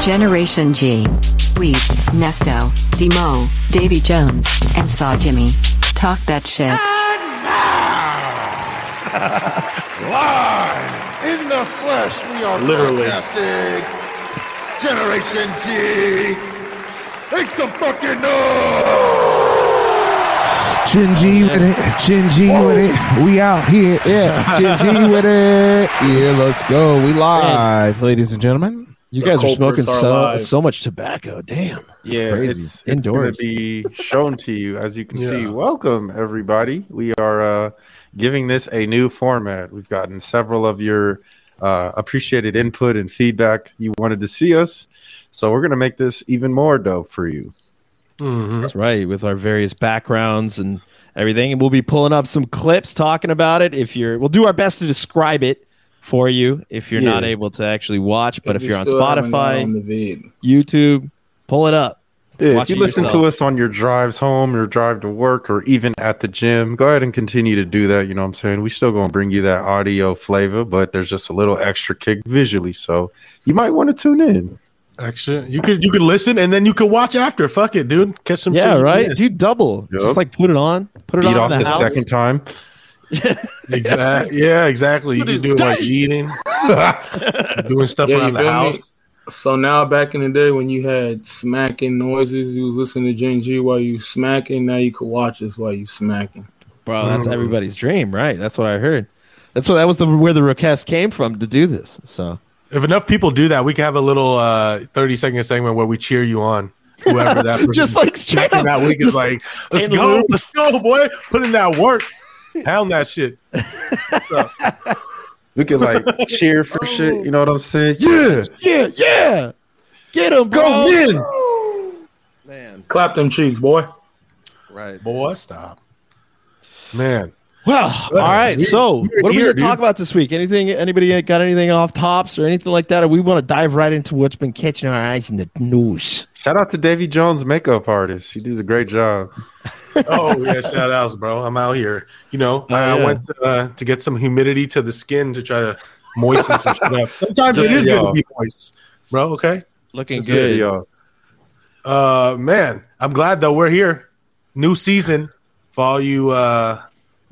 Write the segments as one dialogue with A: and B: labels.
A: Generation G. Weez, Nesto, Demo, Davy Jones, and Saw Jimmy. Talk that shit.
B: And now, live in the flesh, we are
C: Literally.
B: broadcasting Generation G. Make some fucking noise!
D: Chin G with it, Chin G with it. We out here, yeah. Chin G with it, yeah. Let's go. We live, ladies and gentlemen.
E: You
C: The
E: guys are smoking
C: culprits are
E: so,
C: alive.
E: so much tobacco. Damn.
D: It's
F: Yeah,
D: crazy.
F: it's it's going
E: Indoors.
F: to be shown to you as you can see.
C: Yeah.
F: Welcome everybody. We are uh, giving this a new format. We've gotten several of your uh, appreciated input and feedback. You wanted to see us, so we're going to make this even more dope for you.
E: That's right. With our various backgrounds and everything. And we'll be pulling up some clips talking about it. If you're, we'll do our best to describe it for you if you're not
F: Yeah.
E: able to actually watch. But if
G: we
E: you're on
G: still haven't gone
E: Spotify,
G: on the vid.
E: YouTube, pull it up.
F: Yeah,
E: Watch
F: if you
E: it
F: listen
E: yourself.
F: to us on your drives home, your drive to work, or even at the gym, go ahead and continue to do that. You know what I'm saying? We still going to bring you that audio flavor, but there's just a little extra kick visually. So you might want to tune in.
C: Extra. You could you could listen and then you could watch after. Fuck it, dude. Catch some.
E: Yeah,
C: shit.
E: right? Dude, double.
F: Yup.
E: Just like put it on. Put it
F: Beat
E: on
F: off
E: in
F: the,
E: the, house.
F: second time.
C: Exactly. Yeah, exactly. You can do it like eating, doing stuff
G: Yeah,
C: around
G: you
C: the
G: feel me?
C: house.
G: So now, back in the day when you had smacking noises, you was listening to Gen G while you smacking. Now you could watch us while you smacking.
E: Bro, that's
F: Mm-hmm.
E: everybody's dream, right? That's what I heard. That's what that was the where the request came from to do this. So
C: If enough people do that, we can have a little uh, thirty second segment where we cheer you on. Whoever that person
E: just like straight
C: smacking
E: up,
C: that week is
E: just-
C: like, let's
E: in
C: go,
E: lieu.
C: let's go, boy. Put in that work. Hound that shit.
F: We could like cheer for shit. You know what I'm saying? Yeah,
E: yeah, yeah. Get him,
F: go
E: bro.
F: men.
E: Man.
G: Clap them cheeks, boy.
E: Right.
C: Boy, stop. Man.
E: Well, all right.
C: we're-
E: so,
C: we're
E: what are we
C: here,
E: going to
C: dude.
E: talk about this week? Anything? Anybody got anything off tops or anything like that? Or we want to dive right into what's been catching our eyes in the news?
F: Shout out to Davy Jones, makeup artist. He did a great job.
C: Oh yeah, shout outs, bro. I'm out here. You know, I
E: yeah.
C: went to, uh, to get some humidity to the skin to try to moisten some shit up. Sometimes it is good to
F: y'all.
C: be moist, bro. Okay,
E: Looking
F: It's
E: good.
F: y'all.
C: uh, man, I'm glad though we're here. New season for all you uh,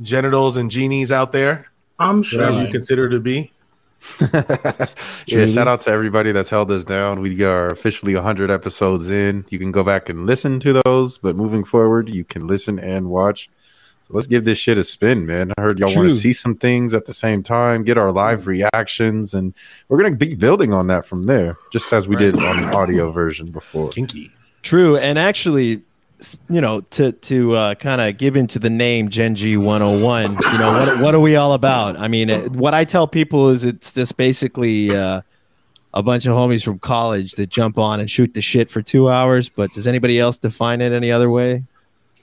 C: genitals and genies out there,
G: I'm
C: whatever
G: sure.
C: you consider to be.
F: Yeah, shout out to everybody that's held us down. We are officially 100 episodes in. You can go back and listen to those, but moving forward, you can listen and watch. So let's give this shit a spin, man. I heard y'all want to
E: True.
F: see some things at the same time, get our live reactions, and we're gonna be building on that from there, just as we did on the audio version before.
C: Kinky.
E: True, and actually, s- you know, to to uh, kind of give into the name Gen G 101, you know, what what are we all about? I mean, it, what I tell people is it's just basically uh, a bunch of homies from college that jump on and shoot the shit for two hours. But does anybody else define it any other way?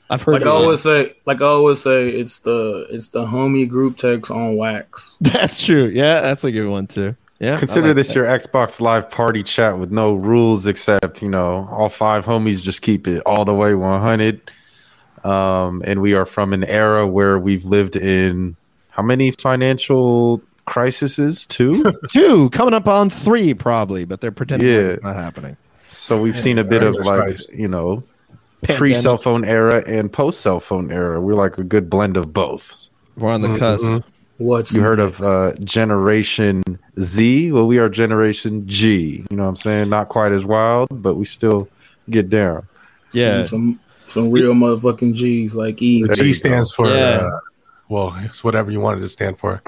E: I've heard.
G: Like I
E: of that.
G: always say, like I always say, it's the it's the homie group text on wax.
E: That's true. Yeah, that's a good one too. Yeah, I
F: Consider
E: like
F: this
E: that.
F: your Xbox Live party chat with no rules except, you know, all five homies just keep it all the way 100. Um, and we are from an era where we've lived in how many financial crises? Two?
E: two coming up on three probably, but they're pretending
F: Yeah.
E: like it's not happening.
F: so we've seen a bit of
C: Those
F: like,
C: crises.
F: you know, pre cell phone era and post cell phone era. We're like a good blend of both.
E: We're on the cusp.
C: Mm-hmm.
G: What's
F: You heard of uh, Generation Z? Well, we are Generation G. You know what I'm saying? Not quite as wild, but we still get down.
E: Yeah,
G: some some real motherfucking G's like easy.
C: The G stands for.
E: Yeah.
C: Uh, well, it's whatever you wanted to stand for.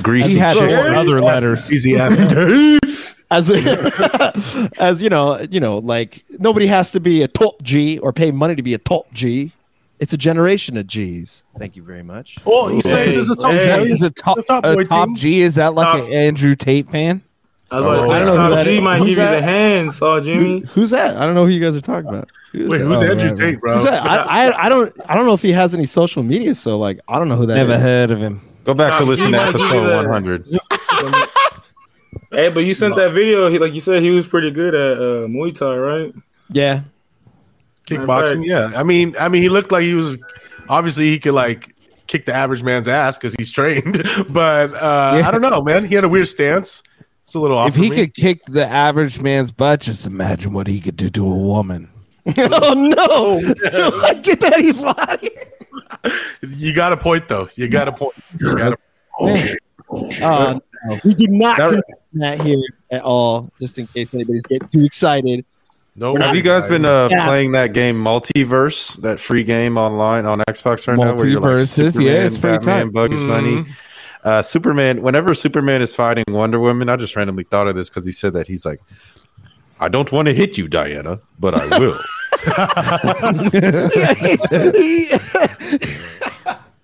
F: Greasy
D: He had
F: chick.
D: four other letters.
C: CZF.
E: as as you know, you know, like nobody has to be a top G or pay money to be a top G. It's a generation of G's. Thank you very much.
C: oh, you say
G: Hey,
C: there's a top
G: hey.
C: boy.
D: Is a top,
C: The top
D: a
C: boy
D: top
C: team.
D: G? Is that like
G: Top-
D: an Andrew Tate fan?
G: I was
F: Oh, I
G: about to
F: don't
G: say,
F: know who
G: Top
E: that
G: G
E: is.
G: might
E: Who's
G: give you
E: that?
G: the hand, saw Jimmy.
E: Who's that? I don't know who you guys are talking about. Who is
C: Wait,
E: that?
C: who's
D: Oh,
C: Andrew
D: right,
C: Tate, bro?
E: Who's that? I, I I don't I don't know if he has any social media, so like I don't know who that is.
D: Never heard of him.
F: Go back to
C: Nah,
F: listen
G: you
F: to
G: might give
F: episode
G: it a-
F: 100.
G: Hey, but you sent that video. He, like you said, he was pretty good at uh, Muay Thai, right?
E: Yeah,
C: Kickboxing, yeah. I mean, I mean, he looked like he was obviously he could like kick the average man's ass because he's trained. But uh,
D: Yeah.
C: I don't know, man. He had a weird stance. It's a little off.
D: If he
C: for me.
D: could kick the average man's butt, just imagine what he could do to a woman.
E: oh
C: Oh.
E: no! Get that evil out of here.
C: you got a point though. You got a point. You got a-
E: Oh, Uh, no, we do not
C: That-
E: condone that here at all. Just in case anybody's getting too excited.
C: no,
F: Have you guys been uh,
E: Yeah.
F: playing that game Multiverse, that free game online on Xbox right now?
D: Multiverses, yeah, it's pretty
F: Batman,
D: tight.
F: Bugs Bunny, uh, Superman. Whenever Superman is fighting Wonder Woman, I just randomly thought of this because he said that he's like, uh, "I don't want to hit you, Diana, but I will."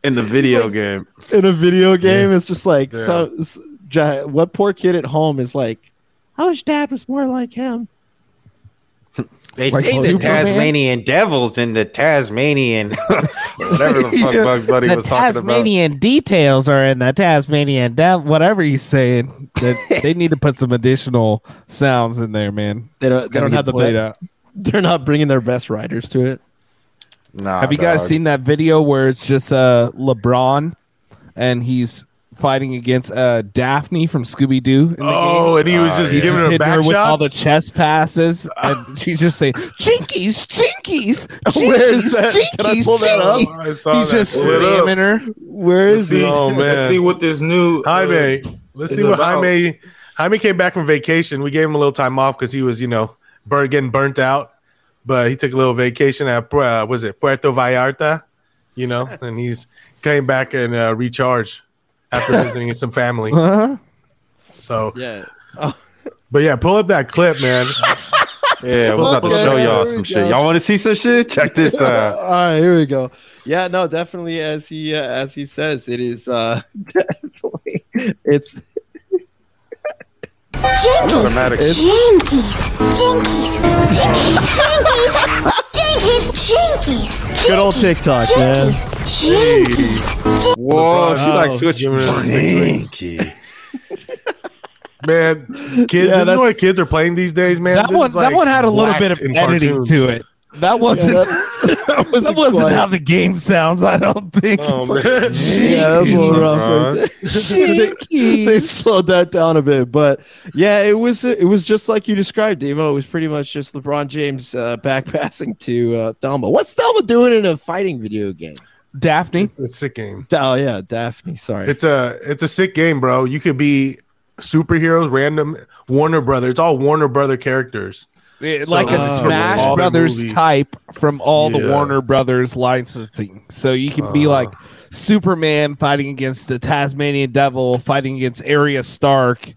F: In the video game,
E: in a video game, it's just like so. it's- gi- What poor kid at home is like? I wish Dad was more like him.
F: they
D: Like say the Superman? Tasmanian
F: Devils in the Tasmanian, whatever the fuck Bugs Bunny was talking about.
D: details are in the Tasmanian. Dev- whatever he's saying, that they need to put some additional sounds in there, man.
E: They
D: It's
E: don't. They
D: gotta
E: don't
D: get
E: have the
D: played
E: best.
D: out.
E: They're not bringing their best riders to it.
F: Nah,
D: Have you guys
F: dog.
D: seen that video where it's just uh, LeBron and he's fighting against uh, Daphne from Scooby Doo in the game?
C: Oh, and he was
F: Ah,
C: just
F: yeah.
D: He's
C: giving
D: just
C: her
D: hitting
C: back
D: her with
C: shots.
D: all the chest passes, and she's just saying "Jinkies, Jinkies, Jinkies,
E: Where is that? Can I
D: Jinkies,
E: pull that up?
D: Jinkies."
C: I saw
D: He's
C: that.
D: just
C: Pull it up.
D: slamming her.
E: Where is he?
C: Oh
G: Let's see
C: man,
G: what this new uh,
C: Jaime. Let's
G: is
C: see what
G: about.
C: Jaime. Jaime came back from vacation. We gave him a little time off because he was, you know, burn, getting burnt out. But he took a little vacation at uh, was it Puerto Vallarta, you know, and he's came back and uh, recharged after visiting some family.
D: Uh-huh.
C: So,
E: Yeah.
C: but yeah, pull up that clip, man.
F: Yeah, we're about to
E: Okay.
F: show y'all some shit. Y'all want to see some shit? Check this uh, out.
E: All right, here we go. Yeah, no, definitely as he uh, as he says, it is uh definitely it's
F: Automatic.
H: Jinkies, jinkies, jinkies, jinkies, jinkies, jinkies.
E: Good old TikTok,
H: jinkies,
E: man.
H: Jinkies, jinkies.
F: Whoa, she
D: Oh,
F: like switching.
C: Giving us
F: Jinkies.
E: Yeah,
C: man. Kids, this is
E: that's-
C: what kids are playing these days, man.
D: That
C: This
D: one,
C: is
D: that
C: like
D: one had a little
C: whacked
D: bit of
C: in
D: editing
C: cartoons.
D: to it. That wasn't.
E: that was
D: that wasn't how the game sounds. I don't think. It's
C: Oh,
D: like,
C: man.
E: yeah, that was a little rough.
F: Huh?
E: They, they
D: Jinkies.
E: slowed that down a bit, but yeah, it was it was just like you described, Demo. It was pretty much just LeBron James uh, back passing to uh, Thelma. What's Thelma doing in a fighting video game?
D: Daphne.
C: It's a sick game.
E: Oh yeah, Daphne. Sorry.
C: It's a it's a sick game, bro. You could be superheroes, random Warner Brother. It's all Warner Brother characters.
D: It- like a
C: this is from
D: Smash
C: all the
D: Brothers
C: movies.
D: type from all the
C: Yeah.
D: Warner Brothers licensing. So you can be like Superman fighting against the Tasmanian Devil, fighting against Arya Stark,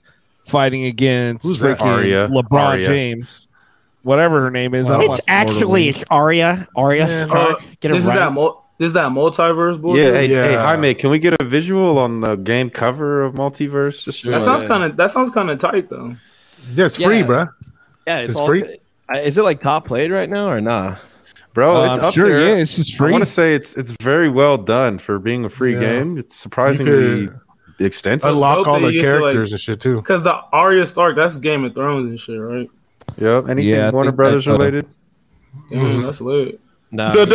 D: fighting against
F: Who's that?
D: freaking
F: Arya?
D: LeBron
F: Arya.
D: James, whatever her name is. I don't watch Lord of the Rings.
E: Arya. Arya
C: Yeah.
G: Uh, this is that mul- this is that multiverse
F: Yeah,
G: bullshit.
F: hey, hey,
C: Yeah.
F: Jaime, can we get a visual on the game cover of Multiverse? Just
G: That sounds kind of that sounds kind of tight though.
C: Yeah, it's free,
E: Yeah.
C: bro.
E: Yeah, it's,
C: It's
E: all,
C: free?
E: Uh, Is it like top played right now or nah?
F: bro.
D: Uh,
F: It's
D: I'm
F: up
D: sure,
F: there.
D: yeah, it's just
F: I
D: free.
F: want to say it's it's very well done for being a free
C: Yeah.
F: game. It's surprisingly
C: could-
F: extensive.
C: Unlock
G: dope
C: all
G: that
C: the
G: you get to, like-
C: characters and shit too.
G: Because the Arya Stark, that's Game of Thrones and shit, right?
F: yep. Anything
D: Yeah, I
F: Warner
D: think Uh,
F: Brothers
D: that, uh,
F: related?
G: Damn,
F: Mm-hmm.
G: that's lit.
E: Nah.
F: The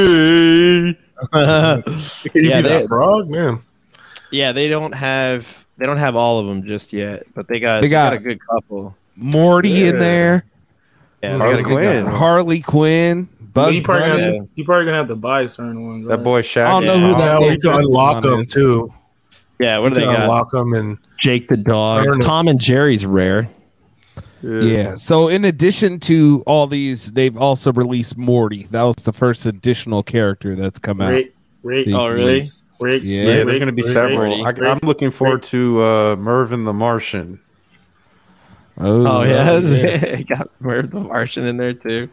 F: WB.
C: Can you
E: yeah,
C: be
E: they-
C: that frog, man?
E: yeah, they don't have they don't have all of them just yet, but they got
D: They
E: they got,
D: got-
E: a good couple.
D: Morty in there,
E: Yeah, they got
F: Harley
E: a good
F: Quinn.
E: couple.
D: Harley Quinn,
G: But
D: Bugs
G: you probably
D: Bunny.
G: gonna, you probably gonna have to buy certain ones.
F: That
G: right?
F: boy
D: I
F: Shaq.
D: don't know who that
C: Now
D: Yeah.
C: we can unlock them
D: Honest.
C: too.
E: Yeah, what
C: We
E: do they
C: can
E: got?
C: unlock them and
E: Jake the dog.
C: Arnold.
E: Tom and Jerry's rare.
D: Yeah. So in addition to all these, they've also released Morty. That was the first additional character that's come out.
G: Rick, Rick,
D: These
E: Oh, really?
D: days.
G: Rick.
D: Yeah.
F: Yeah,
D: Rick,
F: there's going to be several. I,
G: Rick,
F: I'm looking forward to uh, Mervin the Martian.
E: Oh yeah,
D: uh,
E: they got Merv the Martian in there too.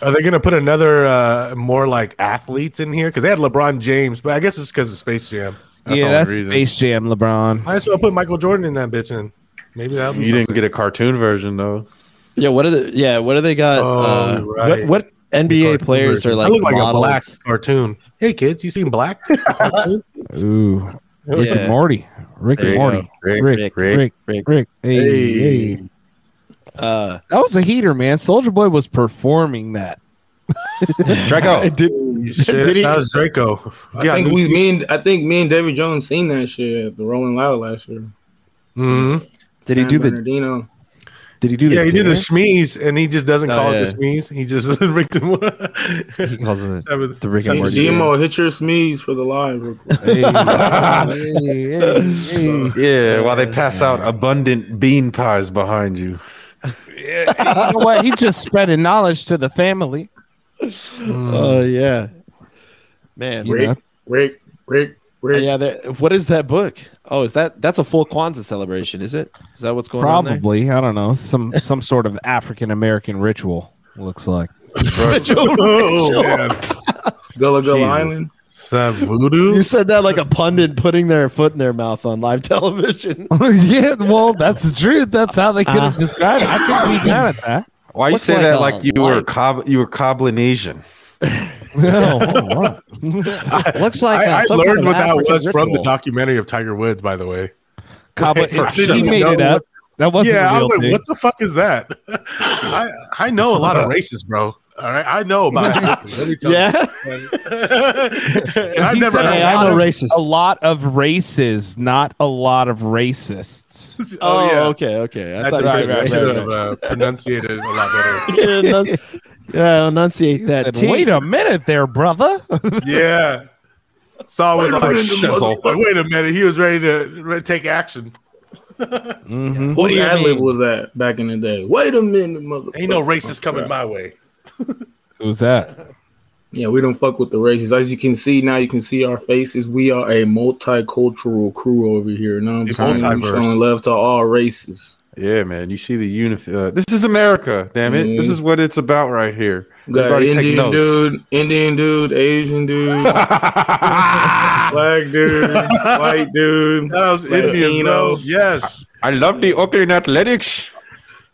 C: Are they gonna put another uh more like athletes in here? Because they had LeBron James, but I guess it's because of Space Jam.
F: That's
D: yeah,
F: all the
D: that's
F: reason.
D: Space Jam, LeBron.
C: Might as well put Michael Jordan in that bitch, and maybe that'll be.
F: You
C: something.
F: didn't get a cartoon version though.
E: Yeah, what are the yeah, what do they got?
C: Oh,
E: uh,
C: right.
E: What what NBA
C: Cartoon
E: players
C: version.
E: are
C: I
E: like,
C: look like
E: models?
C: a black cartoon. Hey kids, you seen black?
D: Ooh, Rick
E: Yeah.
D: and Morty. Rick
F: There
D: and
F: you
D: Morty.
F: go. Rick,
D: Rick, Rick,
F: Rick,
D: Rick,
E: Rick.
D: Hey,
C: Hey.
D: hey.
E: Uh,
D: that was a heater, man. Soldier Boy was performing that.
F: Draco.
C: Shit,
E: Did he-
C: that was Draco.
G: I think we me and I think me and David Jones seen that shit at the Rolling Loud last year.
C: hmm
E: Did he
G: San
E: do the?
G: Bernardino.
E: Did he do the?
C: Yeah, he did the
E: dance?
C: schmees, and he just doesn't
E: Oh,
C: call
E: yeah.
C: it the schmees. He just Rick and
E: He
C: Morty.
E: calls it
C: That was-
E: the Rick and
G: Hey,
E: Morty. dance.
G: Demo, hit your smees for the live. Real quick.
F: Yeah, while they pass out abundant bean pies behind you.
D: You know what? He just spreading knowledge to the family.
E: Oh
C: Uh,
E: yeah, man.
D: You know?
G: Rick, Rick, Rick.
E: Yeah, that, what is that book? Oh, is that that's a full Kwanzaa celebration? Is it? Is that what's going on? there?
D: Probably. I don't know. Some some sort of African American ritual looks like.
C: oh, man.
G: Gullah Gullah
C: Jesus.
G: Island.
C: Is that voodoo?
E: You said that like a pundit putting their foot in their mouth on live television.
D: yeah, well, that's the truth. That's how they could have described it. Uh, I couldn't be mad at that.
F: Why you
E: Looks
F: say
E: like
F: that
E: a
F: like you were
E: light.
F: cob- you were cobbling Asian?
D: No, all right.
E: Looks like
C: I, I
E: uh, some kind
C: learned
E: of
C: what that
E: African
C: was from the
E: ritual.
C: documentary of Tiger Woods, by the way.
D: Cobble-
C: Hey,
D: she
C: just
D: made
C: know
D: it up.
C: what-
D: That wasn't
C: yeah,
D: a
C: I
D: real
C: was like,
D: thing.
C: what the fuck is that? I I know a lot of races, bro. All right, I know about races. Let me tell
E: Yeah,
C: you. And I've
D: He
C: never
D: said,
C: heard
E: Hey,
C: of-
E: I'm a
D: of-
E: racist.
D: a lot of races, not a lot of racists.
E: Oh,
C: yeah.
E: okay, okay. I
C: I
E: thought
C: just
E: you
C: right,
E: said
C: right,
E: racist.
C: should have uh, pronunciated it a lot better.
E: yeah, enun- yeah, enunciate
D: He
E: that.
D: said,
E: T.
D: Wait a minute there, brother.
C: Yeah. Saul was
F: Wait a
C: like,
F: minute, shizzle.
C: like, wait a minute. He was ready to re- take action.
G: What ad lib was that back in the day? Wait a minute, mother.
C: Ain't no racist coming my way.
D: Who's that?
G: Yeah, we don't fuck with the races. As you can see now, you can see our faces. We are a multicultural crew over here. Now I'm
C: The
G: saying I'm
C: multiverse.
G: showing love to all races.
F: Yeah, man. You see the unif. Uh, this is America. Damn it. This is what it's about right here.
G: We got
F: Everybody take
G: Indian
F: notes.
G: dude, Indian dude, Asian dude, black dude, white dude.
C: That was Indian, bro.
G: Latino.
C: Yes.
F: I love the Oakland Athletics.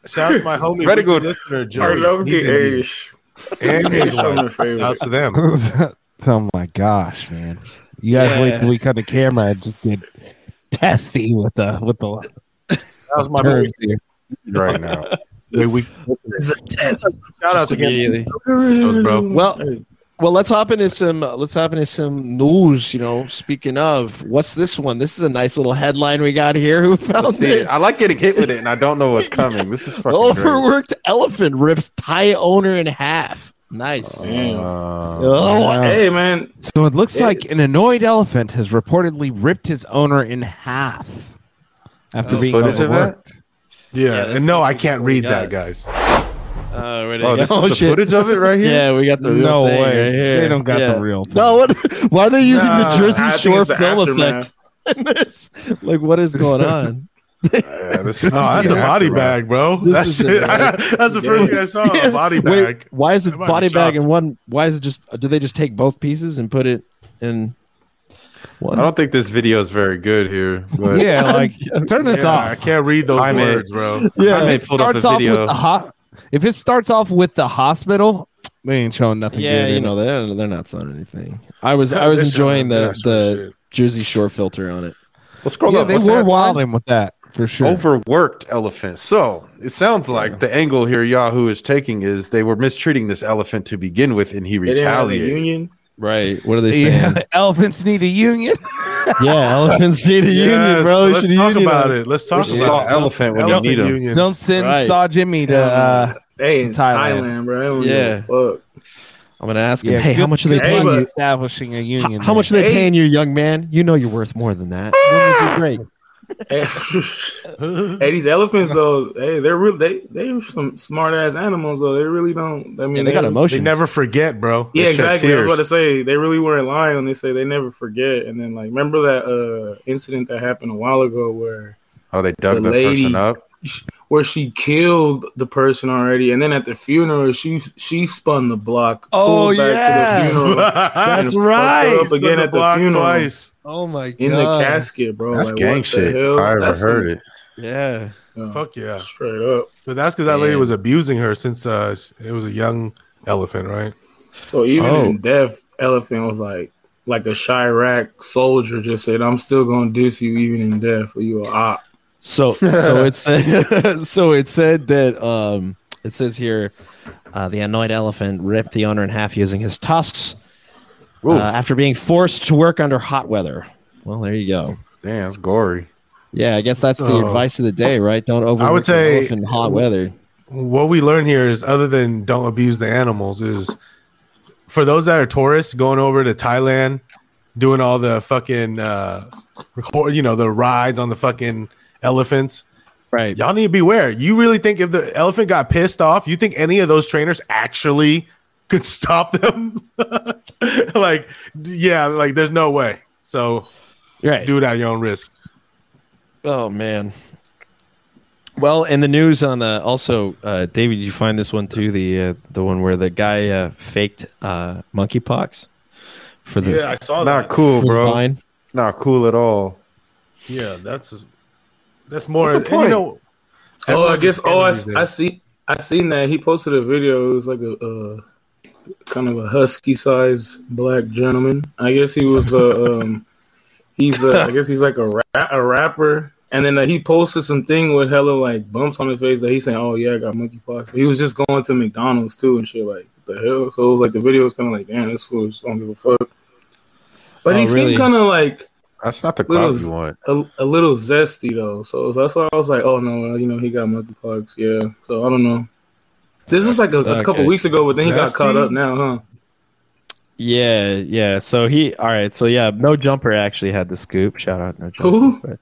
C: Shout out to my homie,
F: Very good.
C: listener, Joe.
G: I love
C: He's
G: the
C: Indian.
G: Ash.
C: And his
G: I'm
C: wife.
G: your favorite.
C: Shout out to them.
D: oh my gosh, man. You guys wait till we cut the camera and just get testy with the with the
C: That was my boy.
D: terms here.
F: Right now.
C: Hey, we-
G: This is a test.
C: Shout out to him.
E: Immediately.
C: bro.
E: Well, well, let's hop into some. uh, Let's hop into some news. You know, speaking of, what's this one? This is a nice little headline we got here. Who found
F: See,
E: this?
F: I like getting hit with it, and I don't know what's coming. This is fucking great.
E: Overworked elephant rips Thai owner in half. Nice.
G: Damn.
F: Uh,
E: oh,
G: Hey man,
D: So it looks like an annoyed elephant has reportedly ripped his owner in half after
F: There's
D: being
F: footage of
D: overworked.
C: Yeah.
E: that's
C: and no, I
E: what
C: can't
E: we
C: read
E: got.
C: that, guys. Oh,
E: uh, where did
F: oh,
E: it
F: this
E: go?
F: is the
E: shit.
F: footage of it right here.
E: Yeah, we got the real
D: No
E: thing
D: way.
E: right here.
D: They don't got the
E: Yeah.
D: real thing.
E: No, what? Why are they using
G: Nah,
E: the Jersey
G: I think
E: Shore
G: it's the
E: film
G: aftermath.
E: effect in this? Like, what is going on?
F: Yeah, this
C: No, that's a body
F: Aftermath.
C: bag, bro.
E: This
C: That's
E: is a
C: shit.
E: bag.
C: that's the first thing I saw. A body
E: Wait,
C: bag.
E: why is the
C: That might
E: body
C: be
E: bag
C: chopped.
E: in one? Why is it just? Do they just take both pieces and put it in? One?
F: I don't think this video is very good here. But
D: Yeah, like turn this
C: Yeah, I
D: off.
C: can't read those
F: I'm in.
C: words, bro.
F: I
E: yeah,
F: may
D: it
F: pull up
D: starts
F: a
D: off
F: video.
D: with the ho- if it starts off with the hospital, they ain't showing nothing.
E: yeah.
D: good
E: You
D: in
E: know, they're they're not selling anything. I was I was
C: This
E: enjoying
C: shit,
E: the
C: that's
E: the
C: shit.
E: Jersey Shore filter on it.
F: Let's
D: it.
F: scroll
D: yeah,
F: up.
D: they
F: What's
D: were
F: that?
D: wilding with that for sure.
F: Overworked elephant. So it sounds like the angle here Yahoo is taking is they were mistreating this elephant to begin with, and he
G: they didn't have a
F: retaliated.
G: union.
E: Right. What are they
D: yeah,
E: saying?
D: elephants need a union.
E: yeah, elephants need a union,
C: Yes,
E: bro.
C: Let's
E: Should
C: talk
E: union
C: about
E: on-
C: it. Let's talk
F: Just
C: about
F: saw
C: it.
F: elephant when you
C: Elephant
F: need him.
C: unions.
D: Don't send
E: Right.
D: Saw Jimmy to. Uh,
G: Hey, in
D: Thailand.
G: Thailand, bro. I don't
E: Yeah.
G: give a fuck.
E: I'm gonna ask him.
D: yeah,
E: hey, how
D: good-
E: much are they
D: good
E: paying
D: luck
G: but-
E: you?
D: establishing a
E: How-
D: union?
E: How much are they
G: Hey.
E: paying you, young man? You know you're worth more than that. When was your break?
G: Ah! Hey, hey, these elephants though, hey, they're real. They they are some smart ass animals though. They really don't. I mean,
E: Yeah, they got
G: don't-
E: emotions.
C: They never forget, bro.
G: Yeah,
F: They shed
G: exactly. I was about to
F: tears.
G: say they really weren't lying when they say they never forget. And then like, remember that uh incident that happened a while ago where
F: Oh, they dug
G: The
F: that person
G: lady.
F: up.
G: where she killed the person already, and then at the funeral she she spun the block.
E: Oh,
G: pulled
E: yeah.
G: funeral,
E: That's
G: fucked
E: right.
G: up again
C: Spin
G: at the
C: block
G: funeral
C: twice.
E: Oh my god.
G: in the casket, bro.
F: That's
G: Like,
F: gang
G: what
F: shit.
G: The hell?
F: If I ever
G: That's
F: heard it.
E: Yeah.
G: some-
C: Fuck yeah.
G: Straight up.
C: But that's because that lady
E: Man.
C: was abusing her since uh, sh- it was a young elephant, right?
G: So even
E: Oh.
G: in death, Elephant was like like a Chirac soldier just said, I'm still gonna diss you even in death for you a op.
E: So so it said so it said that um it says here uh, the annoyed elephant ripped the owner in half using his tusks uh, after being forced to work under hot weather. Well, there you go.
F: Damn, it's gory.
E: Yeah, I guess that's the
C: So-
E: advice of the day, right? Don't overwork
C: would say-
E: yourself in hot weather.
C: what we learn here is other than don't abuse the animals is for those that are tourists going over to Thailand, doing all the fucking uh, hor- you know the rides on the fucking elephants.
E: Right.
C: Y'all need to beware. You really think if the elephant got pissed off, you think any of those trainers actually could stop them? like, yeah, like there's no way. So
E: Right.
C: do it at your own risk.
E: Oh man. Well, in the news on the also, uh, David, did you find this one too? The uh, the one where the guy uh, faked uh, monkeypox for the
C: Yeah, I saw that.
F: Not cool,
E: for the
F: bro.
E: vine.
F: Not cool at all.
C: Yeah, that's that's
F: What's
C: more.
F: the
C: and you
F: point?
C: know-
G: Oh, I
C: everyone
G: guess.
C: just
G: Oh, I,
C: enemies there.
G: I see. I seen that he posted a video. It was like a uh, kind of a husky sized black gentleman. I guess he was a. um, he's a, I guess he's like a ra- a rapper. And then uh, he posted some thing with hella like bumps on his face that he's saying, "Oh yeah, I got monkeypox." But he was just going to McDonald's too and shit like what the hell. So it was like the video was kind of like, "Damn, this fool just don't give a fuck." But
E: Oh,
G: he
E: really?
G: seemed kind of like
F: That's not the clout
G: Little-
F: you want.
G: a, a little zesty though. So that's why I was like, oh no, you know, he got monkeypox. Yeah. So I don't know. This was like a, a couple
E: Okay.
G: weeks ago, but then he got
C: Zesty?
G: caught up now, huh?
E: Yeah, yeah. So he, all right. So yeah, no jumper actually had the scoop. Shout out, no jumper.
G: Who?
E: but-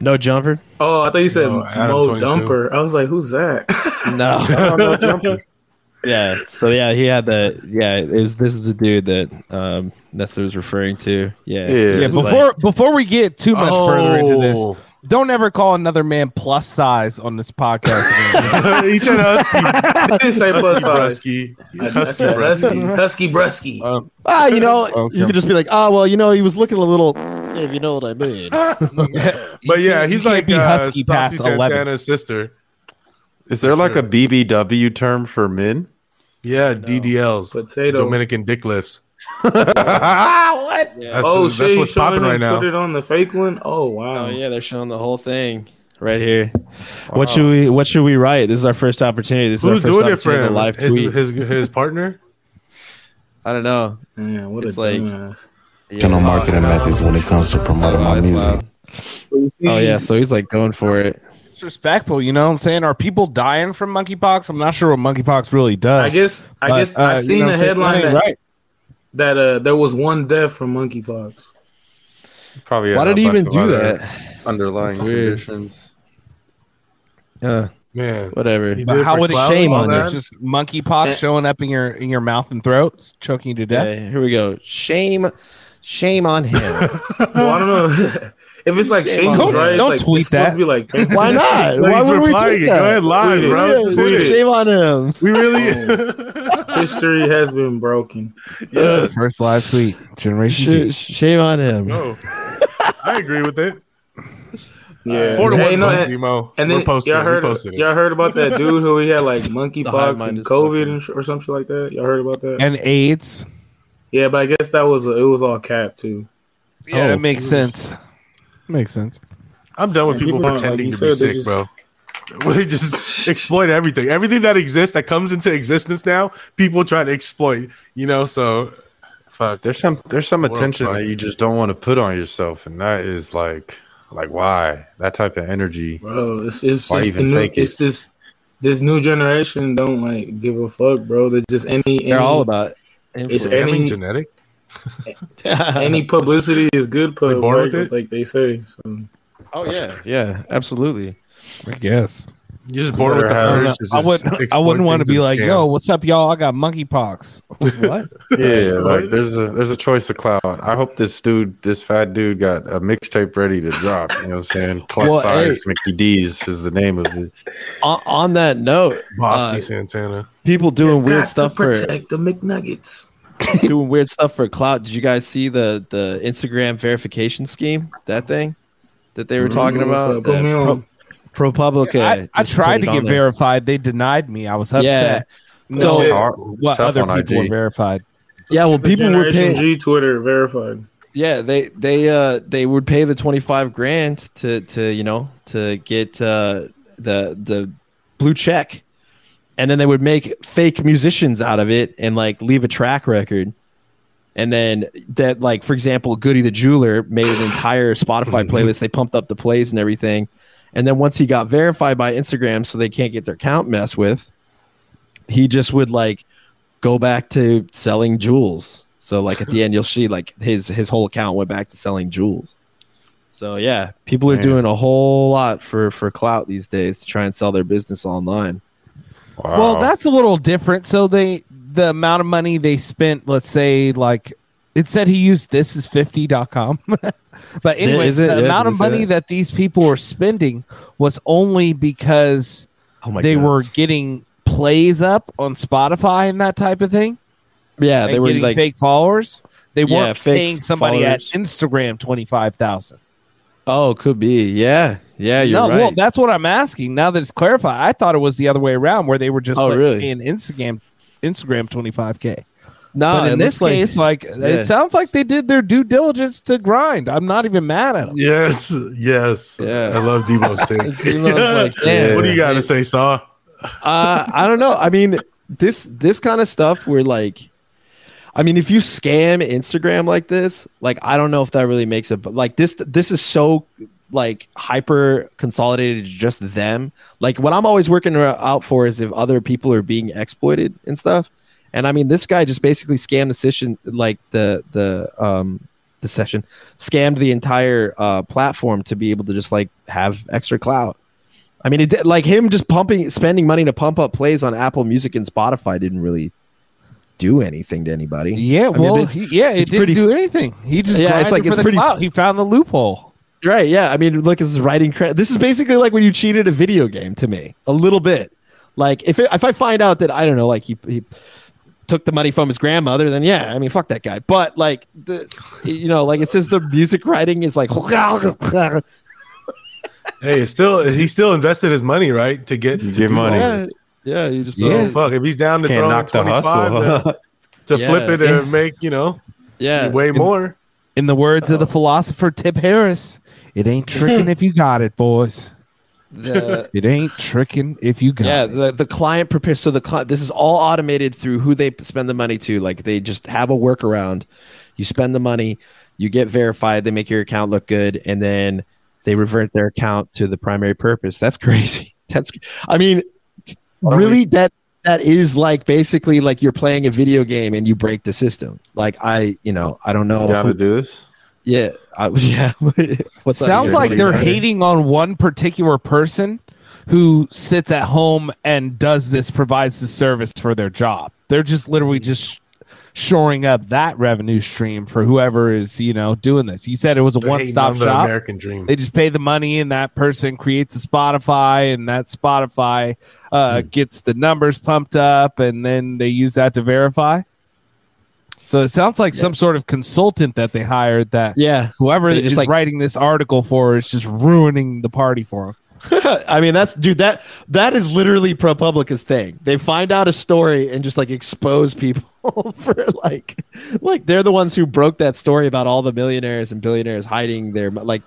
E: No jumper.
G: Oh, I thought you said
C: No, Adam
G: Mo
C: 22.
G: Dumper. I was like, who's that?
E: No.
F: no jumper.
E: yeah. So yeah, he had the. Yeah, it was. This is the dude that um Nestor was referring to.
F: Yeah.
E: Yeah. He
D: Yeah,
E: was like-
D: before before we get too much further into
C: Oh.
D: this, don't ever call another man plus size on this podcast. again.
C: he said husky,
G: I didn't say plus size.
C: husky,
G: I- I
C: husky, Um,
G: said Husky, Husky, Brusky.
E: ah, you know,
D: Okay.
E: you could just be like, ah, well, you know, he was looking a little. If you know what I mean.
C: But yeah,
D: You
C: he's
D: can't
C: like
D: be
C: uh,
D: husky
C: Saucy
D: past 11.
C: Santana's sister.
F: Is there like a BBW term for men?
C: Yeah, DDLs,
G: Potato.
C: Dominican dick lifts. what? That's,
G: oh,
C: that's
G: shit, he
C: what's
G: showed
C: popping
G: it
C: right
G: and
C: now.
G: put it on the fake one? Oh, wow.
E: Oh yeah, they're showing the whole thing right here. What should we What should we write? This is our first opportunity. This is
C: Who's
E: our first
C: doing it for
E: opportunity to
C: him?
E: live
C: his,
E: tweet.
C: his his partner.
E: I don't know.
G: Man, what
E: It's
G: a
E: like-
G: dumbass.
I: General marketing methods when it comes to promoting my music.
E: Oh yeah, so he's like going for it.
D: Disrespectful, you know what I'm saying? Are people dying from monkeypox? I'm not sure what monkeypox really does.
G: I guess, I
D: but,
G: guess,
D: uh,
G: I
D: you
G: seen
D: know what
G: the
D: I'm saying?
G: headline
D: That
G: that,
D: ain't right.
G: that uh, there was one death from monkeypox.
F: Probably.
C: uh,
E: Why
F: a
E: did he
F: bunch
E: even
F: of
E: do
F: other
E: that?
F: Underlying
E: That's weird.
F: conditions.
E: Uh,
C: Man,
E: whatever.
C: He
D: But
C: did
D: how
C: for
D: would it
C: clout,
D: shame
C: all
D: on
C: that?
D: this? Just monkeypox
G: Eh.
D: showing up in your in your mouth and throat, s- choking you to death.
E: Okay, here we go. Shame, shame on him.
G: Well, I don't know. if it's like Shane's
D: Don't-
G: right, it's
D: don't
G: like,
D: tweet
G: it's supposed
D: that.
G: to be like pink.
E: Why not?
C: Like,
E: Why
C: he's
E: would we
C: replying
E: tweet
C: it. Go
E: that?
C: ahead, live,
G: Tweet it.
C: bro.
E: Yeah,
C: Just
E: dude,
C: tweet it.
E: shame on him.
C: We
G: Oh,
C: really.
G: History has been broken.
D: First live tweet, Generation G.
E: Sh- Shame on him.
C: no, I agree with it.
G: Yeah.
C: Four to
G: Hey,
C: one,
G: no,
C: vote,
G: and-
C: Demo.
G: and
C: We're
G: then
C: posting.
G: y'all heard
C: we posted it.
G: y'all heard about that dude who he had like monkeypox
E: hive mind
G: and
E: is
G: COVID
E: fucking-
G: and sh- or something like that. Y'all heard about that?
D: and AIDS.
G: Yeah, but I guess that was it was all cap too. Oh,
D: Yeah, that makes sense. Makes sense.
C: I'm done with people
G: people aren't,
C: pretending
G: like
C: to be
G: you said,
C: sick,
G: they just-
C: bro. Well, They just exploit everything. Everything that exists that comes into existence now, people try to exploit. You know, so fuck.
F: There's some there's some
C: World's
F: attention
C: fucked.
F: that you just don't want to put on yourself, and that is like like why that type of energy.
G: Bro, it's it's,
F: Why
G: it's the
F: even
G: new
F: fake it?
G: it's this this new generation don't like give a fuck, bro. They're just any, any
E: They're all about.
G: It's
E: influence.
C: I mean,
G: any
C: genetic.
G: any publicity is good pub,
C: born
G: right?
C: with it?
G: like they say. So.
E: oh yeah, yeah, absolutely.
D: I guess.
C: You're just born
F: Better
C: with the
F: have-
C: urge.
F: It's
D: Uh-huh. I
F: just
D: wouldn't. I
C: exploit
D: wouldn't want to
C: things
D: be
C: and
D: like,
C: scam.
D: "Yo, what's up, y'all? I got monkeypox." what?
F: Yeah,
C: Right?
F: like there's a there's a choice of clout. I hope this dude, this fat dude, got a mixtape ready to drop. You know what I'm saying? Plus
E: Well,
F: size Mickey D's is the name of it.
E: On, on that note,
C: Bossy
E: uh,
C: Santana.
E: people doing weird stuff
G: to
E: for
G: protect the McNuggets.
E: doing weird stuff for clout. Did you guys see the the Instagram verification scheme? That thing that they were talking
G: Mm,
E: about.
G: put me
E: Uh,
G: on.
E: Pro- ProPublica.
D: I, I
E: just
D: tried
E: put
D: to
E: it
D: get
E: on there.
D: verified. They denied me. I was upset.
E: So-
F: It's
G: Yeah.
F: hard- it's
D: what
F: tough
D: other
F: on
D: people were
F: IG.
D: verified?
E: Yeah, well, people were
G: Generation
E: paying.
G: G Twitter verified.
E: Yeah, they they uh they would pay the twenty five grand to to you know to get uh, the the blue check, and then they would make fake musicians out of it and like leave a track record, And then that, like for example, Goody the Jeweler made an entire Spotify playlist. They pumped up the plays and everything. And then once he got verified by Instagram, so they can't get their count messed with, he just would like go back to selling jewels. So like at the end, you'll see like his his whole account went back to selling jewels. So yeah, people are doing a whole lot for for clout these days to try and sell their business online.
F: Wow.
D: Well, that's a little different. So they the amount of money they spent, let's say like it said he used this is 50.com. but anyways,
E: is it?
D: the
E: Yeah,
D: amount of
E: did it say
D: money
E: that?
D: that these people were spending was only because
E: Oh my
D: they
E: God.
D: were getting plays up on Spotify and that type of thing.
E: yeah Uh, they
D: and
E: were
D: getting
E: like
D: fake followers. They
E: Yeah,
D: weren't
E: fake
D: paying somebody
E: followers.
D: at Instagram twenty five thousand.
E: oh could be yeah yeah you're
D: No,
E: right
D: well, that's what I'm asking. Now that it's clarified, I thought it was the other way around, where they were just
E: Oh,
D: putting
E: really?
D: paying Instagram Instagram twenty five k.
E: no
D: But in
E: Ah, it
D: this
E: looks like-
D: case, like
E: Yeah.
D: it sounds like they did their due diligence to grind. I'm not even mad at them.
C: Yes, yes.
E: Yeah.
C: I love Debo's take.
E: Demo's like,
C: What do
E: "Damn."
C: you got to say, Saw?
E: uh, I don't know. I mean, this this kind of stuff where like, I mean, if you scam Instagram like this, like I don't know if that really makes it. But like this, this is so like hyper consolidated to just them. Like what I'm always working ar- out for is if other people are being exploited and stuff. And I mean, this guy just basically scammed the session, like the the um the session, scammed the entire uh, platform to be able to just like have extra clout. I mean, it did, like him just pumping, spending money to pump up plays on Apple Music and Spotify didn't really do anything to anybody.
D: Yeah,
E: I mean,
D: well,
E: it's-
D: he- yeah, it
E: it's
D: didn't
E: pretty-
D: do anything. He just yeah, it's like for
E: it's
D: the
E: pretty-
D: clout. He found the loophole.
E: right. Yeah, I mean, look, this is writing credit. This is basically like when you cheated a video game to me a little bit. Like if it, if I find out that I don't know, like he he took the money from his grandmother, then yeah, I mean, fuck that guy. But like the, you know, like it says the music writing is like
C: Hey, it's still he still invested his money, right? To get
F: You
C: to
F: get
C: do
F: money.
C: all
E: yeah,
C: this.
E: yeah, you just
C: So, fuck. If he's down to
F: Can't
C: throw
F: knock the
C: 25
F: hustle.
C: to, to
E: Yeah.
C: flip it and make, you know,
E: yeah.
C: way more.
D: In the words
E: Oh.
D: of the philosopher Tip Harris, it ain't tricking if you got it, boys.
E: The-
D: It ain't tricking if you got
E: Yeah,
D: it.
E: the, the client prepares. So the client, this is all automated through who they p- spend the money to. Like they just have a workaround. You spend the money, you get verified, they make your account look good, and then they revert their account to the primary purpose. That's crazy. That's, I mean, t- really, that that is like basically like you're playing a video game and you break the system. Like I, you know, I don't know.
F: You gotta do this.
E: yeah, I, yeah. What's up,
D: Sounds like
E: Jerry? What do you
D: they're
E: got?
D: hating on one particular person who sits at home and does this, provides the service for their job. They're just literally
C: Mm.
D: just shoring up that revenue stream for whoever is, you know, doing this. You said it was a
C: They're
D: one
C: hating on
D: stop
C: the
D: shop.
C: American dream.
D: They just pay the money, and that person creates a Spotify, and that Spotify uh,
C: Hmm.
D: gets the numbers pumped up, and then they use that to verify. So it sounds like some sort of consultant that they hired that
E: Yeah,
D: whoever
E: They
D: is
E: just, like-
D: writing this article for is just ruining the party for them.
E: I mean, that's dude. That that is literally ProPublica's thing. They find out a story and just like expose people for like, like they're the ones who broke that story about all the millionaires and billionaires hiding their like,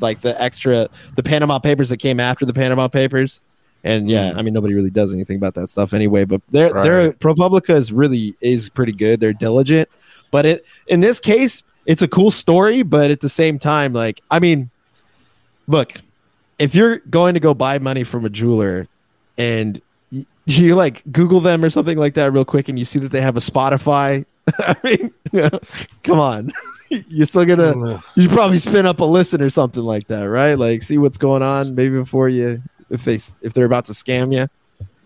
E: like the extra the Panama Papers that came after the Panama Papers. And yeah, I mean, nobody really does anything about that stuff anyway. But they're they're ProPublica is really is pretty good. They're diligent, but it in this case, it's a cool story. But at the same time, like I mean, look if you're going to go buy money from a jeweler and y- you like Google them or something like that real quick and you see that they have a Spotify, I mean, you know, come on. You're still gonna you probably spin up a listen or something like that, right? Like see what's going on maybe before you if they s- if they're about to scam you.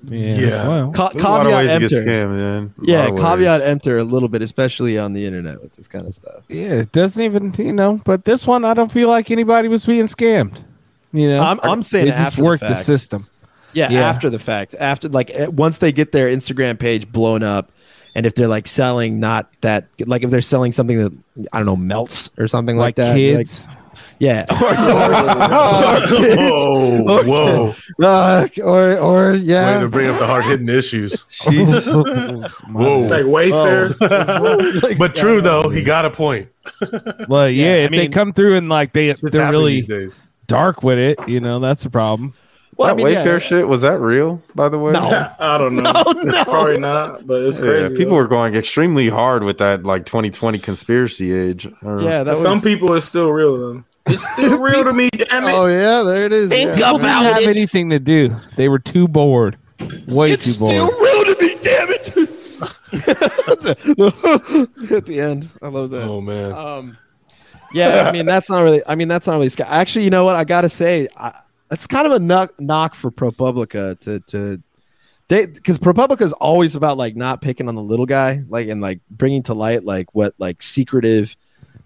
C: Yeah.
D: Well,
E: Ca-
F: There's a lot of
E: caveat
F: ways to get
E: emptor.
F: scammed, man. A
E: Yeah,
F: lot of ways.
E: caveat emptor a little bit, especially on the internet with this kind of stuff.
D: yeah, it doesn't even, you know, but this one, I don't feel like anybody was being scammed. You know,
E: I'm- I'm saying
D: they just
E: after the
D: worked the
E: fact.
D: system.
E: Yeah,
D: Yeah.
E: after the fact, after like eh, once they get their Instagram page blown up, and if they're like selling not that like if they're selling something that I don't know melts or something like,
D: Like,
E: that, you're like,
D: kids.
E: yeah, or, or, kids,
C: Whoa, whoa.
E: uh, or or
C: Way to
E: yeah,
C: bring up the hard hitting issues.
G: It's
C: Whoa.
G: like Wayfair.
C: Oh. But true, though, he got a point.
D: Well, yeah,
E: I
D: if they
E: mean,
D: come through and like they
C: It's
D: they're
C: happening
D: really
C: these days.
D: dark with it, you know, that's a problem.
E: Well, I
F: that
E: mean, yeah.
F: Wayfair shit was that real? By the way,
E: No.
G: I don't know. Probably not, but it's
F: Yeah,
G: crazy.
F: people
G: though.
F: were going extremely hard with that like 2020 conspiracy age. Uh,
E: Yeah, that
G: To some
E: was-
G: people, it's still real though. It's still real to me. Damn it!
E: Oh yeah, there it is.
D: Think
E: yeah.
D: about didn't have anything to do. They were too bored. Way too bored.
E: At the end, I love that.
C: Oh man.
E: Um, yeah, I mean that's not really. I mean that's not really. sc- Actually, you know what? I gotta say, I, it's kind of a knock knock for ProPublica to to they because ProPublica is always about like not picking on the little guy, like and like bringing to light like what like secretive.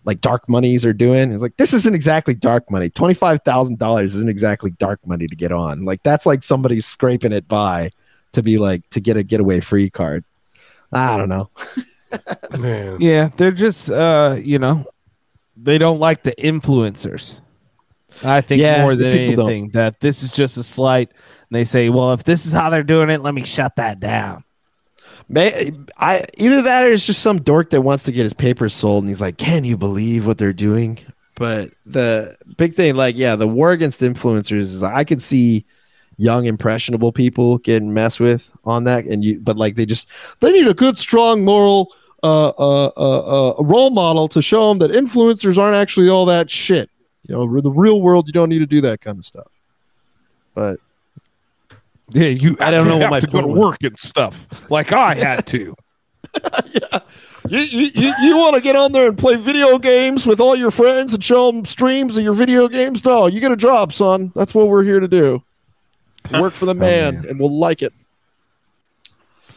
E: Like dark monies are doing. It's like this isn't exactly dark money. Twenty five thousand dollars isn't exactly dark money to get on. Like that's like somebody scraping it by to be like to get a getaway free card. I don't know.
C: man.
D: Yeah, they're just uh, you know, they don't like the influencers. I think
E: Yeah,
D: more
E: the
D: than
E: people don't.
D: anything that this is just a slight. And they say, well, if this is how they're doing it, let me shut that down.
E: May, I either that or it's just some dork that wants to get his papers sold, and he's like, "Can you believe what they're doing?" But the big thing, like, yeah, the war against influencers is I could see young impressionable people getting messed with on that, and you, but like they just they need a good, strong moral uh, uh, uh, uh, role model to show them that influencers aren't actually all that shit. You know, the real world, you don't need to do that kind of stuff. But
D: Yeah, you. I don't
E: know what my point was.
D: and stuff like I had to.
E: You, you, you, you want to get on there and play video games with all your friends and show them streams of your video games? No, you get a job, son. That's what we're here to do. Work for the man, and we'll like it.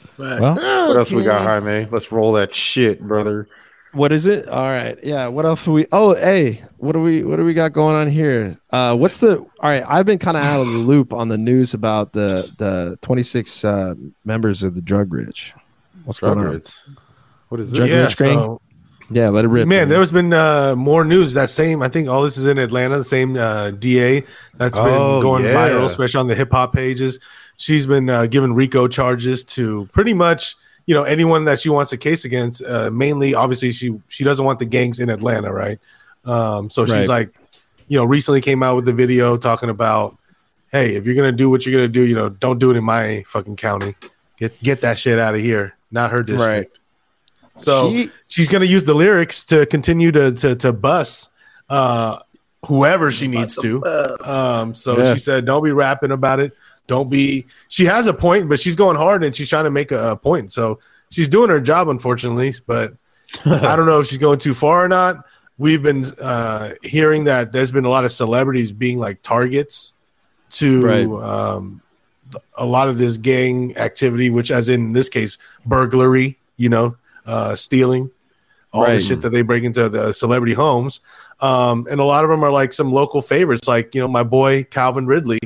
G: Fact.
D: Well,
F: What else we got, Jaime? Let's roll that shit, brother.
E: What is it? All right, yeah. What else we? Oh, hey, what do we? What do we got going on here? Uh, what's the? All right, I've been kind of out of the loop on the news about the the twenty six uh, members of the drug rich. What's going on?
F: Drugrates. What is
E: Drug
F: this?
C: Yeah,
E: rich gang?
C: so-
E: Yeah, let it rip,
C: Man, there has been uh, more news. That same, I think all this is in Atlanta, the same uh, DA that's been
F: Oh,
C: going
F: yeah.
C: viral, especially on the hip hop pages. She's been uh, giving RICO charges to pretty much, you know, anyone that she wants a case against. Uh, mainly, obviously, she she doesn't want the gangs in Atlanta, right? Um, so
E: Right.
C: she's like, you know, recently came out with the video talking about, hey, if you're gonna do what you're gonna do, you know, don't do it in my fucking county. Get get that shit out of here, not her district.
E: Right.
C: So
E: She-
C: she's going to use the lyrics to continue to to, to bus uh, whoever she needs to. Um, so
E: Yeah.
C: she said, "Don't be rapping about it. Don't be." She has a point, but she's going hard and she's trying to make a, a point. So she's doing her job, unfortunately. But I don't know if she's going too far or not. We've been uh, hearing that there's been a lot of celebrities being like targets to
E: Right.
C: um, a lot of this gang activity, which, as in this case, burglary, you know, uh, stealing, all the
E: Right.
C: shit that they break into the celebrity homes. Um, and a lot of them are like some local favorites, like, you know, my boy Calvin Ridley,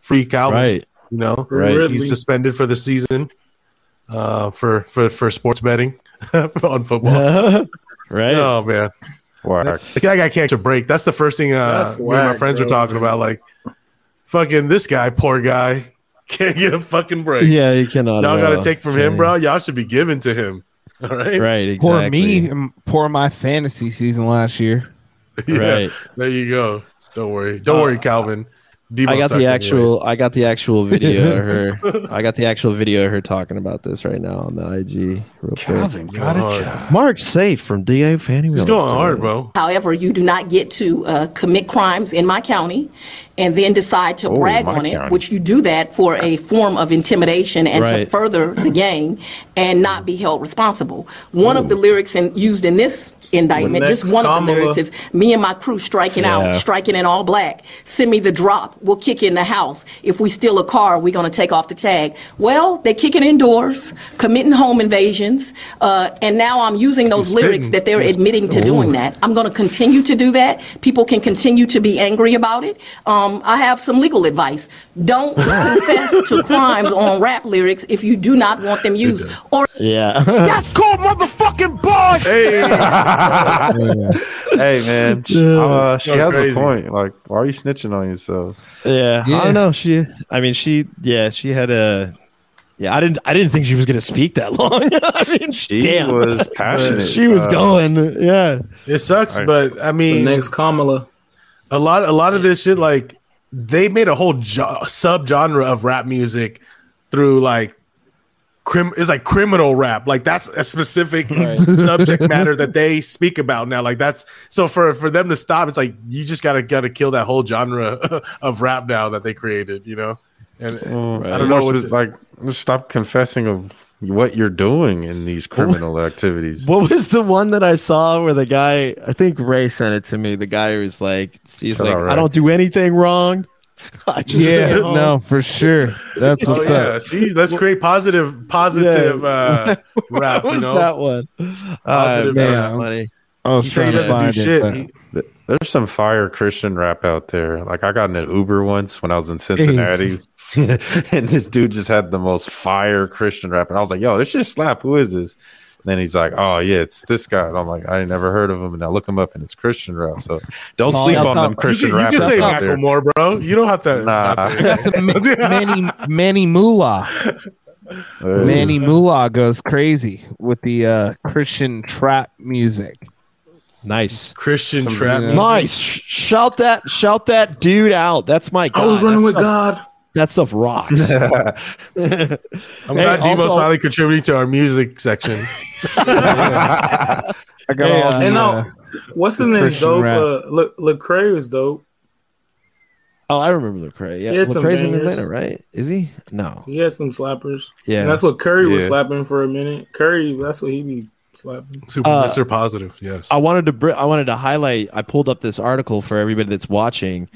C: free Calvin, you know,
E: Right.
G: Ridley.
C: he's suspended for the season uh, for, for, for sports betting on football.
E: right, right.
C: Oh, man.
F: Whack.
C: The guy got catch a break. That's the first thing uh,
G: That's
C: me and my
G: whack,
C: friends were
G: bro.
C: talking about. Like, fucking this guy, poor guy, can't get a fucking break.
E: Yeah, you cannot. uh,
C: Y'all
E: at
C: got to
E: all.
C: take from
E: Okay.
C: him, bro. Y'all should be giving to him. All right.
E: Right, exactly.
D: poor me, and poor my fantasy season last year.
C: Yeah.
E: Right. Uh,
C: There you go. Don't worry. Don't worry, Calvin. Debo
E: I got
C: sucked
E: the
C: anyways.
E: actual. I got the actual video of her. I got the actual video of her talking about this right now on the IG. Real quick.
F: Calvin got
C: hard.
F: a job.
E: Mark Safe from DA Fannie.
C: It's going hard, bro.
J: However, you do not get to uh, commit crimes in my county and then decide to brag
F: my
J: on it,
F: county.
J: which you do that for a form of intimidation and to
E: Right.
J: further the gang and not be held responsible. One of the lyrics in, used in this indictment,
G: Next,
J: just one of the
G: Kamala.
J: lyrics is me and my crew striking
E: Yeah.
J: out, striking in all black. Send me the drop. We'll kick in the house. If we steal a car, we're going to take off the tag. Well, they're kicking indoors, committing home invasions, uh, and now I'm using those
C: He's
J: lyrics
C: spitting.
J: that they're
C: He's
J: admitting to doing that. I'm going to continue to do that. People can continue to be angry about it. Um, I have some legal advice. Don't confess to crimes on rap lyrics if you do not want them used. Or
E: Yeah.
B: That's called motherfucking boss.
F: hey man, she, uh, she
C: Go
F: has
C: crazy.
F: a point. Like, why are you snitching on yourself?
E: yeah. I
D: Yeah.
E: don't know. She. I mean, she. Yeah. She had a. Yeah. I didn't. I didn't think she was going to speak that long. I mean,
F: She
E: damn.
F: was passionate.
E: she was
F: Uh,
E: going. Yeah.
C: It sucks,
F: All right.
C: but I
G: The
C: mean,
G: next Kamala.
C: a lot, a lot of this shit, like they made a whole jo- subgenre of rap music through like crim it's like criminal rap like that's a specific subject matter that they speak about now like that's so for for them to stop it's like you just gotta gotta kill that whole genre of rap now that they created you know and
F: I don't know. What to- like, just stop confessing of what you're doing in these criminal activities.
E: What was the one that I saw where the guy? I think Ray sent it to me. The guy who's like, he's
F: Shut
E: like,
F: up, Ray.
E: I don't do anything wrong. I just stay
D: Yeah,
E: home."
D: no, for sure. That's
C: Oh
D: what's
C: yeah,
D: up.
C: see, let's create positive, positive uh, rap.
E: What was
C: You know,
E: that one? Uh,
C: Positive
E: man,
C: rap.
E: funny.
D: I was
C: he say
D: trying
C: he
D: to
C: doesn't do
D: find it.
C: shit.
D: but-
C: He-
F: There's some fire Christian rap out there. Like I got in an Uber once when I was in Cincinnati, and this dude just had the most fire Christian rap, and I was like, "Yo, this shit slap. Who is this?" And then he's like, "Oh yeah, it's this guy." And I'm like, "I ain't never heard of him," and I look him up, and it's Christian rap. So don't
D: Oh,
F: sleep
D: that's
F: on
D: how-
F: them Christian
C: you can,
F: rappers
C: you can say
F: out there.
C: Macklemore, bro. You don't have to.
F: Nah.
C: not say-
D: That's a Ma- Manny Manny Moolah. Manny Moolah goes crazy with the uh, Christian trap music.
E: Nice.
C: Christian trap.
D: you know.
E: Nice. Sh- Shout that shout that dude out. That's my guy.
G: I was running
E: That
G: with
E: stuff-
G: God.
E: That stuff rocks.
C: I'm
E: Hey,
C: glad Demo's
E: also- Uh,
C: finally contributing to our music section.
D: I got
E: Hey,
D: all
E: uh,
D: the,
G: And
D: uh,
G: now, what's his name?
D: Christian
G: Dope.
D: rap.
G: Uh, Le- Lecrae is dope.
E: oh, I remember Lecrae. Yeah,
G: He had some
E: Lecrae's in
G: bangers.
E: Atlanta, right? Is he? No.
G: He had some slappers.
E: Yeah.
G: And that's what Curry was
F: Yeah.
G: slapping for a minute. Curry, that's what he be slapping.
C: Super
E: Uh,
C: Mr. Positive. Yes.
E: I wanted to br- I wanted to highlight. I pulled up this article for everybody that's watching.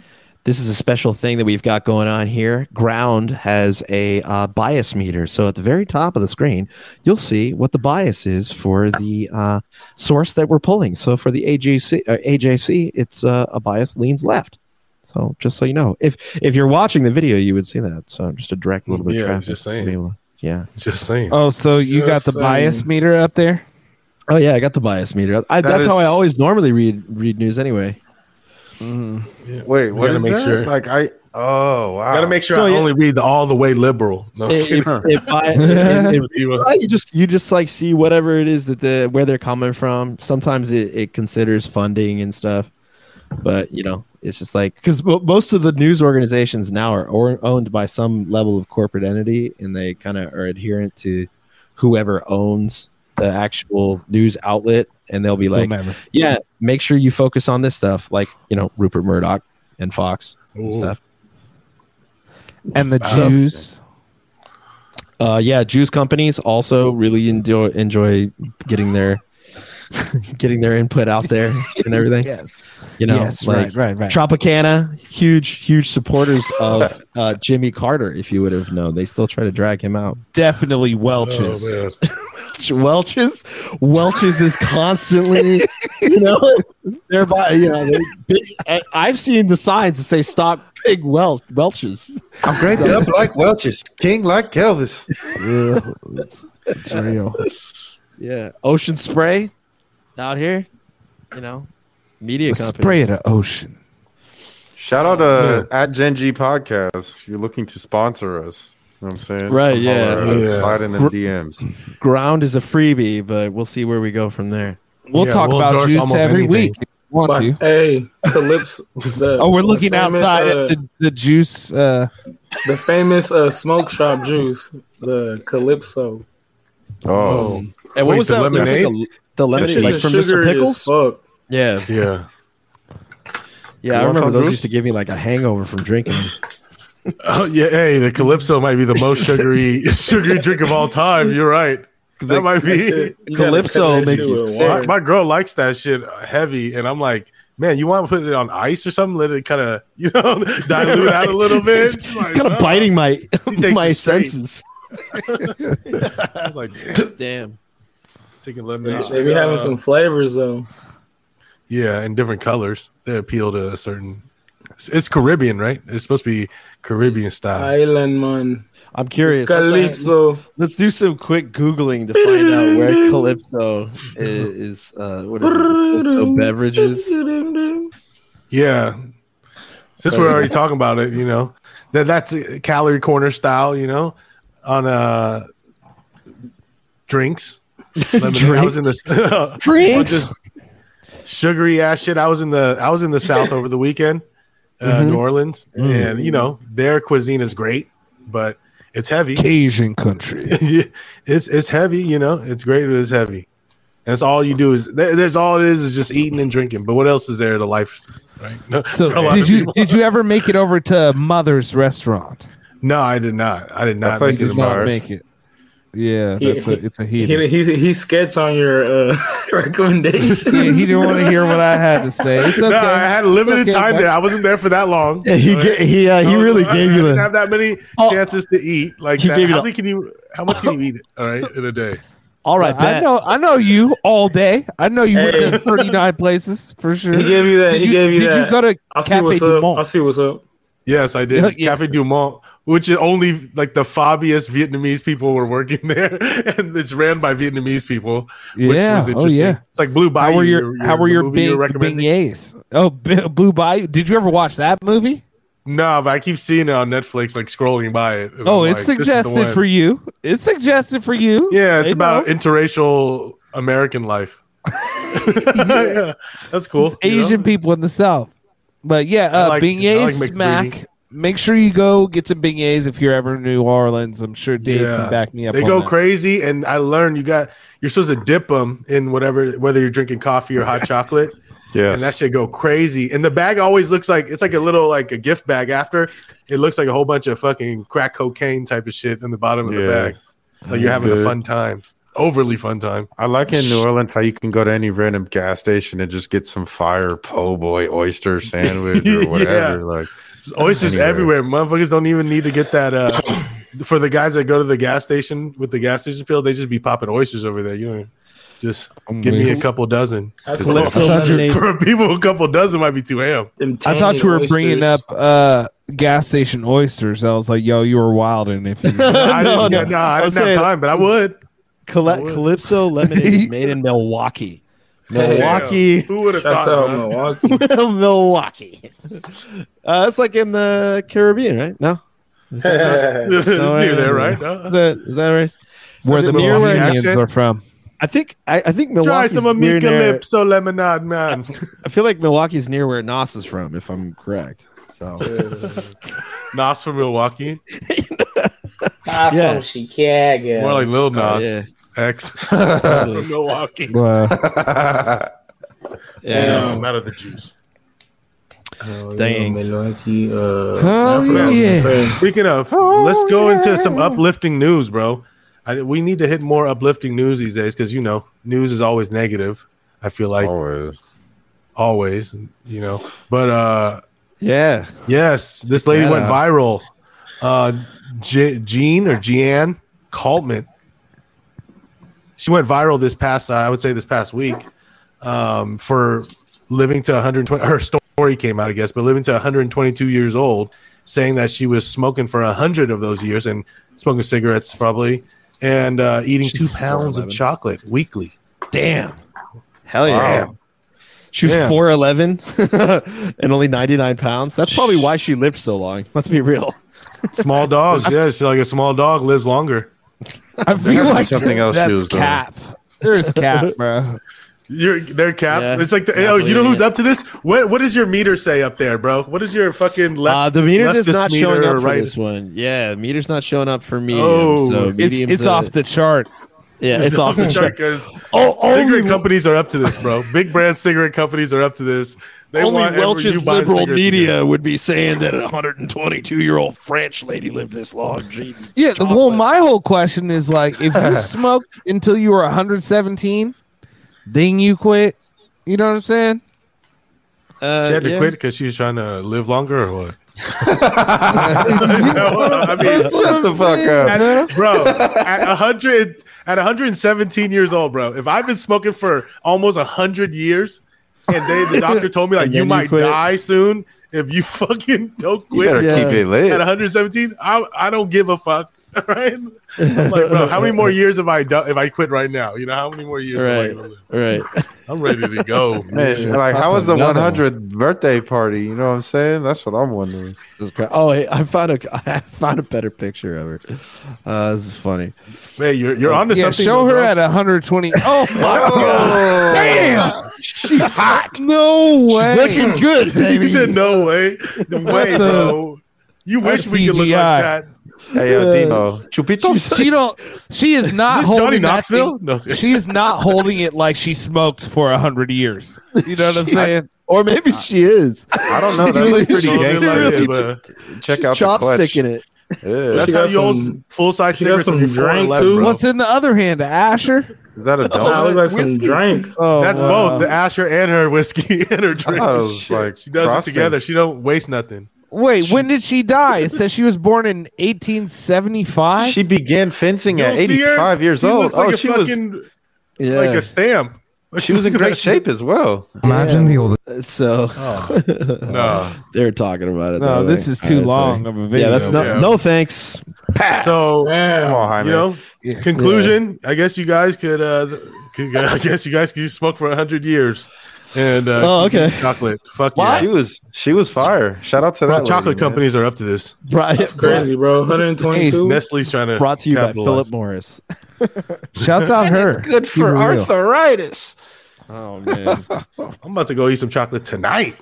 E: This is a special thing that we've got going on here. Ground has a uh, bias meter, so at the very top of the screen, you'll see what the bias is for the uh, source that we're pulling. So for the AJC, uh, AJC, it's uh, a bias leans left. So just so you know, if if you're watching the video, you would see that. So just a direct little bit.
C: Yeah, I
E: of
C: was
E: traffic
C: just
E: to be
C: saying.
E: able to- yeah.
C: Just saying.
E: Uh,
D: Oh, so you got
G: Just
D: the bias
G: saying.
D: meter up there?
E: Oh yeah, I got the bias meter. I, that's how I
F: is-
E: always normally read read news anyway.
F: Wait, what
C: gotta
F: is
C: make
F: that?
C: sure-
F: Like I. Oh wow.
C: Gotta make sure
E: So,
C: I
E: yeah.
C: only read the all the way liberal. No, I'm just
E: It-
C: kidding.
E: it- it bi- it- it-
C: He was-
E: Uh, you just you just like see whatever it is that the where they're coming from. Sometimes it, it considers funding and stuff, but you know it's just like because most of the news organizations now are or- owned by some level of corporate entity, and they kind of are adherent to whoever owns the actual news outlet, and they'll be like,
D: Whomever.
E: yeah, make sure you focus on this stuff, like you know Rupert Murdoch and Fox and
C: Ooh.
E: stuff.
D: And the Jews.
E: Uh, yeah, juice companies also really enjoy enjoy getting their getting their input out there and everything.
D: Yes.
E: You know,
D: yes, right, right, right.
E: Tropicana, huge, huge supporters of uh, Jimmy Carter. If you would have known, they still try to drag him out.
D: Definitely
C: Oh,
D: Welch's.
C: man.
E: Welch's, Welch's is constantly, you know, they're by, you know, they- big, I- I've seen the signs that say "Stop Big Welch Welch's."
F: I'm great up like Welch's, king like Elvis.
D: it's, it's real.
E: Yeah, Ocean Spray, out here, you know, media
D: Let's
E: company.
D: spray it at ocean.
F: Shout out to at Gen G Podcast. If you're looking to sponsor us, you know what I'm saying?
E: Right,
F: Holler
E: yeah.
F: at us,
C: Yeah.
F: Slide in the DMs.
E: ground is a freebie, but we'll see where we go from there.
D: We'll
C: Yeah,
D: talk
C: we'll
D: about
C: endorse
D: juice
C: almost
D: every
C: anything.
D: week. if you Want
G: But,
D: to?
G: hey, Calypso. The,
D: Oh, we're
G: the
D: looking
G: famous,
D: outside
G: uh,
D: at the, the juice. Uh,
G: the famous uh, smoke shop juice, the Calypso.
F: Oh,
E: And
C: Wait, the lemonade?
E: The, the lemonade,
G: That
E: like
G: shit
E: from
G: is
E: Mr.
G: sugary
E: Pickles.
G: as fuck.
E: Yeah,
C: Yeah.
E: yeah. I
F: You want
E: remember
F: some,
E: those
F: Bruce?
E: used to give me like a hangover from drinking. them.
C: Oh yeah. Hey, the Calypso might be the most sugary sugary drink of all time. You're right. That might
G: That
C: be.
G: shit- you gotta
E: Calypso
G: cut that
E: make
G: shit
E: you
G: with
E: sick.
C: My,
G: water.
C: my girl likes that shit heavy, and I'm like, man, you want to put it on ice or something? Let it kind of, you know, dilute out a little bit.
E: it's kind of biting my
C: Oh, takes
E: my
C: it straight.
E: senses.
C: I was like, damn,
E: Damn.
C: taking
G: They,
C: lemonade.
G: they be having
C: Uh,
G: some flavors though.
C: Yeah, in different colors. They appeal to a certain. It's, it's Caribbean, right? It's supposed to be Caribbean style.
G: Island man.
E: I'm curious. Let's, uh,
G: Calypso.
E: let's do some quick googling to find out where Calypso i- is. Uh, what is it? Calypso beverages?
C: Yeah. Since we're already talking about it, you know, that that's a calorie corner style, you know, on uh drinks. Lemonade. I was in the drinks. sugary ass shit. I was in the I was in the south over the weekend uh, New Orleans, and you know their cuisine is great, but it's heavy.
D: Asian country.
C: it's it's heavy. You know, it's great, but it's heavy. That's all you do is there, there's all it is is just eating and drinking. But what else is there to life? Right. No, for a
D: So
C: lot
D: did
C: of
D: you
C: people.
D: did you ever make it over to Mother's Restaurant?
C: No, I did not. I did not.
F: place
C: make it
F: is
C: to
F: not
C: Mars.
D: Make it. Yeah,
G: He-
D: that's a, it's a
G: he,
D: heater.
G: he, he, he sketched on your uh, recommendation.
D: Yeah, he didn't want to hear what I had to say. It's okay.
C: No, I had
D: It's
C: limited
D: okay,
C: time
D: bro.
C: there. I wasn't there for that long.
E: Yeah, he ga- he, uh, he
C: I was-
E: really
C: I-
E: gave
C: Oh, I
E: you
C: didn't
E: the-
C: have that many
E: Oh.
C: chances to eat like
E: He
C: that.
E: gave you
C: how
E: the-
C: many can you? How much can you eat? All right, in a day.
E: All right,
D: I
E: bet.
D: know, I know you all day. I know you
G: Hey.
D: went to thirty nine places for sure.
G: He gave you that.
D: Did
G: he gave you
D: did
G: that.
D: you go to
G: I'll see
D: Cafe
G: what's
D: Du
G: up. I'll
D: Monde?
G: see what's up.
C: Yes, I did.
D: Yeah.
C: Cafe Du Monde, which is only like the fobbiest Vietnamese people were working there, and it's ran by Vietnamese people, which
D: Yeah.
C: was
D: Oh,
C: interesting.
D: yeah.
C: It's like Blue Bayou.
D: How were your How were
C: the
D: your
C: movie you
D: big
C: were recommending?
D: beignets? Oh, B- Blue Bayou. Did you ever watch that movie?
C: No, but I keep seeing it on Netflix, like scrolling by it. and
D: Oh,
C: I'm
D: it's
C: like, this is the
D: suggested
C: one.
D: for you. It's suggested for you.
C: Yeah, it's
D: They
C: about
D: know.
C: interracial American life. Yeah, that's cool.
D: It's
C: you know?
D: Asian people in the South. But yeah,
C: I
D: uh,
C: like- I
D: beignets
C: like mixed
D: smack.
C: beignets.
D: Make sure you go get some beignets if you're ever in New Orleans. I'm sure Dave
C: Yeah.
D: can back me up.
C: They
D: on
C: go
D: that.
C: crazy, and I learned you got you're supposed to dip them in whatever, whether you're drinking coffee or hot chocolate.
F: Yes.
C: and that shit go crazy. And the bag always looks like it's like a little like a gift bag. After it looks like a whole bunch of fucking crack cocaine type of shit in the bottom of the
F: Yeah.
C: bag. Like you're having a
F: good.
C: fun time, overly fun time.
F: I like in New Orleans how you can go to any random gas station and just get some fire po' boy oyster sandwich
C: Yeah.
F: or whatever. Like,
C: There's oysters
F: Anywhere.
C: everywhere. Motherfuckers don't even need to get that. Uh, for the guys that go to the gas station with the gas station pill, they just be popping oysters over there. You know, just give me a couple dozen.
G: That's
F: Cool.
G: what
E: So lemonade-
C: For people, a couple dozen might be too ham.
G: them
D: I thought you
G: tangy
D: were bringing up
G: oysters.
D: uh, gas station oysters. I was like, yo, you were wilding if you.
C: I
E: No, no.
C: didn't, no, no, I
E: I'm
C: didn't have
E: saying-
C: time, but I would.
E: Cala- Calypso lemonade is made in Milwaukee. Milwaukee,
C: Who would have
G: Shout
C: thought?
G: out
C: man?
G: Milwaukee.
E: Milwaukee. Uh, that's like in the Caribbean, right? No,
C: it's near there, right?
E: is
C: No.
E: that is that right?
D: where
E: Is
D: the
E: it near where-
D: Milwaukeeans
C: accent?
D: are from.
E: I think I, I think
C: Uh, Try
E: Milwaukee's
C: some
E: near,
C: Amica
E: near-
C: Lipso lemonade, man.
E: I feel like Milwaukee's near where Nas is from, if I'm correct. So
C: Nas from Milwaukee,
G: I'm
E: Yeah.
G: from Chicago.
C: more like Lil Nas
E: yeah.
C: X.
E: Totally.
C: from Milwaukee.
D: Uh,
C: Yeah, I'm out of the juice.
G: Oh,
E: Dang.
G: Yeah, Milwaukee. Uh, I
D: Hell
G: forgot what I was
D: yeah.
G: gonna say.
C: Speaking of,
D: Oh,
C: let's go
D: yeah.
C: into some uplifting news, bro. I, we need to hit more uplifting news these days because you know news is always negative. I feel like
F: always.
C: always, you know. But uh
E: yeah.
C: yes, this lady
E: Yeah.
C: went viral. Uh Je- Jean or Jeanne Kaltman. She went viral this past, uh, I would say, this past week um, for living to 120. Her story came out, I guess, but living to 122 years old, saying that she was smoking for 100 of those years and smoking cigarettes probably, and uh, eating two pounds of chocolate weekly.
E: Damn. Hell yeah.
C: Wow.
E: She was
C: Yeah.
E: four eleven and only ninety nine pounds. That's probably why she lived so long. Let's be real.
C: Small dogs, yeah, she's like a small dog lives longer.
D: I feel
F: be
D: like
F: something else she
D: that's
F: was doing.
D: cap. There's cap, bro.
C: Your their cap.
E: Yeah.
C: it's like the,
E: Not
C: oh, you know
E: believing
C: who's
E: it.
C: up to this? What what does your meter say up there, bro? What is your fucking left?
E: uh, the meter is
C: leftist
E: not showing
C: meter
E: up
C: or
E: for
C: right-
E: this one. Yeah, meter's not showing up for medium.
C: Oh.
E: so
C: It's-
D: It's
E: medium's
D: it's
E: a-
D: off the chart.
E: Yeah, it's, off the chart.
C: because
E: Oh,
C: cigarette companies are up to this, bro. Big brand cigarette companies are up to this. They want every- you buying cigarettes again.
E: would be saying that a 122 year old French lady lived this long. Gee,
D: Yeah. the- Well, my whole question is like, if you smoked until you were 117, then you quit. You know what I'm saying?
E: Uh,
C: She had to
E: yeah.
C: quit because she was trying to live longer, or what?
F: Shut the fuck up.
D: Bro.
C: Bro, at 100, at 117 years old, bro. If I've been smoking for almost 100 years, and they, the doctor told me like
E: And
C: you
E: then you
C: might
E: quit.
C: die soon if you fucking don't
F: You
C: quit.
F: better
E: Yeah.
F: keep it
C: at
F: lit.
C: 117, I, I don't give a fuck. Right? I'm like, bro, how many more years have I done if I quit right now? You know, how many more years am I
E: Right,
C: gonna live?
E: right.
C: I'm ready to go.
F: Man, like, how was the 100th birthday party? You know what I'm saying? That's what I'm wondering.
E: Oh, hey, I found a I found a better picture of her. Uh, this is funny.
C: Man, you're you're onto
D: Yeah,
C: something.
D: show her
C: bro.
D: at 120. Oh my god!
C: Damn.
D: she's hot. Oh. No way.
E: Looking good,
C: He
E: baby.
C: said no way. Way,
D: That's a-
C: bro. You wish we could look like
D: CGI.
C: that.
F: Hey, uh,
C: Uh,
F: yo, Dino, Chupitos.
D: she don't. She is not
C: this
D: holding
C: Johnny
D: that
C: Knoxville?
D: thing-
C: No.
D: she is not holding it like she smoked for a hundred years. You know what I'm saying?
E: or maybe she is.
F: I don't know. That looks pretty
E: She's
F: gangster.
E: really-
F: but check
E: She's
F: out the clutch.
E: chopsticking it.
F: Yeah.
C: That's
G: She
C: how
G: got
C: you hold
G: some-
C: full size
G: she got
C: cigarettes
G: some
C: when you're four
G: drink,
C: eleven,
G: too.
C: bro.
D: What's in the other hand, Asher?
F: Is that a
G: Nah, it
F: donut?
G: looks like some drink.
D: Oh,
C: That's
D: wow.
C: both the Asher and her whiskey and her
F: I
C: drink.
F: thought it was like
C: She does
F: frosting.
C: it together. She don't waste nothing.
D: Wait, when did she die? It says she was born in 1875.
F: She began fencing
C: You
F: at
C: don't see her?
F: 85 years
C: She
F: old.
C: looks like
F: oh,
C: a
F: she was
C: fucking,
E: Yeah.
C: like a stamp.
F: she was in great shape as well.
I: Imagine the old
E: so
C: Oh. No.
E: they're talking about it.
D: no,
E: that
D: this
E: way.
D: is too
E: All right,
D: long
E: sorry.
D: of a video.
E: Yeah, that's no,
C: yeah.
E: no thanks.
C: So
F: Come on, Jaime.
C: you know, conclusion. I guess you guys could. Uh, could I guess you guys could just smoke for hundred years. And uh,
E: Oh,
C: keep
E: okay.
C: eating chocolate. Fuck
F: She
C: yeah.
F: was she was fire. Shout out to
C: Bro,
F: that
C: chocolate
F: lady, man.
C: companies are up to this.
E: Brought,
G: Crazy, bro. 122.
C: Nestle's trying to
E: brought to you by
C: capitalize.
E: Philip Morris.
D: Shouts out her.
F: Good for arthritis.
E: Oh man.
C: I'm about to go eat some chocolate tonight.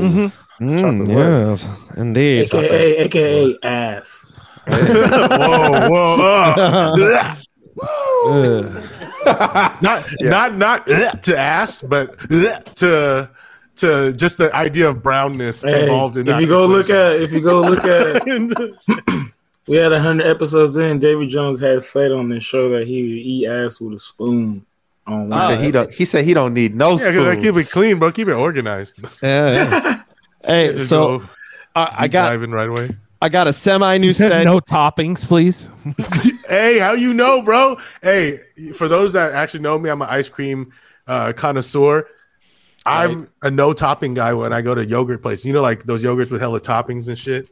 E: Mm, yes, indeed.
G: AKA, AKA ass.
C: whoa, whoa, uh. not, not, not to ass, but to to just the idea of brownness
G: Hey,
C: involved in
G: if
C: that
G: you go look
C: equation.
G: at if you go look at we had 100 episodes in david jones had said on this show that he would eat ass with a spoon on
F: He said he don't he said he don't need no
C: yeah, 'cause I
F: spoon.
C: keep it clean, bro. Keep it organized.
E: Yeah, yeah. Hey,
C: Just
E: so
C: go
E: I, I got
C: diving right away.
E: I got a semi new
D: You said
E: set.
D: no toppings, please.
C: Hey, how you know, bro? Hey, for those that actually know me, I'm an ice cream uh, connoisseur. I'm a no topping guy when I go to yogurt places. You know, like those yogurts with hella toppings and shit.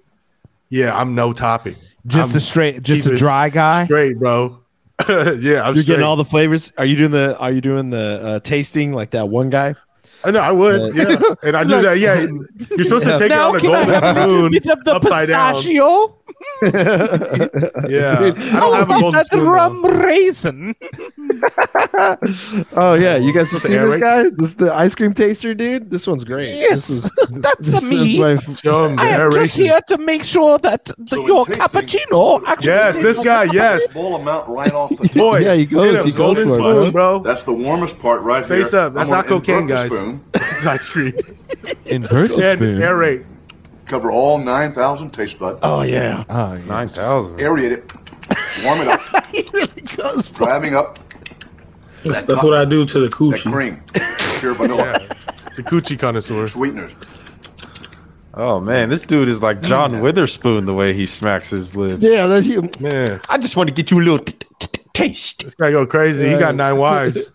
C: Yeah, I'm no topping.
D: Just
C: I'm
D: a straight, just
C: keep
D: a
C: it
D: dry guy.
C: Um, Straight, bro. yeah, I'm
E: You're getting all the flavors. Are you doing the Are you doing the uh, tasting like that one guy?
C: I know I would. Yeah, and I knew that. Yeah, you're supposed to take
D: Now
C: it
D: can I
C: on a
D: have a
C: golden
D: bit
C: spoon
D: of the
C: upside down.
D: pistachio?
C: Yeah, I
D: Oh,
C: don't have a golden
D: that
C: spoon.
D: rum
C: though.
D: raisin.
E: Oh yeah, you guys have seen this
C: Eric?
E: guy? This the ice cream taster dude. This one's great. This
D: Yes,
E: is-
D: that's a
E: this is
D: me.
E: my-
C: Show 'em the
D: I am just
C: aeration.
D: here to make sure that the, your cappuccino actually.
C: Yes,
D: tastes
C: this
D: like
C: guy.
D: a
C: Yes,
B: Bowl amount right off the tip.
C: boy.
E: Yeah, he goes-
C: get a
E: he goes
C: golden
E: for it,
C: spoon, bro.
B: That's the warmest part right
C: Face
B: here.
C: up. That's
B: I'm gonna
C: not cocaine,
B: invert the
C: guys.
B: spoon,
C: It's ice cream.
D: Invert the
C: And
D: spoon.
C: aerate.
B: cover all 9,000 taste buds.
E: oh yeah.
D: Ah, yes.
F: nine thousand.
B: Aerate it. Warm it up. Grabbing up
G: that's, that's what i do to the
B: that
G: coochie
B: cream. Pure vanilla.
C: The coochie connoisseur.
B: Sweeteners.
F: Oh man, this dude is like
C: Mm.
F: John Witherspoon the way he smacks his lips.
E: Yeah, that's you.
C: Man,
F: I just want to get you a little t- t- t- taste.
C: this guy go crazy. He got nine wives.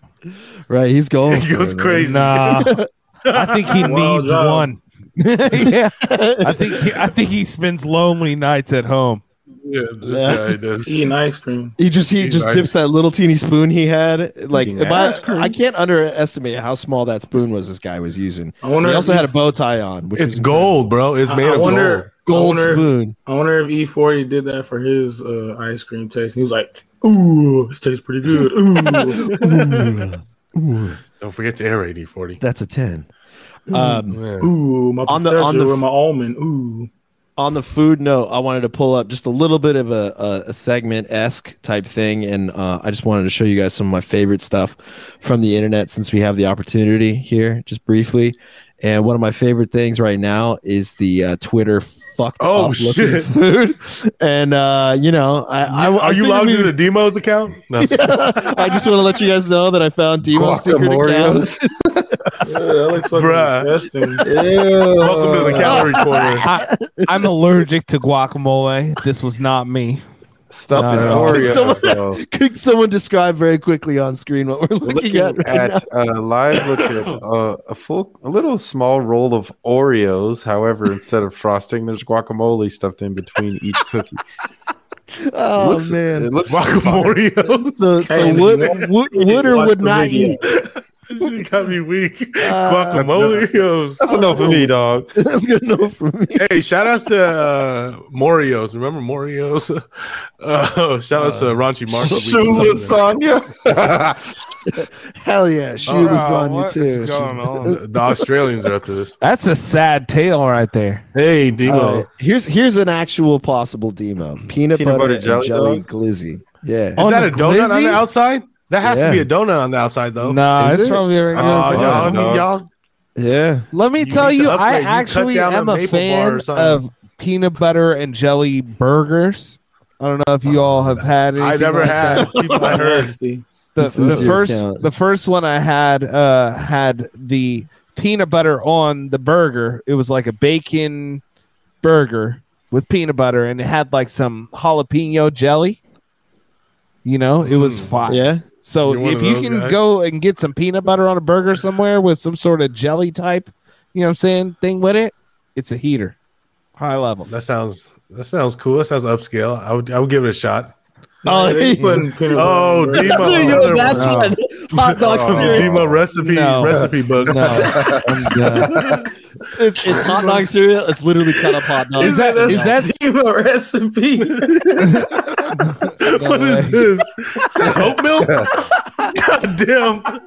E: Right, he's going.
C: He
E: for
C: goes
E: it,
C: crazy.
D: Nah, I think he
G: Well
D: needs
G: done.
D: one. yeah, I think he, I think he spends lonely nights at home.
C: Yeah, this
E: Yeah.
C: guy does.
G: eating ice cream
E: He just he
C: He's
E: just
C: nice.
E: dips that little teeny spoon he had. Like
F: Eating
E: if I,
F: ice cream.
E: I can't underestimate how small that spoon was. This guy was using.
G: I wonder
E: he also
G: if-
E: had a bow tie on. Which
C: It's
E: was
C: gold, bro. It's made
G: I, I
C: of gold.
G: wonder I
E: gold
G: wonder-
E: spoon.
G: I wonder if E40 E did that for his uh, ice cream taste. He was like, "Ooh, this tastes pretty good." Ooh,
C: Don't forget to aerate E40.
E: That's a ten. Um,
G: ooh, my
E: On the-
G: pistachio
E: on the-
G: with my almond. Ooh,
E: on the food note, I wanted to pull up just a little bit of a, a, a segment esque type thing, and uh, I just wanted to show you guys some of my favorite stuff from the internet since we have the opportunity here, just briefly. And one of my favorite things right now is the uh, Twitter fucked
C: Oh,
E: up
C: shit.
E: looking food. And uh, you know, I, I I
C: Are you
E: figured
C: logged
E: we-
C: into Demos account? No,
E: I just want to let you guys know that I found Demon's secret account.
G: yeah, that looks fucking
C: Bruh.
G: disgusting.
C: welcome to the calorie corner.
D: I, I'm allergic to guacamole. This was not me.
F: Stuff in
D: no.
F: Oreo.
E: Someone-
F: so-
E: Could someone describe very quickly on screen what we're looking,
F: looking
E: at? Right now?
F: at uh, live look at uh, a full a little small roll of Oreos. However, instead of frosting, there's guacamole stuffed in between each cookie.
E: Oh
F: looks,
E: man,
F: It looks
C: Guacamoreos.
E: So, so
G: Hey,
E: would,
G: man.
E: would would or
G: Watch
E: would
G: the
E: not
G: video.
E: eat?
C: shit got me
E: Uh,
C: weak. Guacamole. yo.
F: That's enough for me, dog.
E: That's good enough for me.
C: Hey, shout outs to uh, Morios. Remember Morios? Uh, shout outs to Raunchy Marshall.
F: Shula Sonya.
E: Hell yeah, shoe
C: All
E: was
F: Oh,
C: right,
E: on you
C: Oh, what
E: too.
C: is going on? The Australians are up to this.
D: That's a sad tale right there.
C: Hey, Demo.
E: All
D: Uh,
E: right, here's here's an actual possible demo: peanut, butter, and jelly,
F: dog?
E: glizzy. Yeah,
C: Is
D: On
C: that
D: the
C: a donut on
D: glizzy?
C: the outside? That has to
E: Yeah.
C: be a donut on the outside,
D: No,
C: though.
D: nah,
E: Is
D: it's
E: it?
D: probably a regular.
C: Oh,
D: donut.
C: y'all,
F: dog.
C: y'all-
E: yeah.
D: Let me
C: You
D: tell
C: need to
D: you, I
C: upgrade. You cut
D: actually
C: down
D: am
C: the
D: a
C: maple bar
D: fan
C: or something.
D: of peanut butter and jelly burgers. I don't know if you all have had.
C: I
D: anything
C: never
D: like that.
C: had. People I heard.
G: Nasty.
D: the,
E: This is
D: the
E: your
D: first
E: account.
D: the first one I had uh had the peanut butter on the burger. It was like a bacon burger with peanut butter and it had like some jalapeno jelly. You know, it
C: Mm.
D: was fire.
E: Yeah.
D: So
C: You're one
D: if
C: of
D: you
C: those
D: can
C: guys.
D: go and get some peanut butter on a burger somewhere with some sort of jelly type, you know what I'm saying, thing with it, it's a heater. High level.
C: That sounds that sounds cool. That sounds upscale. I would I would give it a shot.
E: Oh,
G: They putting peanut butter
C: Oh,
G: on
C: Demo.
G: burgers.
E: Yo, that's
D: No.
E: one. Hot dog
C: Oh.
E: cereal.
C: Demo recipe
D: No.
C: recipe book.
D: No, I'm done.
E: It's, it's hot dog cereal. It's literally cut up hot dog.
D: Is that is that
G: Demo recipe?
C: what is this? Is that oat milk? God damn.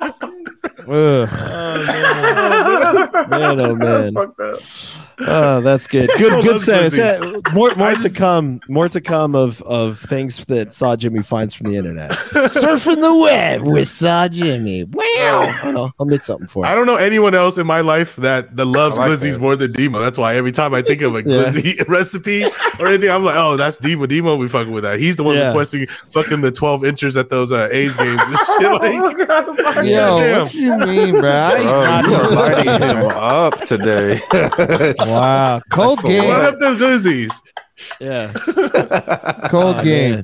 D: Ugh.
E: man? Oh man.
G: Fuck that.
E: Oh, that's good.
C: Oh,
E: Good, good
C: that's
E: sense.
C: good,
E: Yeah, more, more
C: I
E: to
C: just-
E: come. More to come of of things that Saw Jimmy finds from the internet. Surfing the web with Saw Jimmy. Wow. I'll, I'll make something for
C: I
E: it.
C: don't know anyone else in my life that, that loves
F: I like
C: glizzies
F: that.
C: more than Demo. That's why every time I think of a
E: Yeah.
C: glizzy recipe or anything, I'm like, oh, that's Demo. Demo be fucking with that. He's the one
E: Yeah.
C: requesting fucking the 12 inches at those uh, A's games and shit. Like,
D: Yo,
C: Goddamn.
D: what you mean, bro? I
F: Bro,
D: ain't got
F: you are
D: to-
F: lighting him up today.
D: Wow, cold
C: what
D: game,
C: up them glizzies?
E: Yeah.
D: cold game.
E: man.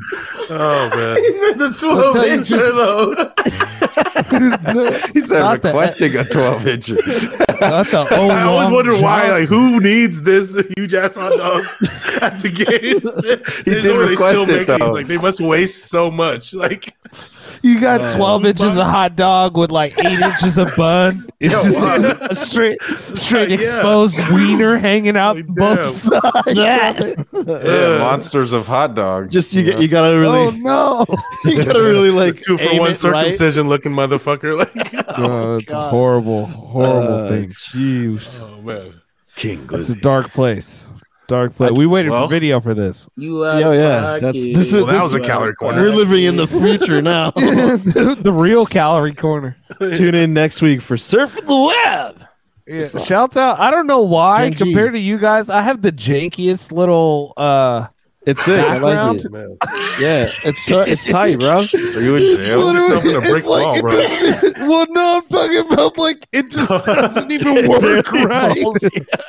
C: Oh, man.
G: He said the 12
D: I'll tell you-
G: incher though.
F: He said
D: Not the-
F: requesting a 12 inch.
D: Not the old
C: I always
D: Long
C: wonder why. Like,
D: Johnson.
C: who needs this huge ass hot dog at the game?
F: He
C: There's
F: did
C: no way
F: request it,
C: these.
F: though.
C: Like, they must waste so much. Like,
D: you got twelve inches of hot dog with like eight inches of bun. It's
F: Yo,
D: just
F: wow.
D: a straight, straight
C: Yeah.
D: exposed wiener hanging out
C: Like,
D: both
C: damn.
D: sides.
F: Yeah,
C: uh,
F: monsters of hot dog.
E: Just you. got You gotta really.
D: Oh no!
E: You gotta really like
C: two for
E: aim it
C: one
E: right.
C: circumcision looking motherfucker. Like,
D: Oh, it's a
E: God.
D: horrible, horrible
E: Uh,
D: thing.
E: Jeez.
C: oh man,
F: King
D: It's a dark place. Dark place. We waited
C: Well-
D: for video for this.
G: You
C: uh,
G: out
E: Yo,
G: of
E: yeah,
G: pocket.
E: Oh, that's- this is- Well,
C: that this- was a calorie corner.
E: We're living in the future now.
D: the real calorie corner.
E: Tune in next week for Surfing the Web.
D: Yeah, shouts out. I don't know why,
E: 10G.
D: compared to you guys, I have the jankiest little uh
E: It's sick. I like
D: Background?
E: it.
C: man.
E: Yeah, it's t- it's tight, bro.
F: Are you in jail?
C: Just open a brick wall,
D: it
C: bro.
D: doesn't- well, no, I'm talking about like it just doesn't even work right.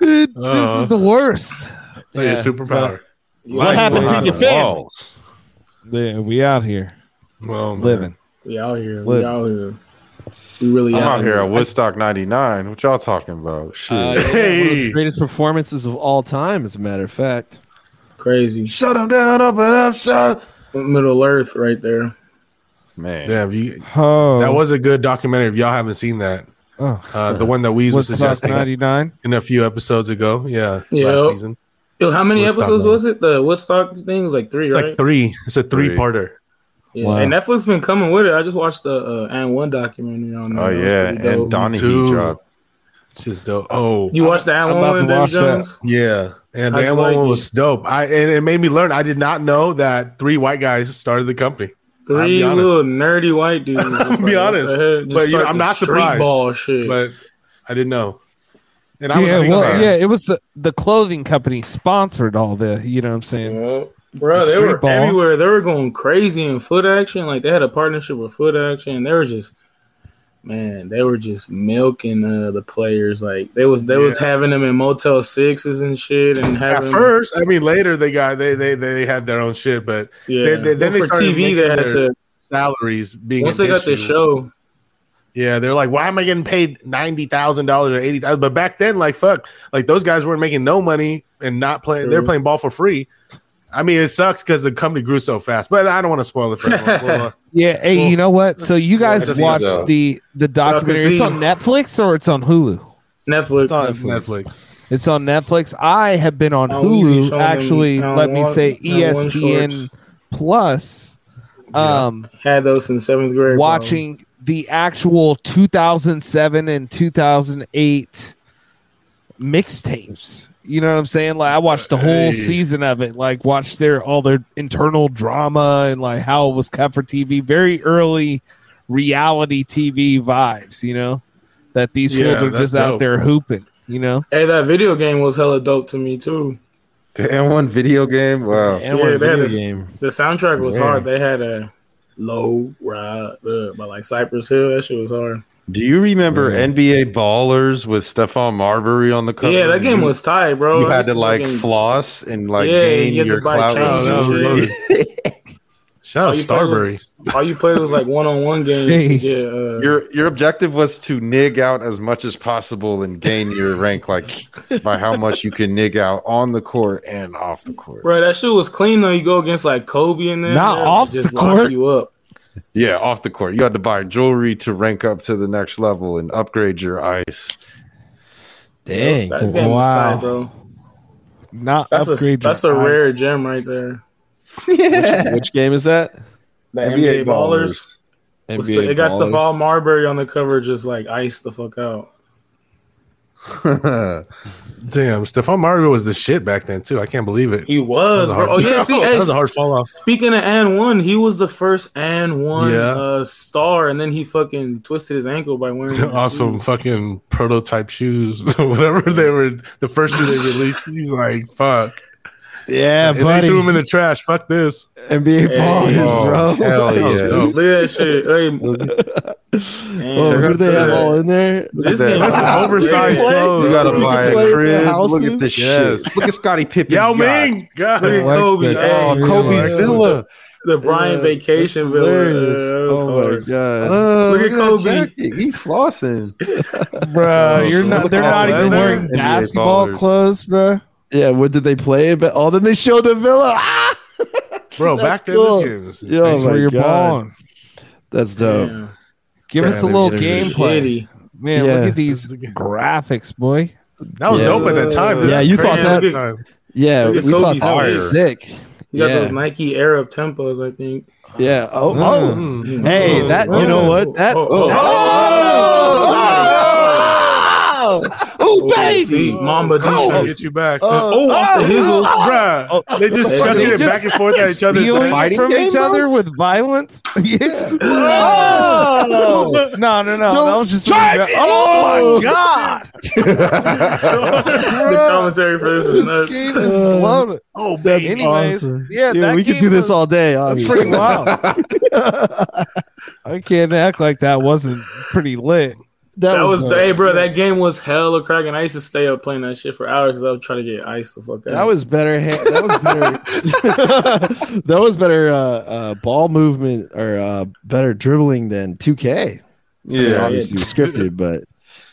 D: It- this
C: Uh-huh.
D: is the worst.
C: Like
E: Yeah.
C: a superpower.
E: What happened to your fan?
D: Yeah, we out here
C: Well, man.
D: living.
G: We out here.
D: Look.
G: We out here. We really
F: I'm
G: out
F: out here at Woodstock 99. What y'all talking about? Shit.
E: Uh, yeah, one of
C: Hey.
E: the greatest performances of all time, as a matter of fact.
G: Crazy.
F: shut him down, open up, shut.
G: Middle Earth right there.
F: Man.
C: Yeah, if you,
D: Oh,
C: that was a good documentary. If y'all haven't seen that,
D: oh.
C: uh, the one that we was
D: what's up,
C: suggesting
D: 99?
C: in a few episodes ago. Yeah,
G: Yeah.
C: last season.
G: Yo, how many
C: Woodstock,
G: episodes
C: man.
G: was it? The Woodstock thing was like three,
C: It's
G: right?
C: like three. It's a
F: Three.
C: three-parter.
G: Yeah.
D: Wow.
G: And Netflix been coming with it. I just watched the uh, and one documentary on there.
F: Oh,
G: That was
F: yeah.
G: pretty dope.
F: And Donnie
C: too.
F: he dropped.
C: It's just dope. Oh,
G: you watched the and
D: I'm
G: one
D: about
G: with
D: to
G: Davy
D: watch that.
G: Jones?
C: Yeah, and the
G: How'd you
C: M1
G: like
C: one
G: it?
C: was dope. I and it made me learn. I did not know that three white guys started the company.
G: Three
C: I'll be honest.
G: little nerdy white dudes. I'll
C: be honest. But, you know, I'm not surprised.
G: Ball shit.
C: But I didn't know. And I was a
D: Yeah,
C: big
D: well,
C: fan.
D: yeah, it was the, the clothing company sponsored all the, you know what I'm saying?
G: Well, bro, they
D: Street
G: were
D: ball.
G: everywhere. They were going crazy in foot action. Like they had a partnership with foot action. They were just, man, they were just milking uh, the players. Like they was they was having them in Motel Sixes and shit, and
C: At
G: having
C: first, I mean, later they got they they they had their own shit, but
G: yeah.
C: they- they- then
G: But
C: they
G: for
C: started
G: TV, they
C: making
G: had
C: their-
G: to
C: salaries being
G: once
C: an
G: they got the
C: issue.
G: show.
C: Yeah, they're like, why am I getting paid ninety thousand dollars or eighty thousand? But back then, like, fuck, like those guys weren't making no money and not playing. They're
G: True.
C: playing ball for free. I mean, it sucks because the company grew so fast, but I don't want to spoil it for everyone. We'll, uh,
D: Yeah, hey, you know what? So you guys
C: just-
D: watched the the documentary. It's
G: see.
D: on Netflix or it's on Hulu.
G: Netflix.
C: it's on Netflix.
D: It's on Netflix. I have been on
G: Oh, you
D: Hulu.
G: showed me
D: Actually,
G: Town
D: let me
G: One-
D: say E
G: Town One
D: ESPN
G: shorts.
D: Plus. Um,
G: Had those in seventh grade. bro.
D: watching the actual 2007 and 2008 mixtapes. You know what I'm saying? Like I watched the whole season of it. Like watched their all their internal drama and like how it was cut for TV. Very early reality TV vibes. You know that these
C: Yeah,
D: fools are
C: that's
D: just
C: dope.
D: out there hooping. You know?
G: Hey, that video game was hella dope to me too.
F: The N1 video game. Wow.
E: And we're
G: Yeah,
E: in
G: that
E: video
G: is-
E: game.
G: The soundtrack was
F: Yeah.
G: hard. They had a low ride uh, by like Cypress Hill. That shit was hard.
F: Do you remember NBA Ballers with Stephon Marbury on the cover?
G: yeah, that game
F: You-
G: was tight, bro.
F: You
G: I
F: had to
G: used
F: like
G: fucking-
F: floss and like
G: Yeah,
F: gain
G: you had to
F: your
G: buy
F: clout.
G: chains
C: Oh, that was
G: Yeah.
C: loaded. Shout out
G: All you played
C: Starberry.
G: was- All you played was like one on one games.
D: Hey.
G: Yeah, uh,
F: Your your objective was to nig out as much as possible and gain your rank, like by how much you can nig out on the court and off the court.
G: bro, that shit was clean though. You go against like Kobe and then
D: Not off
G: just
D: the
G: lock
D: court.
G: you up.
F: Yeah, off the court. You had to buy jewelry to rank up to the next level and upgrade your ice.
E: Dang.
G: That game was
D: Wow.
G: tight, bro.
D: Not
G: That's a
D: upgrade. your
G: that's a
D: eyes.
G: rare gem right there.
E: Which game is that?
G: The NBA, ballers. What's the-
E: NBA
G: it got
E: Ballers.
G: Stephon Marbury on the cover, just like ice the fuck out.
C: Damn, Stephon Mario was the shit back then too. I can't believe it.
G: He was,
C: That was a
G: bro.
C: hard-
G: Oh yeah, see,
C: that
G: hey,
C: was a hard fall off.
G: speaking of and one, he was the first and one
C: Yeah.
G: uh, star, and then he fucking twisted his ankle by wearing these
C: awesome
G: shoes.
C: fucking prototype shoes, whatever they were. The first shoe they released, he's like, "Fuck!"
E: Yeah,
C: And
E: buddy.
C: they threw him in the trash. Fuck this.
E: NBA
G: Hey,
E: Ballers,
G: oh,
E: bro.
F: hell
E: That was
F: yeah.
E: dope.
G: Look at that shit. Hey,
E: Oh, who
G: damn.
E: do they have all in there?
G: This
F: Look at
G: game
F: that.
G: was
C: That's an oversized
E: Play-
C: clothes.
F: You gotta
E: You can
F: buy
E: play
F: a
E: at
F: crib.
E: the
F: Look at
E: houses?
F: this
E: Yes.
F: shit. Look at Scotty Pippen.
C: Yao
F: yacht.
C: Ming. God.
G: Look at
E: Like
G: Kobe.
E: the-
G: Hey,
F: Oh, Kobe's
E: Yeah.
F: villa.
G: the Brian
E: Uh,
G: vacation villa.
E: hilarious.
G: Uh, that was
E: oh
G: hard.
E: my god.
F: Oh,
G: Look at
F: that
G: Kobe.
F: jacket. He flossing.
D: bro.
F: Oh,
D: You're
F: so
D: not.
F: look
D: They're
F: at
D: not
F: all
D: even
F: that.
D: wearing
F: NBA
D: basketball
F: ballers.
D: clothes, bro.
E: Yeah, what did they play? But oh, then they showed the villa. Ah,
C: Bro,
E: That's
C: back then
E: cool.
C: this game was
E: Yo,
D: That's
E: Oh
D: where
E: my
D: you're
E: God.
D: balling.
E: that's dope.
G: Damn.
D: Give
F: Yeah,
D: us a
F: they're
D: little
F: getting rid of
D: gameplay.
G: Shitty.
D: Man,
E: Yeah.
D: look at these graphics, boy.
C: that was
E: Yeah.
C: dope at that time. dude.
E: Yeah,
C: That's
E: you thought
C: crazy
E: that-
C: at time.
E: Yeah,
G: Look
E: we
G: at
E: thought
G: Kobe's
E: that was
F: eyes.
E: sick.
G: You got
E: Yeah.
G: those Nike Arab tempos, I think.
E: Yeah. Oh, oh.
C: hmm.
D: Mm.
E: Hey, that you know what? That
G: Oh, oh,
E: Oh, Ooh,
G: see,
E: baby.
G: Mamba
C: Trying to
G: defense.
C: get you back.
G: Oh, off the hizzle.
C: Bruh. Oh, they just
E: They
C: chucking it
D: just
C: back and forth at each other's
D: Stealing
C: head.
D: it from
E: game,
D: each
E: bro?
D: other with violence. yeah.
E: Oh.
D: No, no, no. that was just.
E: drive it
D: oh
E: home.
D: my god!
G: the commentary for this is
D: This
G: nuts.
D: game is slow.
E: Oh,
D: Anyways, yeah,
E: Yeah,
D: that
E: we could
D: game
E: do this
D: was-
E: all day.
D: That's
E: obviously.
D: pretty wild. I can't act like that wasn't pretty lit.
G: That was,
E: dope.
G: hey, bro, that game was hella cracking. I used to stay up playing that shit for hours because I was trying to get ice the fuck out.
E: That was better. ha- That was better. that was better uh, uh, ball movement or uh, better dribbling than 2K. I mean,
F: Yeah.
E: obviously it was scripted, but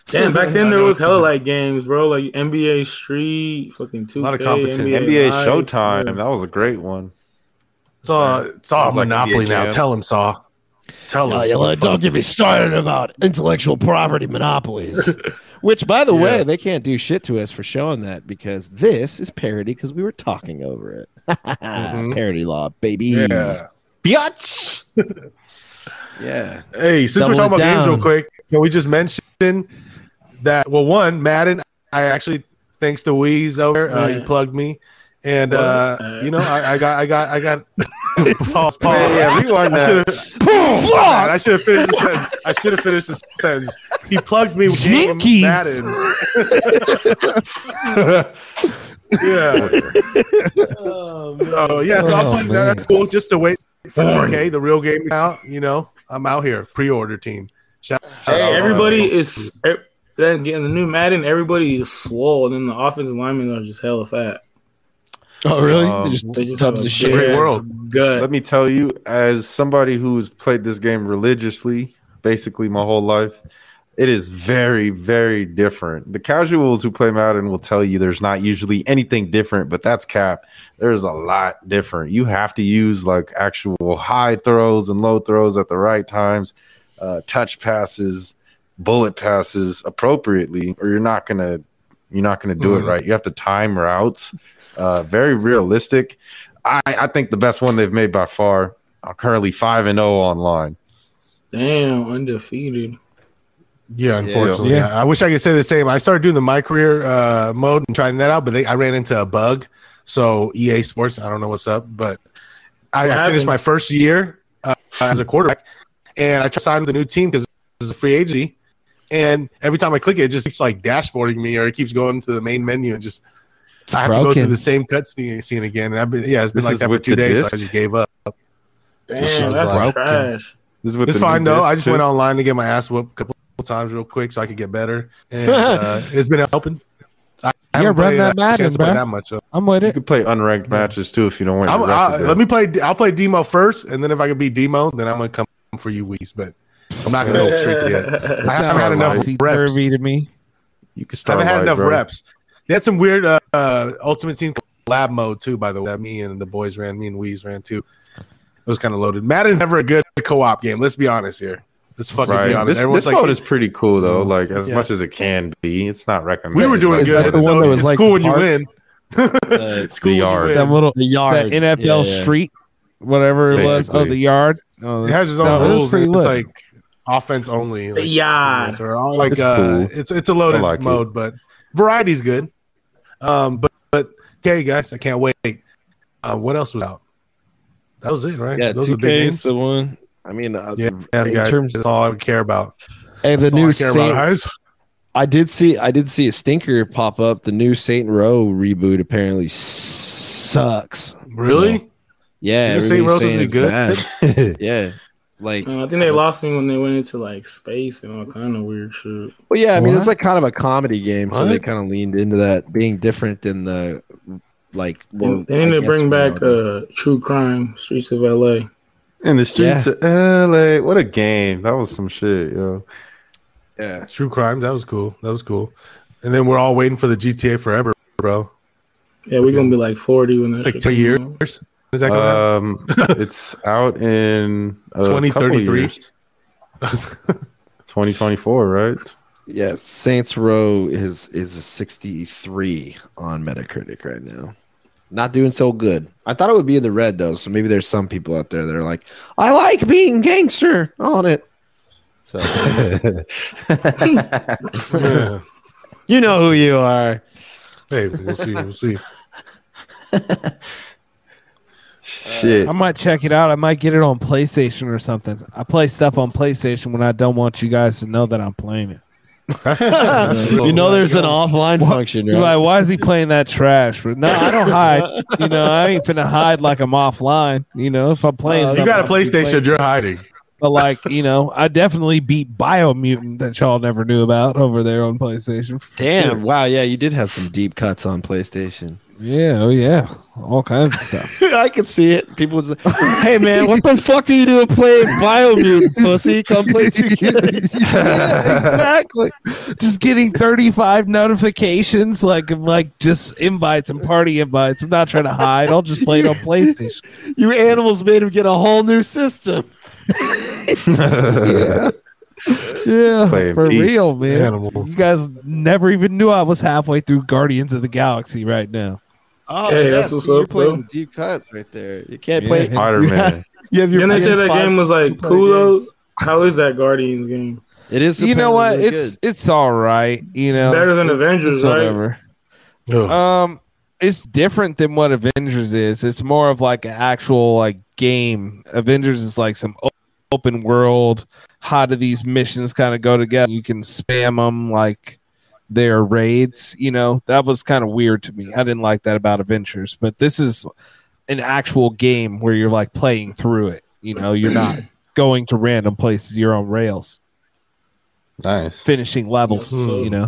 G: Damn, back then there was hella like games, bro, like NBA Street, fucking 2K,
C: lot of competition.
G: NBA,
F: NBA
G: Live,
F: Showtime.
G: yeah.
F: That was a great one.
C: Saw, it's all
F: Sounds like
C: Monopoly
F: NBA
C: now.
F: Jam.
C: Tell him, Saw. Tell him.
E: don't get me started about intellectual property monopolies. Which, by the way, they can't do shit to us for showing that because this is parody because we were talking over it. Parody law, baby. Yeah. Biatch. yeah.
C: Hey, since we're
E: Double
C: talking about games
E: down.
C: real quick, can we just mention that? Well, one, Madden, I actually, thanks to Weeze over, uh, he
G: Yeah.
C: plugged me. And, uh,
G: Well, uh,
C: you know, I, I got, I got, I got, pause, pause.
F: yeah, rewind
C: I
F: that.
C: should have, I should have finished the sentence. I should have finished the sentence. He plugged me with game
D: Jinkies.
C: Madden. yeah. Oh, yeah. So I'm
D: Oh,
C: playing
D: man.
C: that. That's cool. Just to wait for 2K, the real game out. You know, I'm out here. Pre-order team. Shout, shout out.
G: Hey, everybody is e- then getting the new Madden. Everybody is swole, and then the offensive linemen are just hella fat.
E: Oh, really?
F: Um,
E: They just
G: They just
E: tubs
G: have a
E: of shit.
G: big ass
C: world.
G: gut.
F: Let me tell you, as somebody who's played this game religiously, basically my whole life, It is very, very different. The casuals who play Madden will tell you there's not usually anything different, but that's cap. There's a lot different. You have to use like actual high throws and low throws at the right times, uh, touch passes, bullet passes appropriately, or you're not gonna you're not gonna do it right. You have to time routes. Uh, very realistic. I, I think the best one they've made by far. are currently five and zero online.
G: Damn, undefeated.
C: Yeah, unfortunately.
D: Yeah.
C: I wish I could say the same. I started doing the my career uh, mode and trying that out, but they, I ran into a bug. So EA Sports, I don't know what's up, but I, I finished
G: happened?
C: my first year uh, as a quarterback, and I tried to sign with a new team because it's a free agency. And every time I click it, it just keeps like dashboarding me, or it keeps going to the main menu and just I have to go
D: broken.
C: through the same cutscene scene again. And I've been yeah, it's been
F: This
C: like
F: is
C: that for
F: with
C: two
F: the
C: days. So
F: disc?
C: I just gave up.
G: Damn,
F: is
G: that's
F: broken.
G: trash.
F: This is what
C: It's
F: the new
C: fine though.
F: disc
C: I just
F: too.
C: went online to get my ass whooped a couple times real quick so I could get better, and uh, it's been helping. I, I
D: Yeah,
C: haven't
D: run
C: played
D: that
C: a
D: Madden,
C: chance to play
D: bruh.
C: that much. So.
D: I'm with
F: You
D: it.
F: could play unranked matches too if you don't want.
C: I'm,
F: your
C: I,
F: record to-
C: let me play. I'll play Demo first, and then if I can beat Demo, then I'm gonna come for you, Weez. But I'm not gonna trick you. I haven't had enough
D: Topsy
C: reps.
D: turvy to me.
F: You could
C: I
F: start.
C: haven't had
F: light,
C: enough
F: bro.
C: reps. They had some weird uh, uh, Ultimate Team lab mode too. By the way, that me and the boys ran. Me and Weez ran too. It was kind of loaded. Madden's never a good co-op game. Let's be honest here. Let's fucking be
F: Right.
C: honest.
F: This,
C: Everyone's
F: this
C: like,
F: mode is pretty cool though. Like as much as it can be, it's not recommended.
C: we were doing
F: Like,
D: Is that
C: good.
D: the
C: It's,
D: one that was
C: it's
D: like
C: cool
D: the
C: when you
D: park?
C: win.
E: Uh,
C: It's cool when you
F: yard.
C: win.
D: That little
E: the yard.
D: that NFL
E: Yeah, yeah.
D: street, whatever it was.
F: Basically.
D: Oh, the yard. Oh,
C: It has its own
D: that's- no, it was
C: rules.
D: pretty
C: It's
D: lit.
C: like offense only. Like,
G: Yeah.
C: Or all like
F: It's
C: uh,
F: cool.
C: it's it's a loaded
F: I like it.
C: mode, but variety's good. Um, but but okay, guys, I can't wait. Uh, what else was out? That was it, right?
E: Yeah,
C: Those are
E: 2K
C: big games.
E: is the one. I mean, uh,
C: yeah, yeah,
E: in
C: guys,
E: terms-
C: that's all I care about.
E: and the
C: That's all
E: new
C: I care about,
E: Saint,
C: guys.
E: I did see I did see a stinker pop up. The new Saint Row reboot apparently sucks.
C: Really?
E: So, yeah,
C: Is it Saint
E: everybody's saying
C: Row's gonna
E: it's bad. yeah, like
G: Uh, I think they lost me when they went into like space and all kind of weird shit.
E: well, yeah. I mean, it's
D: What?
E: like kind of a comedy game, so they
C: What?
E: kind of leaned into that being different than the like. well,
G: they need
E: I
G: to
E: guess
G: bring
E: we're
G: back
E: on-
G: uh, True Crime, Streets of LA.
F: in the streets of LA. What a game! That was some shit, yo.
E: yeah.
C: True crime. That was cool. That was cool. And then we're all waiting for the GTA Forever, bro.
G: Yeah, we're gonna be like forty when that's
C: It's like ten years. Is that gonna
F: Um, it's out in a couple
C: 2033.
F: years.
C: happen?
F: 2024, right?
E: Yeah, Saints Row is is a 63 on Metacritic right now. Not doing so good. I thought it would be in the red though, so maybe there's some people out there that are like, I like being gangster on it. So you know who you are.
C: hey, we'll see. We'll see.
F: Shit.
D: I might check it out. I might get it on PlayStation or something. I play stuff on PlayStation when I don't want you guys to know that I'm playing it.
E: You know there's an offline function,
D: You're
E: right?
D: like, why is he playing that trash? But No, I don't hide. you know, I ain't finna hide like I'm offline. Uh, You know, if I'm playing,
C: you
D: something,
C: got a
D: I'm gonna be playing-
C: PlayStation. You're hiding.
D: But like, you know, I definitely beat Biomutant that y'all never knew about over there on PlayStation.
E: Damn, wow, yeah, you did have some deep cuts on PlayStation.
D: Yeah, oh yeah, all kinds of stuff.
E: I could see it. People would say, Hey man, what the fuck are you doing playing Biomutant pussy? Come play 2K.
D: exactly. Just getting 35 notifications, like like just invites and party invites. I'm not trying to hide. I'll just play it on PlayStation.
E: You animals made him get a whole new system.
D: Yeah,
F: Play in
D: for
F: peace,
D: real, man.
C: animal.
D: You guys never even knew I was halfway through Guardians of the Galaxy right now.
E: Oh,
G: Hey, that's what's
E: you're
G: up,
E: playing
G: bro.
E: the deep cuts right there. You can't
D: Yeah.
E: play
F: Spider
E: You have,
F: Man.
E: you have your
G: Didn't they say that
E: PS5
G: game was like
E: play
G: cool though?
E: games.
G: How is that Guardians game?
E: It is.
D: You know
E: apparently
D: what?
E: really
D: it's it's all right. You know,
G: Better than
D: It's-
G: Avengers,
D: it's
G: right?
D: whatever.
G: Uh,
C: Oh,
D: Um, it's different than what Avengers is. It's more of like an actual like game. Avengers is like some o- open world. How do these missions kind of go together? You can spam them like their raids. You know that was kind of weird to me. I didn't like that about Avengers. But this is an actual game where you're like playing through it. You know, you're not going to random places. You're on rails,
F: Nice.
D: finishing levels.
G: so-
D: You know.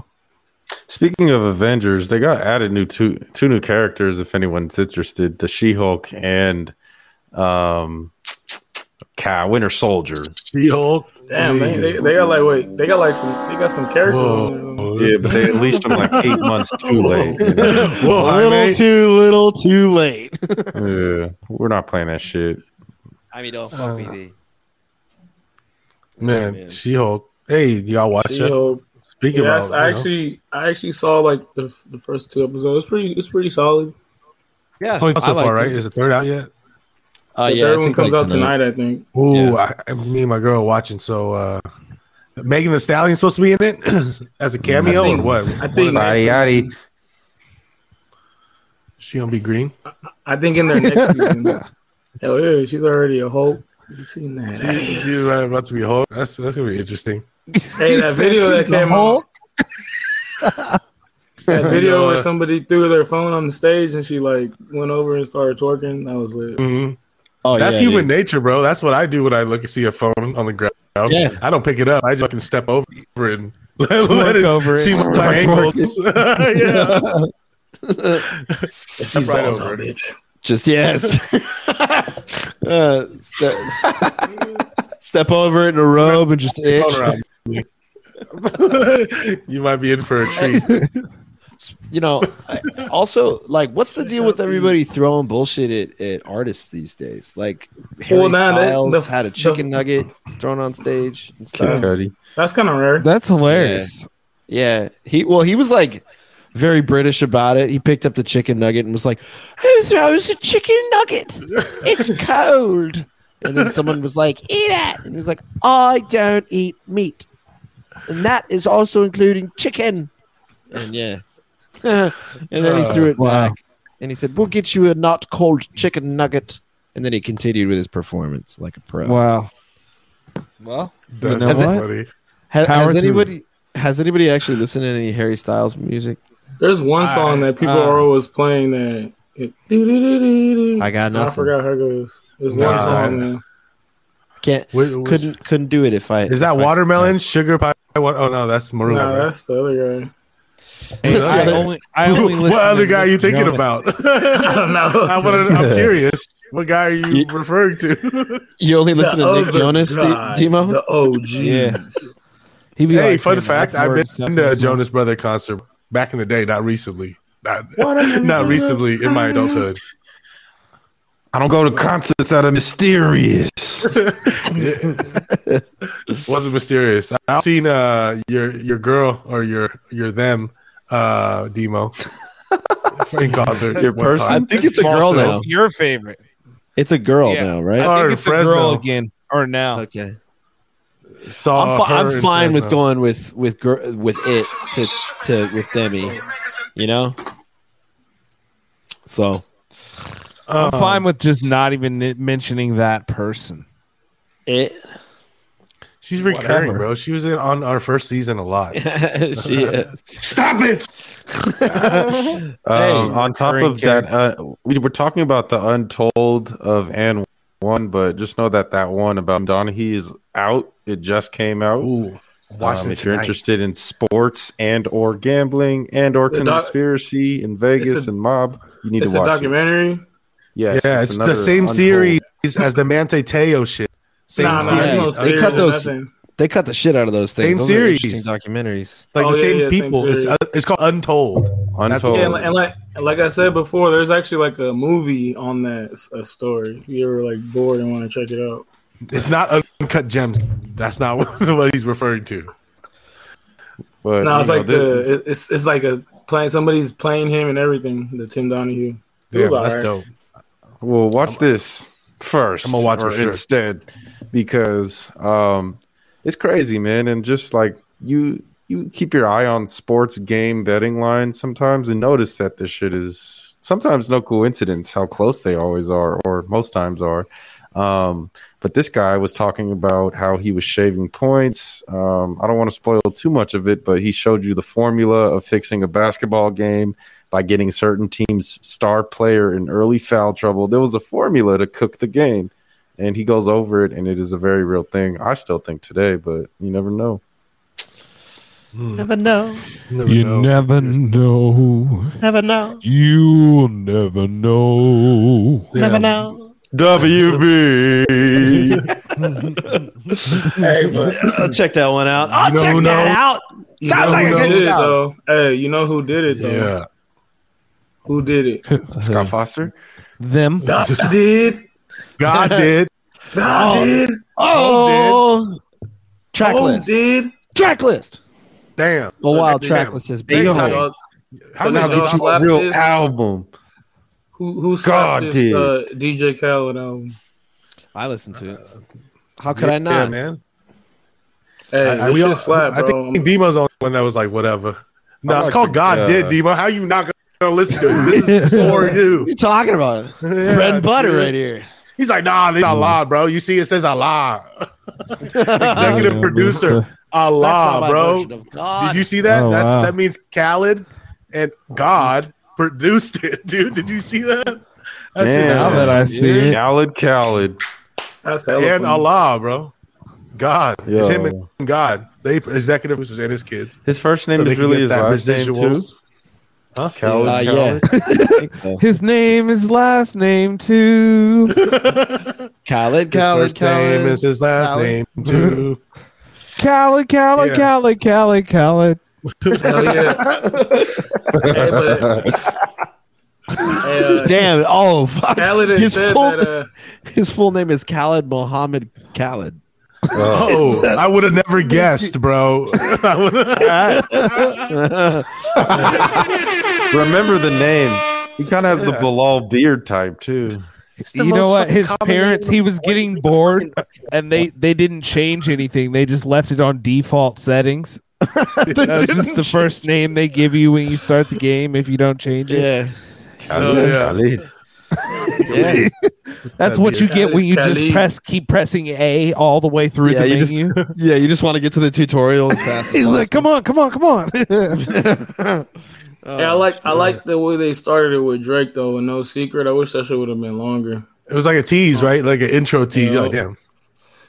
F: Speaking of Avengers, they got added new two two new characters. If anyone's interested, the She Hulk and um, cow, Winter Soldier.
C: She-Hulk.
G: Damn, man, they, they got like wait, they got like some, they got some characters. in there.
F: Yeah, but they released him like eight months too late. you know?
C: Whoa,
E: a little
C: Jaime.
E: too little, too late.
F: Yeah, we're not playing that shit.
E: I mean, don't
G: Uh,
E: fuck me.
C: man, She-Hulk. Hey, y'all watch it.
G: She-Hulk.
C: Speak about.
G: Yes,
C: it, you
G: uh, I
C: know.
G: actually, I actually saw like the, f- the first two episodes. It's pretty, it's pretty solid.
E: Yeah,
C: It's only
E: I
C: so
E: liked
C: far, right?
E: it.
C: Is the third out yet?
E: Uh,
G: The
E: yeah, I
G: third one
E: think
G: comes
E: like
G: out tonight, I think.
C: Ooh, I, me and my girl are watching. So, uh, Megan the Stallion's supposed to be in it as a cameo
G: think-
C: or what?
G: I think,
F: Yadi yadi.
C: She gonna be green?
G: I think in their next season. Hell yeah, she's already a Hulk. You seen that? Hey,
C: She's right about to be Hulk. That's that's gonna be interesting.
G: that video that came out. That video where somebody threw their phone on the stage and she like went over and started twerking. That was lit.
C: hmm
E: Oh,
C: That's
E: yeah,
C: human
E: dude.
C: nature, bro. That's what I do when I look and see a phone on the ground.
E: Yeah.
C: I don't pick it up. I just fucking step over it and let,
D: Twerk
C: let it
D: over it.
C: see my triangles. yeah, step right
G: Balls
C: over
G: out,
C: it.
G: bitch.
E: Just yes. uh, ste- step over it in a robe and just itch.
C: Hold around me. you might be in for a treat.
E: You know, I- also like, what's the deal with everybody throwing bullshit at, at artists these days? Like, Harry
G: Well, nah, that-
E: Styles
G: the-
E: had a chicken nugget thrown on stage. and stuff.
F: Kid Cudi.
G: That's kind of rare.
D: That's hilarious.
E: Yeah, he well, he was like very British about it. He picked up the chicken nugget and was like, "Who throws a chicken nugget? It's cold." And then someone was like, "Eat it!" And he's like, "I don't eat meat, and that is also including chicken." And yeah, and then he threw it
D: Oh, wow.
E: back, and he said, "We'll get you a not cold chicken nugget." And then he continued with his performance like a pro.
D: Wow. Well,
C: That's
D: know what?
C: funny.
E: Ha-
D: Power
E: has
D: through.
E: anybody has anybody actually listened to any Harry Styles music?
G: There's one song that people
D: uh,
G: are always playing that. It, doo-doo-doo-doo-doo.
E: I got
G: I
E: nothing.
G: forgot how it goes. There's
C: Nah,
G: one
C: I-
G: song, man.
E: Can't
C: Wh- which-
E: couldn't couldn't do it if I
C: Is that watermelon sugar pie? What? Oh no, that's maroon.
G: Nah,
C: right?
G: that's the other guy.
D: Hey,
E: What's the
D: I
E: other-
D: only, I only listen
C: what other
D: to
C: guy are
D: Nick
C: you thinking
D: Jonas.
C: about?
G: I don't
C: I
G: know.
C: wanna, I'm curious. What guy are you referring to?
E: you only listen to Nick
G: other
E: Jonas, D-
G: guy,
E: Demo?
G: The OG.
D: Yeah. He be
C: hey,
D: like saying
C: fun fact:
D: F
C: I've
D: word
C: been
D: stuff
C: to
D: and
C: a
D: stuff.
C: Jonas Brother concert back in the day, not recently. Not, not recently in my adulthood.
F: I don't go to concerts that are mysterious.
C: Wasn't mysterious. I- I've seen uh, your your girl or your your them uh, demo in concert.
F: Your
C: one
F: person?
C: time.
E: I think it's a
C: Small
E: girl
C: cells.
E: now.
D: That's your favorite.
E: It's a girl
D: Yeah.
E: now,
D: I
E: right?
C: Or
D: think it's a
C: Fresno.
D: girl again or now.
E: Okay.
C: Saw
E: I'm, fi-
C: her
E: I'm
C: in
E: fine with
C: Fresno.
E: going with with gir- with it to to with Demi. You know? So
D: I'm fine with just not even n- mentioning that person.
E: it
C: She's recurring,
D: Whatever.
C: bro. She was in on our first season a lot.
E: she uh,
B: Stop it!
F: Um, on top
D: recurring
F: of that, uh, we were talking about the Untold of and one, but just know that that one about Donahue is out. It just came out.
C: Ooh,
F: Um, if you're interested in sports and or gambling and or
G: The doc-
F: conspiracy in Vegas
G: a-
F: and mob, you need
G: It's
F: to
G: a
F: watch it.
G: documentary.
F: Yes,
C: yeah, it's, the
F: another
C: same
F: Untold.
C: series as the Mante Teo shit. Same
G: Nah, nah,
C: series,
G: there's no
E: They
G: series
E: cut
G: or
E: those-
G: nothing.
E: they cut the shit out of those things.
C: Same
E: Those are
C: series.
E: interesting documentaries.
C: like
G: Oh,
C: the
G: yeah,
C: same
G: yeah, same
C: people. it's,
G: series.
C: uh, it's called Untold.
F: Untold.
G: Yeah, and, like, and like and like I said before, there's actually like a movie on that s- a story. If you ever like bored and want to check it out,
C: It's not uncut gems. That's not what he's referring to.
F: but
G: no, it's
F: you know,
G: like
F: this-
G: the it- it's it's like a playing somebody's playing him and everything. The Tim Donahue. It
C: Yeah,
G: was
C: that's
G: alright.
C: dope.
F: Well, watch this first.
C: I'ma watch
F: or
C: for sure.
F: instead because um, it's crazy, man. And just like you, you keep your eye on sports game betting lines sometimes, and notice that this shit is sometimes no coincidence how close they always are, or most times are. Um, but this guy was talking about how he was shaving points. Um, I don't want to spoil too much of it, but he showed you the formula of fixing a basketball game by getting certain teams' star player in early foul trouble. There was a formula to cook the game, and he goes over it, and it is a very real thing. I still think today, but you never know.
E: Never know.
C: Never
D: You
C: know.
D: never know.
E: Never know.
D: You'll never know.
E: Never know.
F: WB.
E: hey, but I'll Uh, check that one out. I'll
G: You know
E: check
G: who
E: that
G: knows?
E: out.
G: You
E: Sounds
G: know
E: like
G: who
E: a
G: did
E: good
G: it,
E: show.
G: though? Hey, you know who did it though?
F: Yeah.
G: Who did it?
F: Scott Foster.
D: Them.
G: God did.
C: God did.
G: God did.
E: Oh, track
G: Oh,
E: list.
G: did.
E: Track list.
C: Damn.
E: The wild
G: did
E: track
C: them.
E: list is
F: They
E: big.
F: got
E: on it.
G: Y'all-
F: How
G: So
F: now
G: did y'all
F: get you a
G: slap
F: real
G: this?
F: album?
G: Who who
F: God
G: slapped this
F: did.
G: uh, DJ Khaled um, album?
E: I listened to it. How could I
C: Yeah,
E: not?
C: man.
G: Hey,
C: I,
G: this
C: we all-
G: shit slap,
C: I
G: bro.
C: think Demo's the only one that was like, whatever. No,
F: I
C: it's
F: like
C: called
F: the-
C: God
F: yeah.
C: Did, Demo. How you not going to listen to it? This is for you.
E: What are you talking about?
C: Yeah,
E: Bread and butter
C: dude.
E: right here.
C: He's like, nah, they Allah, bro. You see, it says Allah. Executive
D: Yeah,
C: producer,
E: That's not
C: Allah,
E: my
C: Ah, bro.
E: version of God.
C: Did you see that?
D: Oh,
C: That's
D: wow.
C: that means Khaled and God produced it, dude. Did you see that? That's just-
F: Damn.
D: Now that I see it.
F: Khaled, Khaled.
G: That's
C: and
G: hella funny.
C: Allah, bro. God, it's
F: Yo.
C: him and God. They executive producers and his kids.
F: His first name
C: So they
F: is
C: can
F: really
C: get
F: his
C: that
F: last name too.
C: residuals. Huh?
F: Khaled,
E: Uh, yeah.
F: Khaled.
E: I think so.
D: His name is last name too.
E: Khaled,
C: His
E: Khaled,
C: first name
E: Khaled.
C: is his last
E: Khaled.
C: name too.
D: Khaled, Khaled,
C: Yeah.
D: Khaled, Khaled, Khaled.
G: Hell yeah. hey, but, hey, uh,
E: Damn! Oh fuck!
G: Khaled had
E: his
G: said
E: full
G: that. Uh,
E: his full name is Khaled Mohammed Khaled.
C: Oh, I would have never guessed, bro. I would've-
F: Remember the name. He kind of has the Bilal beard type too.
C: the
D: you know
C: most
D: what? His
C: fucking common
D: parents,
C: name
D: he was getting bored and they they didn't change anything. They just left it on default settings. That's just the first name they give you when you start the game if you don't change it.
E: Yeah,
C: Oh, yeah.
F: Khaled.
E: yeah.
D: That's what you get when you just
G: Khaled.
D: press keep pressing A all the way through
E: Yeah,
D: the
E: you just-
D: menu.
E: yeah, you just want to get to the tutorial as fast.
D: He's like, come on, come on, come on.
G: yeah, uh, I like I like the way they started it with Drake though, with no secret. I wish that shit would have been longer.
C: It was like a tease, right? Like an intro tease. You're like,
G: Yeah.
C: damn,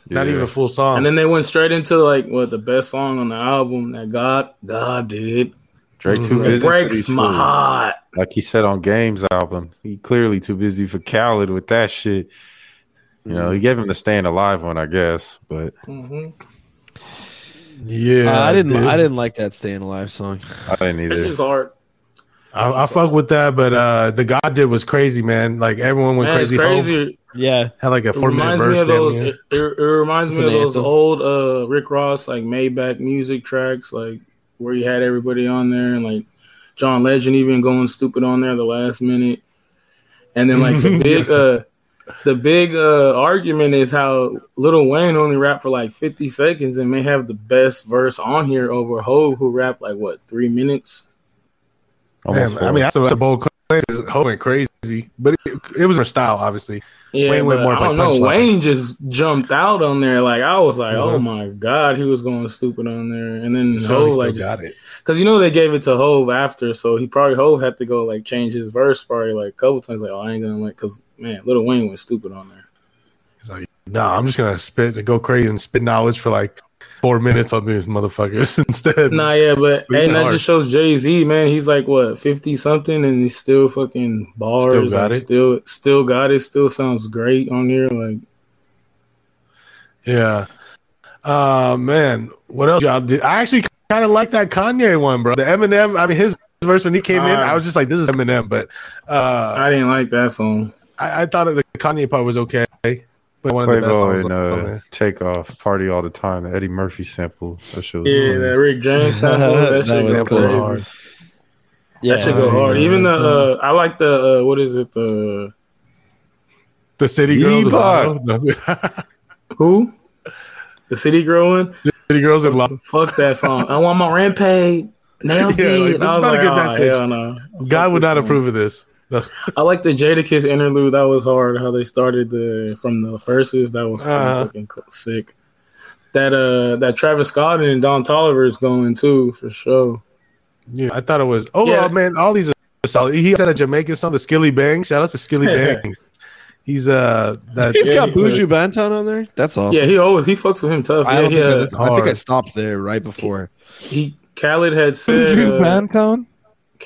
C: not even a full song.
G: And then they went straight into like what the best song on the album that God God did.
F: Drake
D: Mm-hmm.
F: too busy.
G: It
F: for
G: breaks
F: these
G: my
F: fools.
G: heart.
F: Like he said on Games album, he clearly too busy for Khaled with that shit. You know, he gave him the staying alive one, I guess. But
G: Mhm.
C: yeah,
E: Uh, I didn't.
C: dude.
E: I didn't like that "Staying Alive" song.
F: I didn't
G: That
F: either.
G: shit's hard.
C: I, I fuck with that, but uh, the God did was crazy, man. Like everyone went
G: Man, it's
C: crazy. Hov
G: crazy.
E: Yeah,
C: had like a
G: It
C: four minute
G: reminds me
C: verse.
G: of
C: Damn
G: those.
C: near.
G: It, it- it reminds
E: It's
G: me of
E: an
G: those
E: anthem.
G: old uh, Rick Ross like Maybach music tracks, like where you had everybody on there, and like John Legend even going stupid on there the last minute, and then like the big. uh the big uh, argument is how Little Wayne only rapped for like 50 seconds and may have the best verse on here over Ho, who rapped like what three minutes.
F: Almost
C: Man, I mean, that's a, that's a bold claim. Hov went crazy, but it, it was her style, obviously.
G: Yeah,
C: Wayne went
G: but
C: more
G: I
C: like
G: don't know.
C: punchline.
G: Wayne just jumped out on there. Like I was like, oh
C: Mhm.
G: my god, he was going stupid on there. And then
C: So
G: Ho
C: he still
G: like
C: got it.
G: because you know they gave it to Hove after, so he probably Hove had to go like change his verse probably like a couple times. Like oh, I ain't gonna like because man, Little Wayne went stupid on there.
C: He's like, nah, I'm just gonna spit and go crazy and spit knowledge for like four minutes on these motherfuckers instead.
G: Nah, yeah, but
C: Mm-hmm. But he's
G: and that
C: hard.
G: just shows Jay Z man. He's like what fifty something, and he's still fucking bars.
C: Still got
G: like,
C: it.
G: Still, still got it. Still sounds great on here. Like
C: Yeah. Uh man, what else y'all did? I actually kind of like that Kanye one, bro. The Eminem. I mean, his verse when he came in, I was just like, this is Eminem. But uh,
G: I didn't like that song.
C: I, I thought the Kanye part was okay, but one of the best
F: Quavo
C: songs
F: and
C: on
F: uh,
C: there.
F: Take Off, Party All the Time, the Eddie Murphy sample. That shit was
G: Yeah,
F: yeah,
G: that Rick James sample. That,
E: That
G: shit
E: was
G: go
E: cool.
G: crazy.
C: Hard.
E: yeah.
G: That should go hard. Even the uh, I like the uh, what is it the
C: The City Girls. and
F: Reebok.
C: Lotto.
G: who the city girl one?
C: City Girls in Love.
G: Fuck that song. I want my rampage. Nails
C: Yeah, like,
G: yeah,
C: this is not a good message. God would not approve of this.
G: I like the Jadakiss interlude. That was hard. How they started the from the verses. That was pretty
C: Uh-huh.
G: fucking co- sick. That uh, that Travis Scott and Don Tolliver is going too for sure.
C: Yeah, I thought it was. Oh
G: Yeah.
C: uh, man, all these are solid. He said a Jamaican song, the Skilly Bang. Shout out to Skilly Bangs. He's uh that
E: He's got
G: Yeah,
E: Buju Banton on there. That's awesome.
G: Yeah, he always he fucks with him tough.
E: I don't
G: yeah,
E: think I,
G: he,
E: listened- I think I
C: hard.
E: stopped there right before.
G: uh, he Khaled had
D: Is
G: said.
D: you
G: Uh,
D: Bantone?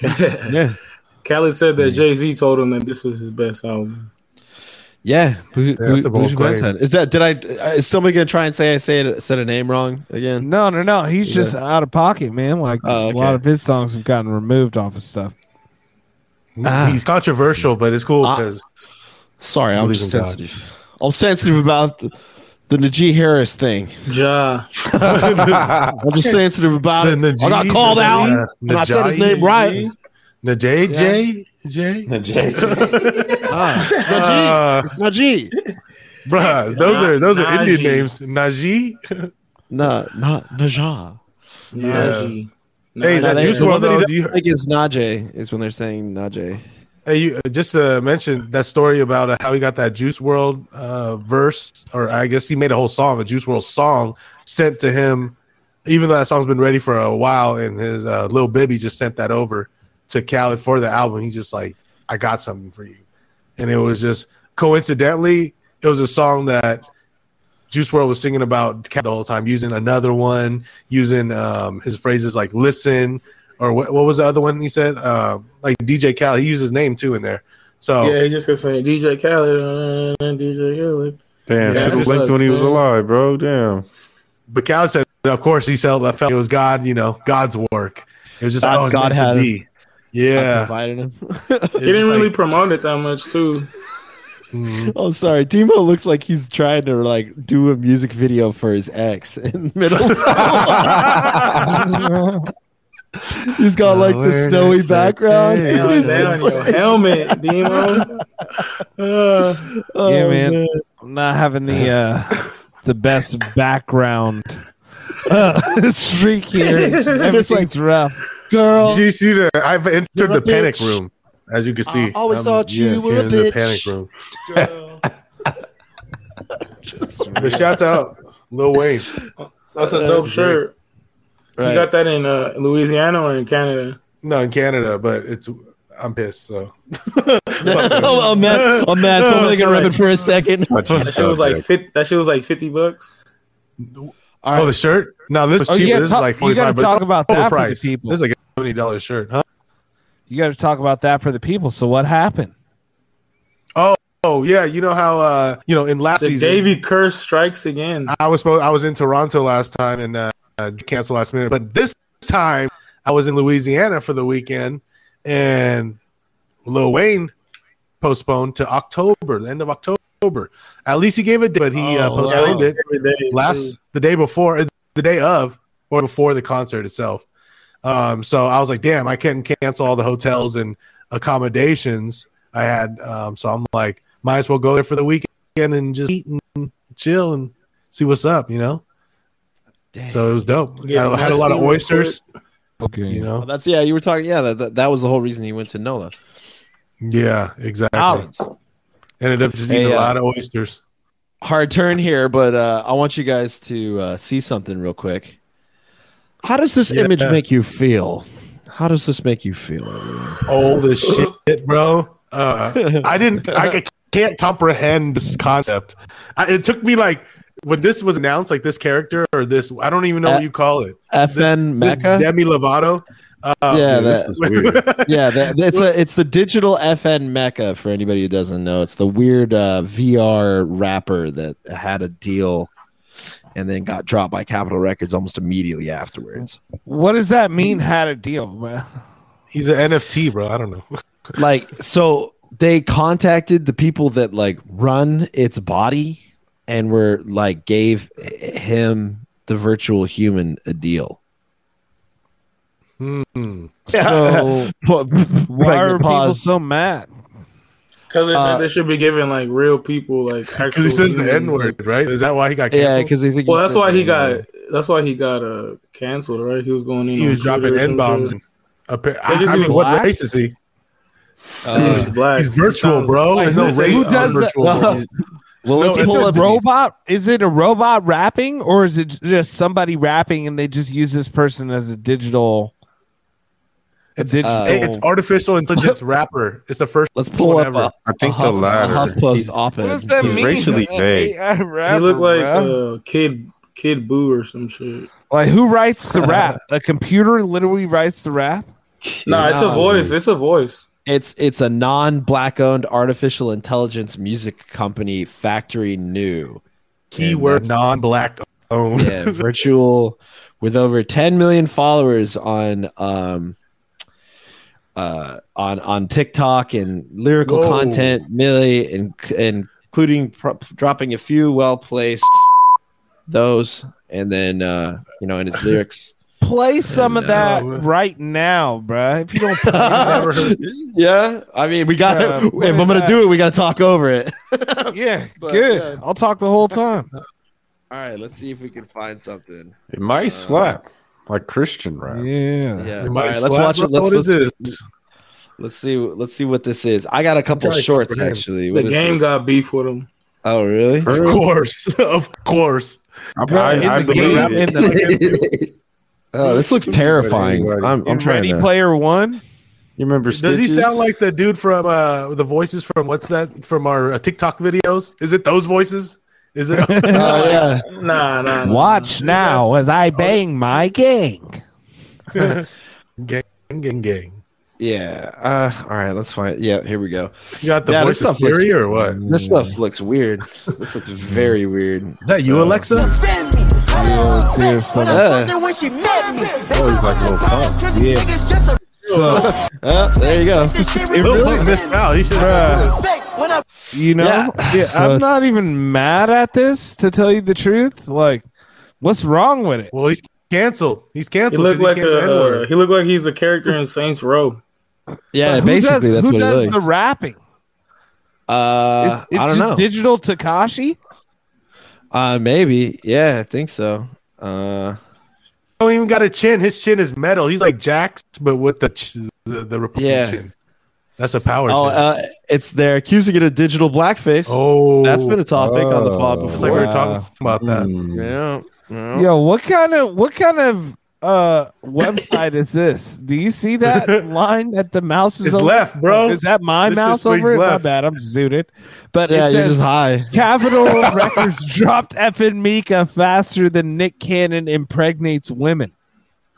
E: Yeah, Mm.
G: Khaled said that Jay Z told him that this was his best album.
E: Yeah, Bu- Bu-
C: that's a bold
E: Buju
C: claim.
E: Banton. Is that did I? uh, Is somebody gonna try and say I say it, said a name wrong again?
D: No, no, no. He's just out of pocket, man. Like
E: Oh,
D: a lot
E: okay.
D: of his songs have gotten removed off of stuff.
C: He's controversial, but it's cool because
E: Sorry, I'm
C: Believe
E: just
C: in God.
E: sensitive. I'm sensitive about the, the Najee Harris thing.
G: Ja.
E: I'm just sensitive about it.
C: The Najee-
E: I got called
C: the
E: out,
C: Najee-
E: and I said his
C: Najee-
E: name right.
C: the JJ J,
E: Ah, Najee, it's Najee.
C: Uh, bruh, those are those are Indian
G: Najee.
C: names. Najee.
E: No, not Najah.
G: Najee.
E: No,
C: Hey, that
E: they-
C: Juice
E: the one
C: WRLD
E: that he
C: though,
E: doesn't
C: do you-
E: like is Najee is when they're saying Najee.
C: Hey, you uh, just uh, mentioned that story about uh, how he got that Juice World uh, verse, or I guess he made a whole song, a Juice World song sent to him, even though that song's been ready for a while. And his uh, little Bibby just sent that over to Khaled for the album. He's just like, I got something for you. And it was just coincidentally, it was a song that Juice World was singing about Khaled the whole time, using another one, using um, his phrases like listen, or what, what was the other one he said? Um, like DJ Khaled, he used his name too in there. So
G: Yeah, he just kept saying DJ Khaled, uh, DJ Khaled.
F: Damn,
C: Yeah,
F: should
C: this
F: have linked
G: sucks,
F: when he was
G: man.
F: alive, bro. Damn.
C: But Cal said, of course, he felt, felt it was God, you know, God's work. It was just,
E: God-
C: oh, it's
E: God
C: meant to
E: had him.
C: be. Yeah.
E: Invited him.
C: It
G: He didn't really
C: like,
G: promote it that much too.
E: Oh, sorry. Timo looks like he's trying to like do a music video for his ex in middle school. he's got like the
F: Lowered
E: snowy background.
F: expectations.
E: It's
G: Damn,
E: just
G: down your
E: like,
G: helmet, Demo.
E: oh,
D: yeah, man. I'm not having the uh the best background uh, streak here. It's, everything's rough. Girl,
C: Did you see the? I've entered
E: You're a
C: the panic
E: bitch.
C: room, as you can see.
E: always
C: I'm-
E: thought you were a
C: in the
E: bitch.
C: panic room. but shouts out Lil Wayne.
G: That's a dope shirt. You got that in uh, Louisiana or in Canada?
C: No, in Canada, but it's I'm pissed. So
E: I'm mad. I'm mad. Somebody can rip it for a second.
G: That
C: Oh,
G: shit was like fifty. That shit was like fifty bucks.
E: All right.
C: oh, the shirt. No, this was
D: Oh, you
C: cheaper.
D: gotta
C: This is
D: talk-
C: like
D: you
C: forty
D: gotta
C: five.
D: talk about that for the people.
C: This is like a seventy dollar shirt, huh?
D: you got to talk about that for the people. So what happened?
C: Oh yeah, you know how uh you know in last
G: The
C: season
G: Davy curse strikes again.
C: I was supposed I was in Toronto last time and uh, uh, canceled last minute, but this time I was in Louisiana for the weekend, and Lil Wayne postponed to October, the end of October. At least he gave a date, but he uh,
E: Oh,
C: postponed
G: wow.
C: it last the day before, the day of, or before the concert itself. Um, so I was like, damn, I can't cancel all the hotels and accommodations I had. Um, so I'm like, might as well go there for the weekend and just eat and chill and see what's up, you know. So it was dope.
G: Yeah,
C: I had a lot of
G: messy real
C: oysters,
D: Okay,
C: you know.
E: That's yeah. You were talking. Yeah, that, that, that was the whole reason he went to NOLA.
C: Yeah, exactly. Ended up just eating
E: Hey,
C: a
E: uh,
C: lot of oysters.
E: hard turn here, but uh, I want you guys to uh, see something real quick. How does this
C: Yeah.
E: image make you feel? How does this make you feel? everyone?
C: Old as shit, bro. Uh, I didn't. I c- can't comprehend this concept. I, it took me like when this was announced, like this character or this. I don't even know
E: Uh,
C: what you call it.
E: FN
C: This
E: Mecca?
C: Demi Lovato. Uh,
E: yeah,
F: This
E: that,
F: is weird.
E: yeah. That, it's a, it's the digital FN Mecca for anybody who doesn't know. It's the weird uh, VR rapper that had a deal and then got dropped by Capitol Records almost immediately afterwards.
D: what does that mean? Had a deal, man.
C: he's an NFT, bro. I don't know.
E: like so they contacted the people that like run its body and were like gave him the virtual human a deal
G: Hmm.
D: So
E: What-
D: why
E: pregnant
D: are people
E: pause.
D: so mad?
G: Because they said they should be giving like real people like
C: Because he uh, says the N word, right? Is that why he got
E: yeah
C: canceled?
E: because they think
G: Well,
E: he
G: that's
E: said
G: why he
E: that,
G: got.
E: uh,
G: That's why he got uh canceled, right? He was going in.
C: he
G: on
C: was dropping
G: Twitter or some
C: N bombs.
G: shit.
C: I,
G: They just
C: I mean,
G: use
C: what
D: black?
C: race is he?
G: Uh, He's just black.
C: He's
G: He
C: virtual,
G: sounds-
C: bro.
D: like,
C: There's no
D: who
C: race
D: does
C: on
D: that-
C: virtual.
E: No.
C: He's-
E: well
C: no,
E: let's
C: it's
E: pull
D: It's a
E: up the-
D: robot. Is it a robot rapping, or is it just somebody rapping and they just use this person as a digital? A digital.
C: Hey, it's artificial intelligence rapper. It's the first.
E: let's pull
C: one
E: up
C: ever.
E: a,
F: I think
E: a
F: the
E: Huff, a
F: latter.
E: HuffPost
F: He's-
E: op-ed
D: what does that
F: he's
D: mean?
F: racially vague.
D: AI
G: He
D: rapper,
G: looked like
D: bruh.
G: uh, kid, kid Boo or some shit.
D: like who writes the rap? A computer literally writes the rap.
G: Nah, it's a voice. It's a voice.
E: It's it's a non-black owned artificial intelligence music company, Factory New.
C: Keyword non-black owned.
E: Yeah, virtual with over 10 million followers on um uh on on TikTok and lyrical
C: Whoa.
E: content, Millie and, and including pro- dropping a few well-placed those and then uh you know in his lyrics.
D: Play some of that right now, bruh. If you don't play that,
E: yeah, I mean, we got
D: Yeah,
E: to if
D: play
E: I'm going to
D: that.
E: do it, we got to talk over it.
D: yeah,
E: But, uh,
D: good. I'll talk the whole time.
E: All right, let's see if we can find something.
F: It might slap like Christian rap.
D: Yeah.
E: Yeah.
C: You
E: All
C: might
E: right, let's
C: slap
E: watch it.
C: roll.
E: Let's,
C: What is
E: let's,
C: this?
E: let's see. Let's see what this is. I got a couple
C: Probably
E: shorts
C: Super Game.
E: actually.
G: The
E: What is
G: game
E: this?
G: got beef with him.
E: Oh, really?
C: Of course, of course.
F: I,
D: Bro, in
F: I, I
D: the game,
F: believe
D: in
F: it.
E: oh, this looks terrifying.
F: Ready,
E: I'm, I'm
D: in
E: trying
D: Ready
E: to.
D: Player One.
F: You remember
C: Does
F: Stitches?
C: he sound like the dude from uh, the voices from what's that from our uh, TikTok videos? Is it those voices? Is it?
E: Oh, yeah.
G: Nah, nah. nah.
D: Watch now as
F: Oh.
D: I bang my gang.
C: gang, gang, gang.
E: Yeah. Uh, all right. Let's find. Yeah. Here we go.
C: You got the
E: Yeah, this
C: voice of
E: stuff looks- Mm.
C: Fury or what? Is
D: Hmm.
E: This stuff looks weird. This looks very weird.
C: that you, Alexa?
D: Let's hear some.
E: Uh,
D: So
E: uh, there you go.
C: It really missed out. He should. Uh,
D: you know,
E: Yeah.
D: yeah,
E: So-
D: I'm not even mad at this. To tell you the truth, like, what's wrong with it?
C: well, he's canceled. He's
G: He
C: canceled.
G: looked
C: 'cause
G: like
C: can't
G: a uh,
C: N-word.
G: he looked like he's a character in Saints Row.
E: Yeah.
D: Who
E: basically,
D: does,
E: that's
D: who
E: what it
D: does
E: looks.
D: the rapping?
E: uh,
D: It's, it's
E: I don't
D: just
E: know.
D: digital Takashi.
E: uh, maybe. Yeah, I think so. Uh,
C: He don't even got a chin. His chin is metal. He's like Jax, but with the ch- the, the replacement
E: Yeah.
C: chin. That's a power.
E: oh,
C: chin.
E: uh, it's they're accusing it of digital blackface.
C: oh,
E: That's been a Mm. topic on the pod before.
C: It's like we were talking about that.
E: yeah, yeah.
D: Yo, what kind of what kind of uh website is this? Do you see that line that the mouse is
C: It's
D: over?
C: left, bro.
D: Is that my
C: This
D: mouse
C: is where
D: over
C: he's
D: it? My
C: left.
D: bad, I'm zooted. But
E: Yeah,
D: it
E: you're
D: says
E: just high.
D: Capitol Records dropped effing Mika faster than Nick Cannon impregnates women.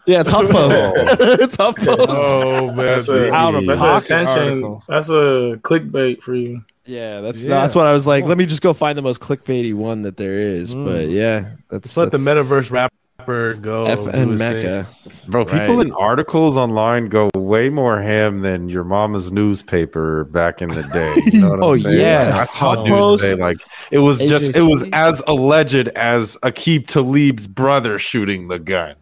E: Yeah, it's HuffPost. it's HuffPost.
C: Oh
G: That's
C: man,
G: a,
D: Out of
G: that's a
D: pocket
G: attention.
D: article.
G: That's a clickbait for you.
E: Yeah, that's
C: Yeah.
E: that's what I was like. Let me just go find the most clickbaity one that there is. But yeah, that's
C: Let's let the
E: that's
C: metaverse rapper go. do
E: FN
C: his thing.
E: Mecca.
F: Bro, people
E: Right.
F: in articles online go way more ham than your mama's newspaper back in the day. You know what
E: Oh,
F: I'm saying?
E: yeah.
F: Like, I saw
E: Huffpost.
F: dudes today, like it was
E: AJ
F: just it was
E: Smith.
F: as alleged as Akib Talib's brother shooting the gun.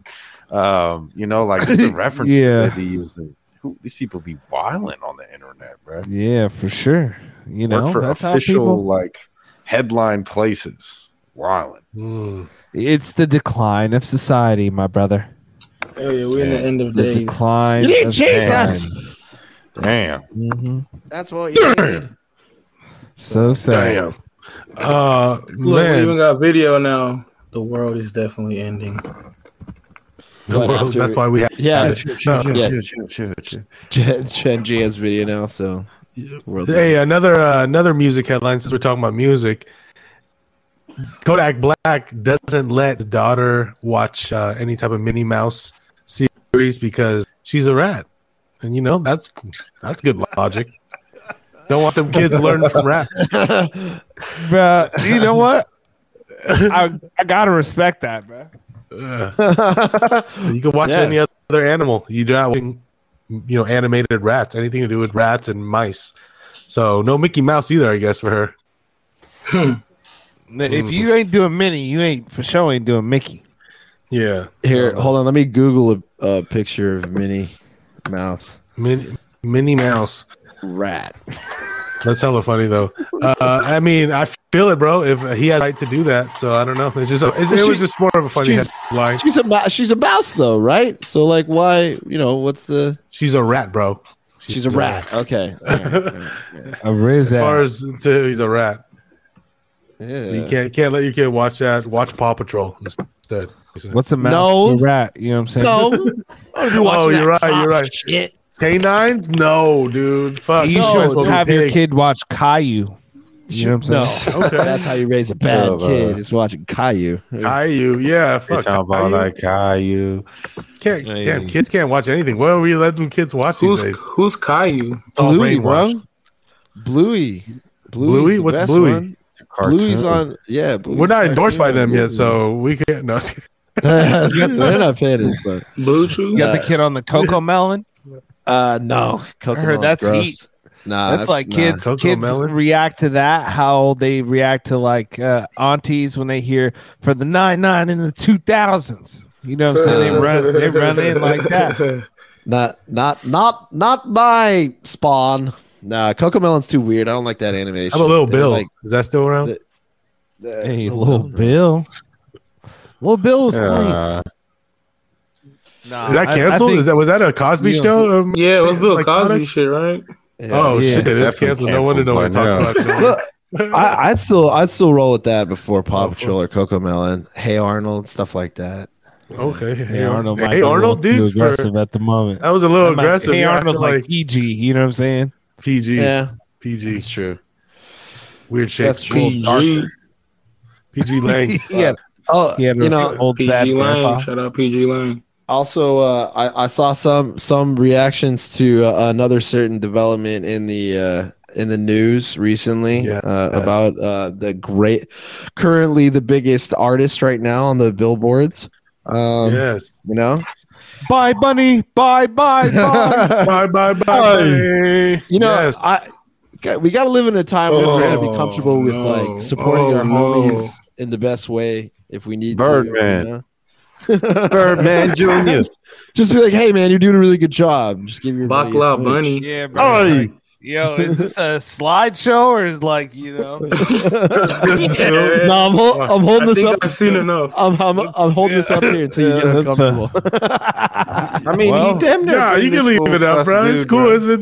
F: Um, you know, like just the references
D: Yeah.
F: that they using. Who, these people be wilding on the internet, bro.
D: Yeah, for sure. You
F: Work
D: know,
F: for
D: that's how
F: official
D: people
F: like headline places. Wilding.
C: Mm.
D: it's the decline of society, my brother.
G: Oh yeah, we're in the end of
D: The
G: days.
D: decline
E: You need
D: of
E: Jesus!
D: man.
F: Damn.
D: Mm-hmm.
E: That's what you need.
D: So sad.
C: Damn. Uh,
G: Look, we even
C: man,
G: got video now. The world is definitely ending.
C: the world- that's why we have.
E: Yeah,
F: Yeah.
E: Gen, Gen G has video now, so world.
C: Hey, another uh, another music headline. Since we're talking about music, Kodak Black doesn't let his daughter watch uh, any type of Minnie Mouse series because she's a rat, and you know that's that's good logic. Don't want them kids learning from rats.
D: Bruh, you know what? I, I gotta respect that, bro.
C: You can watch
E: Yeah.
C: any other animal. You do not, watching, you know, animated rats. Anything to do with rats and mice. So no Mickey Mouse either, I guess, for her. Mm-hmm.
D: If you ain't doing Minnie, you ain't for sure ain't doing Mickey.
C: Yeah,
E: Here, hold on. Let me Google a, a picture of Minnie Mouse
C: Min- Minnie Mouse.
E: rat.
C: That's hella funny though. Uh, I mean, I feel it, bro. If he has the right to do that, so I don't know. It's just a, it's, it was just more of a funny
E: She's-
C: line.
E: She's a mouse. She's a mouse, though, right? So, like, why? You know, what's the?
C: She's a rat, bro.
E: She's a rat. Okay. All right.
D: A riz
C: As far
D: ass.
C: as to, he's a rat,
E: Yeah.
C: so you can't can't let your kid watch that. Watch Paw Patrol instead.
D: What's a mouse?
E: No.
D: to a rat. You know what I'm saying?
E: no.
C: oh, you're right. You're right. Canines? No, dude. Fuck.
D: You
C: No, it's
D: should
C: what we
D: have your
C: picked.
D: kid watch Caillou. You know what I'm saying?
E: No, that's how you raise a bad
F: Yeah,
E: kid.
F: but-
E: Is watching Caillou.
C: Caillou, yeah,
F: They
C: fuck.
F: talking about
C: Caillou.
F: like Caillou.
C: Can't,
E: Yeah,
C: damn,
E: yeah.
C: kids can't watch anything. Why don't we let them kids watch these
G: Who's
C: days?
G: who's Caillou?
C: It's all
E: Bluey,
C: brainwashed.
E: bro. Bluey.
C: Bluey? What's Bluey?
E: Bluey's on. Yeah, Bluey's
C: We're not
E: cartoon
C: endorsed by
E: on
C: them yet,
E: Disney.
C: so we can't. No,
E: they're not paying us, but
G: Blue
D: You
G: Chew?
D: got the kid on the cocoa melon.
E: uh, no.
D: I heard that's heat.
E: Nah,
D: That's like
E: nah.
D: kids.
C: Cocoa
D: kids
C: melon?
D: react to that. How they react to like uh, aunties when they hear for the nine nine in the two thousands. You know what I'm saying? They run. They run in like that.
E: Not, not, not, not my spawn. Nah, Coco Melon's too weird. I don't like that animation.
C: I'm a little
E: They're
C: Bill.
E: like-
C: Is that still around?
D: Hey, little Bill. Little Bill was clean.
F: Uh,
D: Nah,
C: Is that
D: I- I
C: canceled?
D: think-
C: Is that was that a Cosby
D: Yeah.
C: show? Um,
G: Yeah, it was Bill
C: like,
G: Cosby
C: product?
G: shit, right?
C: Oh
D: Yeah.
C: shit, it is
F: Definitely
C: canceled. No wonder no one
F: canceled
C: talks
F: by
C: about it.
E: Look, I, I'd still, I'd still roll with that before Paw Patrol or Coco Melon. Hey Arnold, stuff like that.
C: Okay,
D: Hey Arnold, might
C: hey
D: be a
C: Arnold,
D: little too
C: dude, for-
D: aggressive at the moment.
C: that was a little
D: I'm like,
C: aggressive.
D: Hey
C: yeah, I
D: Arnold's
C: feel
D: like PG. You know what I'm saying?
C: PG,
E: Yeah,
C: PG,
E: it's true.
C: weird shape,
E: That's cool.
G: PG.
C: PG Lang.
D: Yeah,
E: Oh,
D: he had
E: you know,
D: old sad
G: PG Lane.
D: grandpa.
G: Shout out PG Lane.
E: Also, uh, I, I saw some some reactions to uh, another certain development in the uh, in the news recently
C: Yeah.
E: uh, about uh, the great, currently the biggest artist right now on the billboards. Um,
C: yes.
E: You know,
D: Bye, bunny. Bye, bye, bye.
C: Bye bye bye.
E: you know,
C: Yes.
E: I God, we got to live in a time where we're going to
G: Oh,
E: be comfortable with
G: no.
E: like supporting
G: Oh,
E: our
G: no.
E: homies in the best way if we need
F: Birdman.
E: to.
F: Birdman Jr.
E: Just be like, hey man, you're doing a really good job. Just give your
G: Bakla Bunny.
D: Yeah, bro. Like, yo, is this a slideshow or is like you know?
G: Yeah.
E: No, I'm, hol- I'm holding
G: I
E: this
G: think
E: up.
G: I've seen enough.
E: I'm, I'm, I'm holding this up here until you
D: Yeah,
E: get
D: that's a-
E: comfortable.
F: I mean,
D: Well,
F: he damn near.
C: Nah,
F: bring
C: you can
F: this
C: leave
F: little
C: it
F: sus
C: up, bro. It's
F: dude,
C: cool.
F: bro.
C: It's been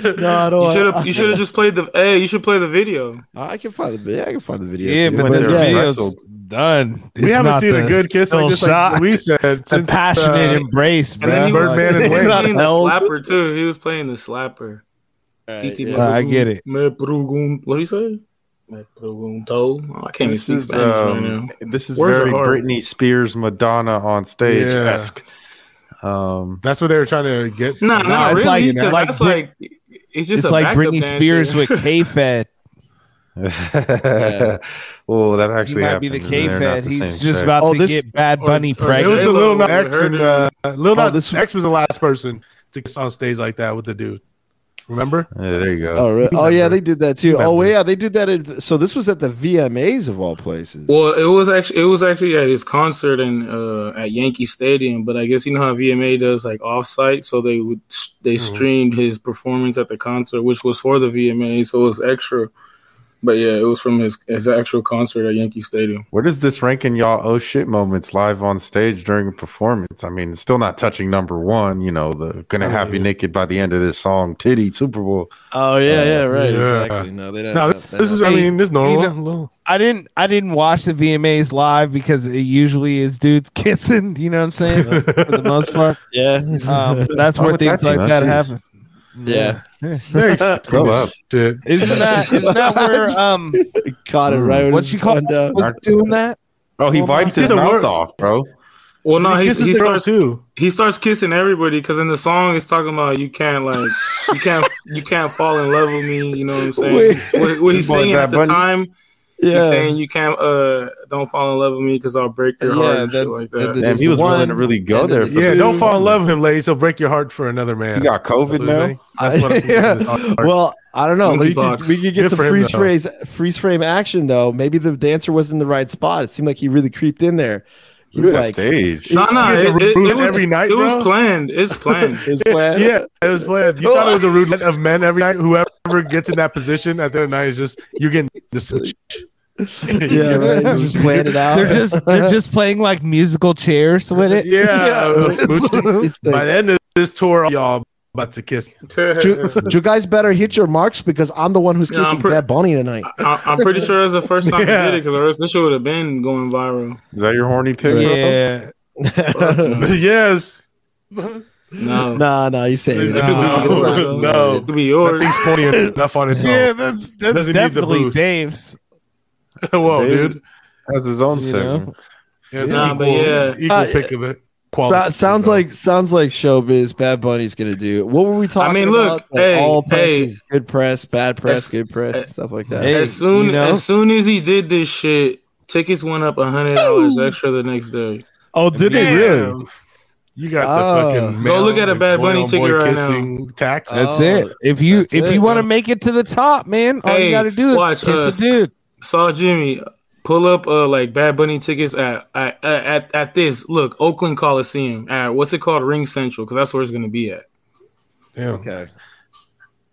C: picture.
E: no,
G: You
E: I
D: Oh,
E: don't.
G: should have. You should have just played the. Hey, you should play the video.
E: I can find the video. I can find the video.
D: Yeah,
E: too.
D: but
F: When
D: the
F: they're
D: video's
F: wrestled.
D: done.
C: we
D: It's
C: haven't
D: not
C: seen
D: the
C: a good kiss
D: still
C: like this,
D: shot.
C: like we said.
D: The
C: Since,
D: passionate
C: uh,
D: embrace,
C: and
D: bro.
C: then Birdman
G: he
C: and
G: was playing
C: Wayne.
G: the
D: Hell-
G: slapper too. He was playing the slapper. PT
D: yeah. I get it.
G: Me pregun- What do you say? Me preguntó. I can't even
F: This
G: speak
F: is
G: Spanish right
F: um,
G: now.
F: this is
G: Words are
F: very
G: hard.
F: Britney Spears Madonna on stage esque. Um,
C: That's what they were trying to get.
G: No, nah,
D: Nah,
G: not
D: it's
G: really.
D: like-
G: 'cause
D: like
G: that's
D: Brit-
G: like it's just
D: It's
G: a
D: like
G: backup
D: Britney
G: dancer.
D: Spears with K-Fed.
F: Oh, that
D: He
F: actually
D: might be
F: happened.
D: the
F: and they're not
D: K-Fed.
F: the
D: He's
F: same
D: just
F: sex.
D: about
E: Oh,
D: to
E: this-
D: get Bad
G: or-
D: Bunny
G: or-
C: It
D: pregnant.
C: was the
G: J-Lo
C: Lil Nas
G: would have
C: X
G: heard
C: and uh,
G: her.
C: Lil
E: Oh,
C: Nas
E: this-
C: X was the last person to kiss on stage like that with the dude. Remember?
F: Yeah, there you go.
E: Oh, really? oh yeah, they did that too.
C: Remember.
E: Oh well, yeah, they did that. At, so this was at the VMAs of all places.
G: Well, it was actually it was actually at his concert in uh, at Yankee Stadium, but I guess you know how VMA does like offsite, so they would they streamed his performance at the concert, which was for the VMA, so it was extra. But yeah, it was from his his actual concert at Yankee Stadium.
F: Where does this rank in y'all oh shit moments live on stage during a performance? I mean, it's still not touching number one. You know, the
D: Oh,
F: gonna have you naked by the end of this song, titty Super Bowl.
E: Oh yeah, yeah, right.
C: yeah.
E: Exactly. No, they don't.
C: No, this, this is. I
D: Hey,
C: mean, this is normal.
D: you I didn't I didn't watch the VMAs live because it usually is dudes kissing, you know what I'm saying? for the most part.
E: yeah,
D: Um, that's where
F: would that
D: things
F: be?
D: like
F: Oh,
D: that
F: jeez.
D: happen.
E: yeah.
C: Thanks.
F: Grow up.
C: Shit.
D: Isn't that isn't that where um
E: Caught it right. when
D: what you
E: it
D: call
E: went down.
D: was doing that?
F: Oh, he
D: Well,
F: wiped
C: I
F: his
C: did a
F: mouth
C: word-
F: off, bro.
G: Well, no,
C: he
G: he,
C: kisses
G: he
C: the girl
G: starts
C: too.
G: he starts kissing everybody because in the song it's talking about you can't like you can't you can't fall in love with me. You know what I'm saying? What, what he's
F: Boy,
G: saying at
F: Bad
G: the
F: Bunny.
G: time, he's
E: Yeah,
G: saying you can't uh don't fall in love with me because I'll break your
E: Yeah,
G: heart and
E: that-
G: shit like
E: that-
G: that.
E: that-
F: Damn, he was
E: One
F: willing to really go
E: and
F: there.
E: then-
F: For
C: Yeah,
F: the-
C: don't fall in love with him, ladies. He'll break your heart for another man.
F: He got COVID
C: That's what I'm
F: now.
C: saying. That's
E: yeah.
C: what I'm
E: Well, I don't know.
G: Monkey
E: We could,
G: box.
E: we could
C: Good
E: get some
C: for him,
E: freeze
C: though.
E: phrase, freeze frame action though. Maybe the dancer wasn't in the right spot. It seemed like he really creeped in there. He's
F: Look at that
E: like,
F: stage.
G: no, no,
C: You
G: it,
C: get to
G: it- it
C: root
G: was,
C: every night,
G: it was
C: bro?
G: planned. It's planned.
E: his plan.
C: Yeah, it was planned. You thought it was a roulette of men every night. Whoever gets in that position at the end of the night is just you're getting the switch.
E: yeah, right? He just planned it out.
D: They're just they're just playing like musical chairs with it.
C: Yeah, it was smooching.
E: It's
C: By
E: like,
C: the end of this tour, y'all about to kiss.
E: you, you guys better hit your marks because I'm the one who's
G: Yeah, I'm
E: kissing
G: pre-
E: Bad Bunny tonight.
G: I, I'm pretty sure that's the first time
C: Yeah.
G: he did it because this shit would have been going viral.
F: Is that your horny pick? bro?
D: Yeah.
G: Fuck, man.
C: yes.
G: No.
E: Nah, nah, you say
G: It could be
C: No,
G: yours.
C: no.
G: It could be yours.
C: Thing's corny enough on its
D: Yeah,
C: own.
D: that's that's
C: Doesn't need the
D: definitely
C: boost.
D: Dave's.
C: Whoa,
F: Dude.
C: dude.
F: Has his own
E: You
F: segment.
C: Yeah, it's
G: Nah,
C: equal,
G: but yeah.
C: equal
E: Uh,
C: pick of it.
E: So,
C: Quality.
E: sounds
C: though.
E: like sounds like showbiz. Bad Bunny's gonna do. What were we talking?
G: mean, look,
E: about? Like,
G: hey,
E: all press
G: hey.
E: is good press, bad
G: That's-
E: press,
G: eh,
E: good press, and stuff like that.
G: as soon
E: you know?
G: as soon as he did this shit, tickets went up hundred dollars extra the next day.
E: oh, did they really?
C: You got
E: Ah.
C: the fucking male
G: look at a Bad Bunny ticket
C: boy-on-boy
G: right now.
C: kissing Tax.
E: That's
D: That's
E: Oh,
D: it. If you
E: that's
D: if
E: it,
D: you want to
E: bro.
D: make it to the top, man, all you
G: Hey,
D: got to do is
G: watch
D: kiss
G: us.
D: a dude.
G: Saw Jimmy pull up uh like Bad Bunny tickets at at at, at this look Oakland Coliseum at what's it called Ring Central because that's where it's gonna be at.
C: Damn.
E: Okay.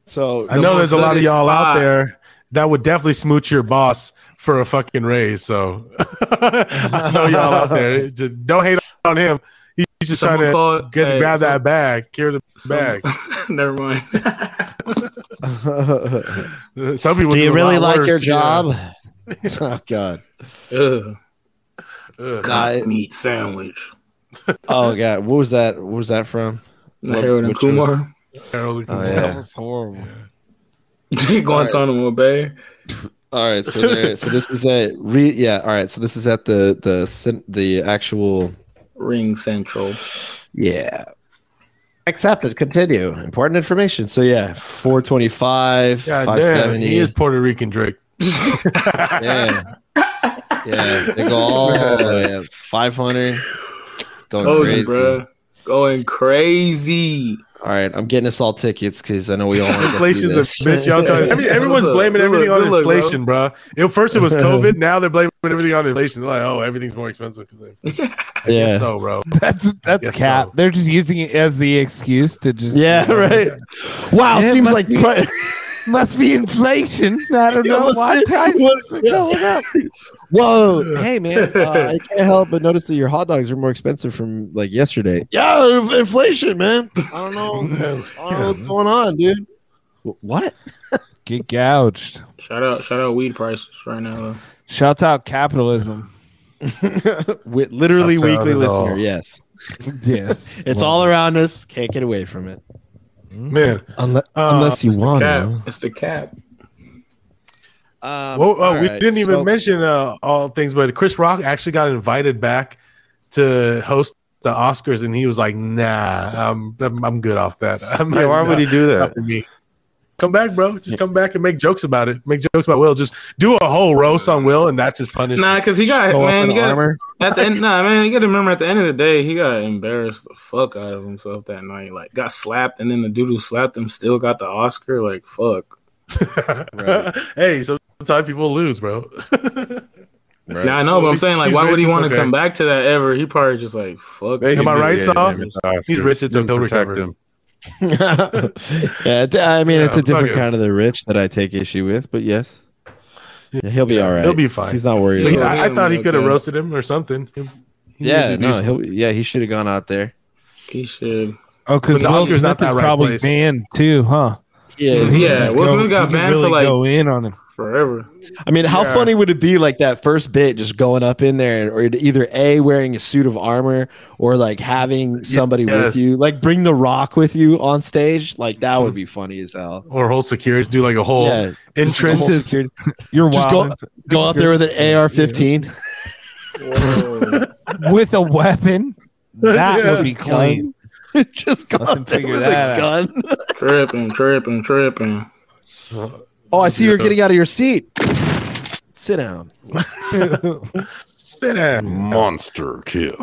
E: So
C: I know there's a lot of
G: most
C: y'all out
G: spot.
C: there that would definitely smooch your boss for a fucking raise. So I know y'all out there. Just don't hate on him. He's just
G: Someone
C: trying to
G: called-
C: get
G: hey,
C: grab that
G: some-
C: bag, clear the
G: some-
C: bag.
G: Never mind.
C: Some people
E: do you
C: a
E: really
C: lot
E: like
C: worse,
E: your
C: yeah.
E: job? oh God.
G: Ugh,
C: Ugh.
E: I-
G: meat sandwich.
E: oh God. What was that? What was that from? What-
G: Harold and
E: which was-
G: Kumar.
C: Harold
E: Oh,
C: Kumar.
E: yeah.
D: That's horrible.
G: Guantanamo Bay.
E: All right, so there, so this is at re yeah. All right, so this is at the the cin- the actual
G: Ring Central.
E: yeah. Accepted. Continue. Important information. So yeah, four twenty five,
C: God
E: five
C: damn, he
E: seventy.
C: is Puerto Rican Drake.
E: Yeah, yeah. They go all five hundred. Going
G: Told
E: crazy.
G: you, bro. Going crazy.
E: All right, I'm getting us all tickets because I know we all want to
C: Inflation's a
E: this.
C: bitch. Y'all trying. Every, everyone's
G: Look, look,
C: blaming everything on
G: look, look, bro.
C: inflation, bro. It, first it was COVID. Now they're blaming everything on inflation. They're like, oh, everything's more expensive because of inflation.
E: yeah,
C: So, bro.
D: That's that's
C: Guess
D: cap.
C: so.
D: They're just using it as the excuse to just
E: yeah, right.
D: Wow,
E: Yeah, it
D: seems
E: must
D: like
E: be-
D: pri- must be inflation. I don't
E: Yeah,
D: know
E: must
D: why
E: be-
D: prices
E: what-
D: are going up.
E: Whoa, hey man, uh, I can't help but notice that your hot dogs are more expensive from like yesterday. Yeah, inf- inflation, man. I don't know. I don't know what's going on, dude. Wh- What?
D: Get gouged.
G: Shout out, shout out weed prices right now.
D: Shouts out capitalism.
E: Wi- literally
F: That's
E: weekly
F: out at all.
E: listener. Yes,
D: Yes,
E: it's all around us. Can't get away from it
C: Man.
E: unless,
C: Uh,
E: unless you want
G: Cap.
E: to.
G: It's the cap.
E: Um,
C: Well, uh,
E: all
C: we
E: right,
C: didn't even
E: so-
C: mention uh, all things, but Chris Rock actually got invited back to host the Oscars, and he was like, "Nah, I'm I'm, I'm good off that." I'm
F: Yeah,
C: like,
F: why
C: "Nah,
F: would he do
C: not
F: that?
C: for me." Come back, bro. Just come back and make jokes about it. Make jokes about Will. Just do a whole roast on Will, and that's his punishment.
G: Nah, cause he got
E: Go up
G: man.
E: in
G: He got,
E: armor.
G: at the end, nah, man. You got to remember, at the end of the day, he got embarrassed the fuck out of himself that night. Like, got slapped, and then the dude who slapped him still got the Oscar. Like, fuck.
E: Right.
C: hey, sometimes people lose, bro.
E: Right.
G: Yeah, I know, but I'm saying, like,
C: He's
G: why
C: rich,
G: would he
C: it's
G: want to
C: okay.
G: come back to that ever? He probably just like, fuck.
F: They
G: it.
C: Am I right,
F: humiliated
C: Saul?
F: him at the
C: He's
F: Oscars.
C: rich, it's
F: Didn't
C: okay,
F: protect
C: recover.
F: him.
E: yeah, d- I mean, it's
C: Yeah,
E: a different
C: fuck it.
E: kind of the rich that I take issue with, but yes. Yeah, he'll be all right.
C: he'll be fine.
E: He's not worried.
G: Yeah,
E: about
G: he'll
E: it.
G: be
C: I, I thought he
G: okay.
C: could have roasted him or something. He- he
E: Yeah,
C: needed to do
E: no,
C: something.
E: he'll yeah, he should have gone out there.
G: He should.
D: Oh, because
C: But the
D: Will
C: Oscars
D: Smith
C: not that
D: is
C: right
D: probably
C: place.
D: banned too, huh?
E: Yeah,
G: So
D: he
G: yeah,
D: can just
G: Will
D: go-
G: Smith got
D: he can
G: banned for,
D: really
G: like-
D: go in on him.
G: Forever.
E: I mean, how
C: Yeah.
E: funny would it be like that first bit just going up in there or to either A wearing a suit of armor or like having somebody
C: yes.
E: with you, like bring the rock with you on stage? Like that would be funny as hell.
C: or whole security do like a whole
E: Yeah.
C: entrance.
E: Just go-
D: You're
E: Just go,
D: wild
E: go out there with an AR 15.
D: with a weapon. That
C: Yeah.
D: would be clean.
E: just go
D: Let them
E: out there
D: figure
E: with
D: that
E: a
D: out.
E: gun.
G: tripping, tripping, tripping.
E: Oh, I see you're getting out of your seat. Sit down.
C: Sit down.
F: Monster kill.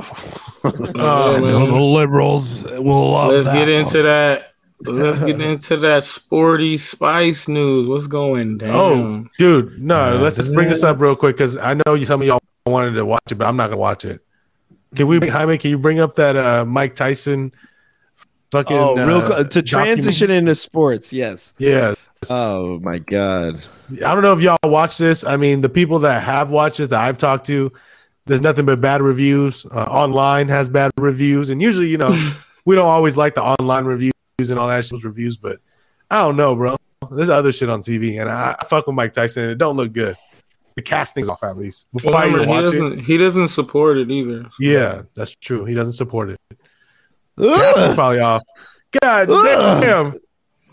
G: Yeah, man.
D: the liberals will love
G: Let's
D: that.
G: get into that. Let's get into that sporty spice news. What's going
C: Oh,
G: down?
C: dude, no.
E: Uh,
C: let's just bring this up real quick because I know you some of y'all wanted to watch it, but I'm not gonna watch it. Can we, Jaime? Can you bring up that uh, Mike Tyson? Fucking
E: Oh, real
C: uh,
E: co- to
C: document-
E: transition into sports. Yes.
C: Yeah,
E: Oh my God.
C: I don't know if y'all watch this. I mean, the people that have watched this that I've talked to, there's nothing but bad reviews. Uh, online has bad reviews, and usually, you know, we don't always like the online reviews and all that shit's reviews. But I don't know, bro. There's other shit on TV, and I, I fuck with Mike Tyson, and it don't look good. The casting's off at least before I even
G: Remember, he
C: watch it.
G: doesn't. He doesn't support it either.
C: Yeah, that's true. He doesn't support it. Gas is probably off. God
E: Ugh.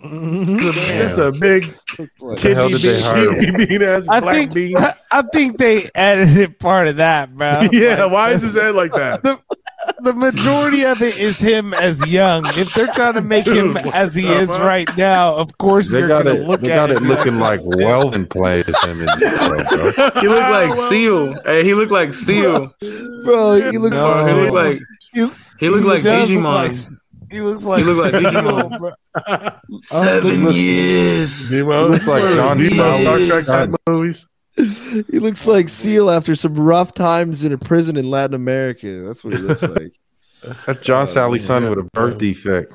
E: Mm-hmm.
C: damn. It's a big
F: the hell
C: kidney
F: did they hire
C: bean, kidney bean ass
D: I
C: black
D: think
C: bean.
D: I think they edited part of that, bro.
C: Yeah,
D: Like,
C: why is his head like that?
D: the, the majority of it is him as young. If they're trying to make him
C: Dude,
D: as he
C: what the
D: is
C: fuck?
D: right now, of course
F: They
D: you're
F: got
D: gonna
F: it.
D: look
F: They
D: at
F: got it looking like Weldon plays him. In this show, bro.
G: He looked like Seal. Hey, he looked like Seal.
E: bro. He looks
G: He
D: No.
G: looked like he looked like
D: does look
G: Digimon.
D: like s- he looks like,
G: looks like
D: Seal,
G: Digimon.
D: bro.
E: Seven
G: years.
C: Demo
F: Looks like John
C: Demo Star
F: Cena's
C: Trek type
F: son.
C: movies.
E: he looks like Seal after some rough times in a prison in Latin America. That's what he looks like.
F: That's John Sally's son with a birth defect.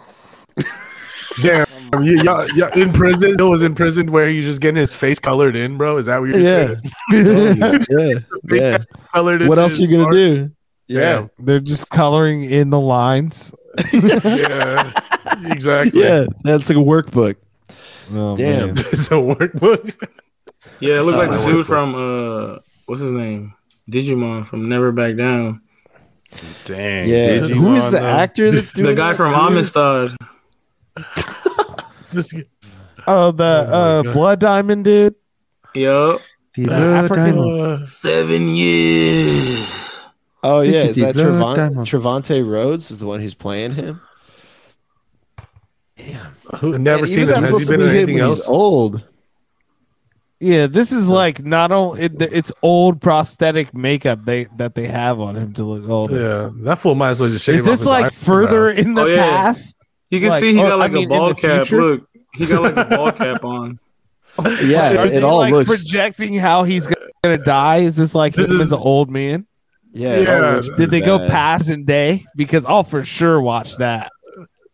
C: Damn, you, y'all, y'all in prison. It was in prison where he's just getting his face colored in, bro. Is that what you're
E: Yeah.
C: saying?
E: yeah,
C: Face
E: yeah.
C: colored in
E: What else
C: his
E: are you gonna
C: heart?
E: do? Yeah,
C: Damn.
D: They're just coloring in the lines.
C: Yeah, exactly.
E: yeah. That's like a workbook.
D: Oh, man.
E: Damn.
C: it's a workbook.
G: Yeah, it looked like the dude from uh, what's his name? Digimon from Never Back Down.
F: Dang.
E: Yeah,
F: Digimon,
E: who is the
F: though.
E: actor that's doing
G: the guy
E: that,
G: from
E: dude?
G: Amistad.
C: This-
D: Oh, the uh, blood diamond dude.
G: Yup.
E: The
D: Uh,
E: Blood
D: African-
E: Diamond.
G: Seven years.
E: Oh yeah, is
I: Dickety
E: that
I: Blood
E: Trevante,
I: Diamond.
E: Trevante Rhodes is the one who's playing him?
C: who never
E: Man,
C: seen
E: even
C: him?
E: that's
C: Has he
E: supposed
C: been
E: to
C: in
E: him
C: anything
E: when he's
C: else?
E: Old.
D: Yeah, this is like not only it, it's old prosthetic makeup they that they have on him to look old.
C: Yeah, that fool might as well just shave.
D: Is this like further in the
G: Oh, yeah.
D: past?
G: You can
D: Like,
G: see he
D: or-
G: got like
D: I mean, in
G: a ball
D: the
G: cap.
D: future?
G: Look, he got like a ball cap on.
E: Yeah,
D: Is
E: it
D: he
E: all
D: like
E: looks.
D: projecting how he's gonna die? Is this like
C: This
D: him
C: is-
D: as an old man?
E: yeah, it all
C: Yeah.
E: looks
D: Did they
E: pretty
D: go
E: bad.
D: past in day? Because I'll for sure watch that.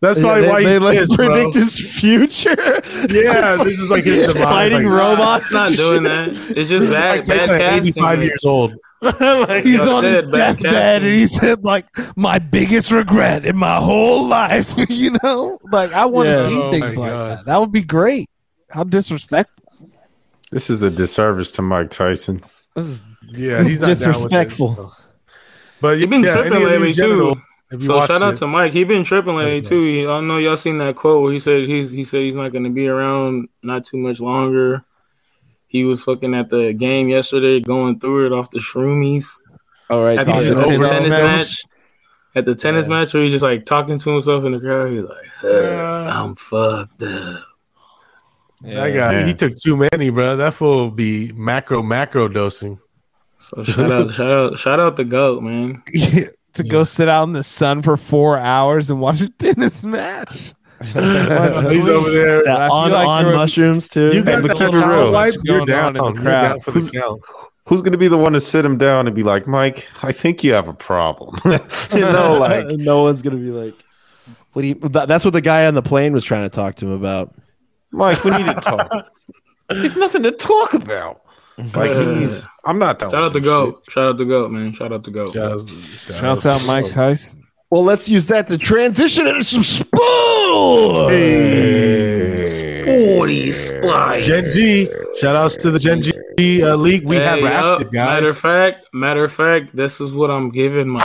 C: That's
E: Yeah,
C: probably
E: they,
C: why
E: they
C: he's
E: like
C: pissed, bro.
E: predict his future.
C: Yeah, this is like his demise.
D: Fighting
C: like,
D: robots.
G: It's not doing that. It's just bad,
C: Like, Tyson
G: bad
C: at
G: casting.
C: 85 years old. Like,
D: He's
G: Yeah,
D: on his
G: dead, bad
D: deathbed and
G: casting.
D: he said like my biggest regret in my whole life. you know, like I want to
E: Yeah.
D: see
C: Oh,
D: things
C: my
D: like
C: God.
D: that. That would be great. How disrespectful!
F: This is a disservice to Mike Tyson.
E: This is
C: yeah, he's not down with it.
E: Disrespectful.
C: But
G: He been
C: yeah,
G: tripping
C: any of
G: lately,
C: in general,
G: too.
C: if you
G: So
C: watch
G: shout out
C: it-
G: to Mike. He been tripping lately too. He- I know y'all seen that quote where he said he's he said he's not going to be around not too much longer. He was fucking at the game yesterday, going through it off the shroomies
E: all right.
G: at
E: this is
G: the
E: a
G: over
E: tennis
G: tennis
E: match.
G: match. At the tennis match, where he's just like talking to himself in the crowd, he's like, "Huh, "I'm fucked up."
C: that guy,
F: Yeah.
C: he took too many, bro. That fool will be macro macro dosing.
G: So shout out, shout out, shout out the goat, man.
D: to go sit out in the sun for four hours and watch a tennis match. Uh,
C: he's over there.
E: Yeah,
D: I feel
E: on
D: like
E: on
D: you're-
E: mushrooms too.
C: You got
F: but
C: the
F: keep it
C: total
F: real.
C: wipe. You're
D: What's going
C: down.
D: on in the
C: You're
D: crowd?
C: down Oh, for the count.
F: Who's going to be the one to sit him down and be like, Mike, I think you have a problem? you know, like,
E: no one's gonna be like, what do you? That, that's what the guy on the plane was trying to talk to him about.
F: Mike, we need to talk. There's nothing to talk about. Like, he's, I'm not telling
G: Shout out the
F: him
G: goat. Shout out the goat, man. Shout out the goat.
C: Shouts-
D: Shouts out Mike Tyson.
E: Well, let's use that to transition into some sports.
G: Forty spice.
C: Gen Z. Shout outs to the Gen Z uh, league. We have
G: Hey,
C: rafted,
G: yup. Matter of
C: guys.
G: fact, matter of fact, this is what I'm giving my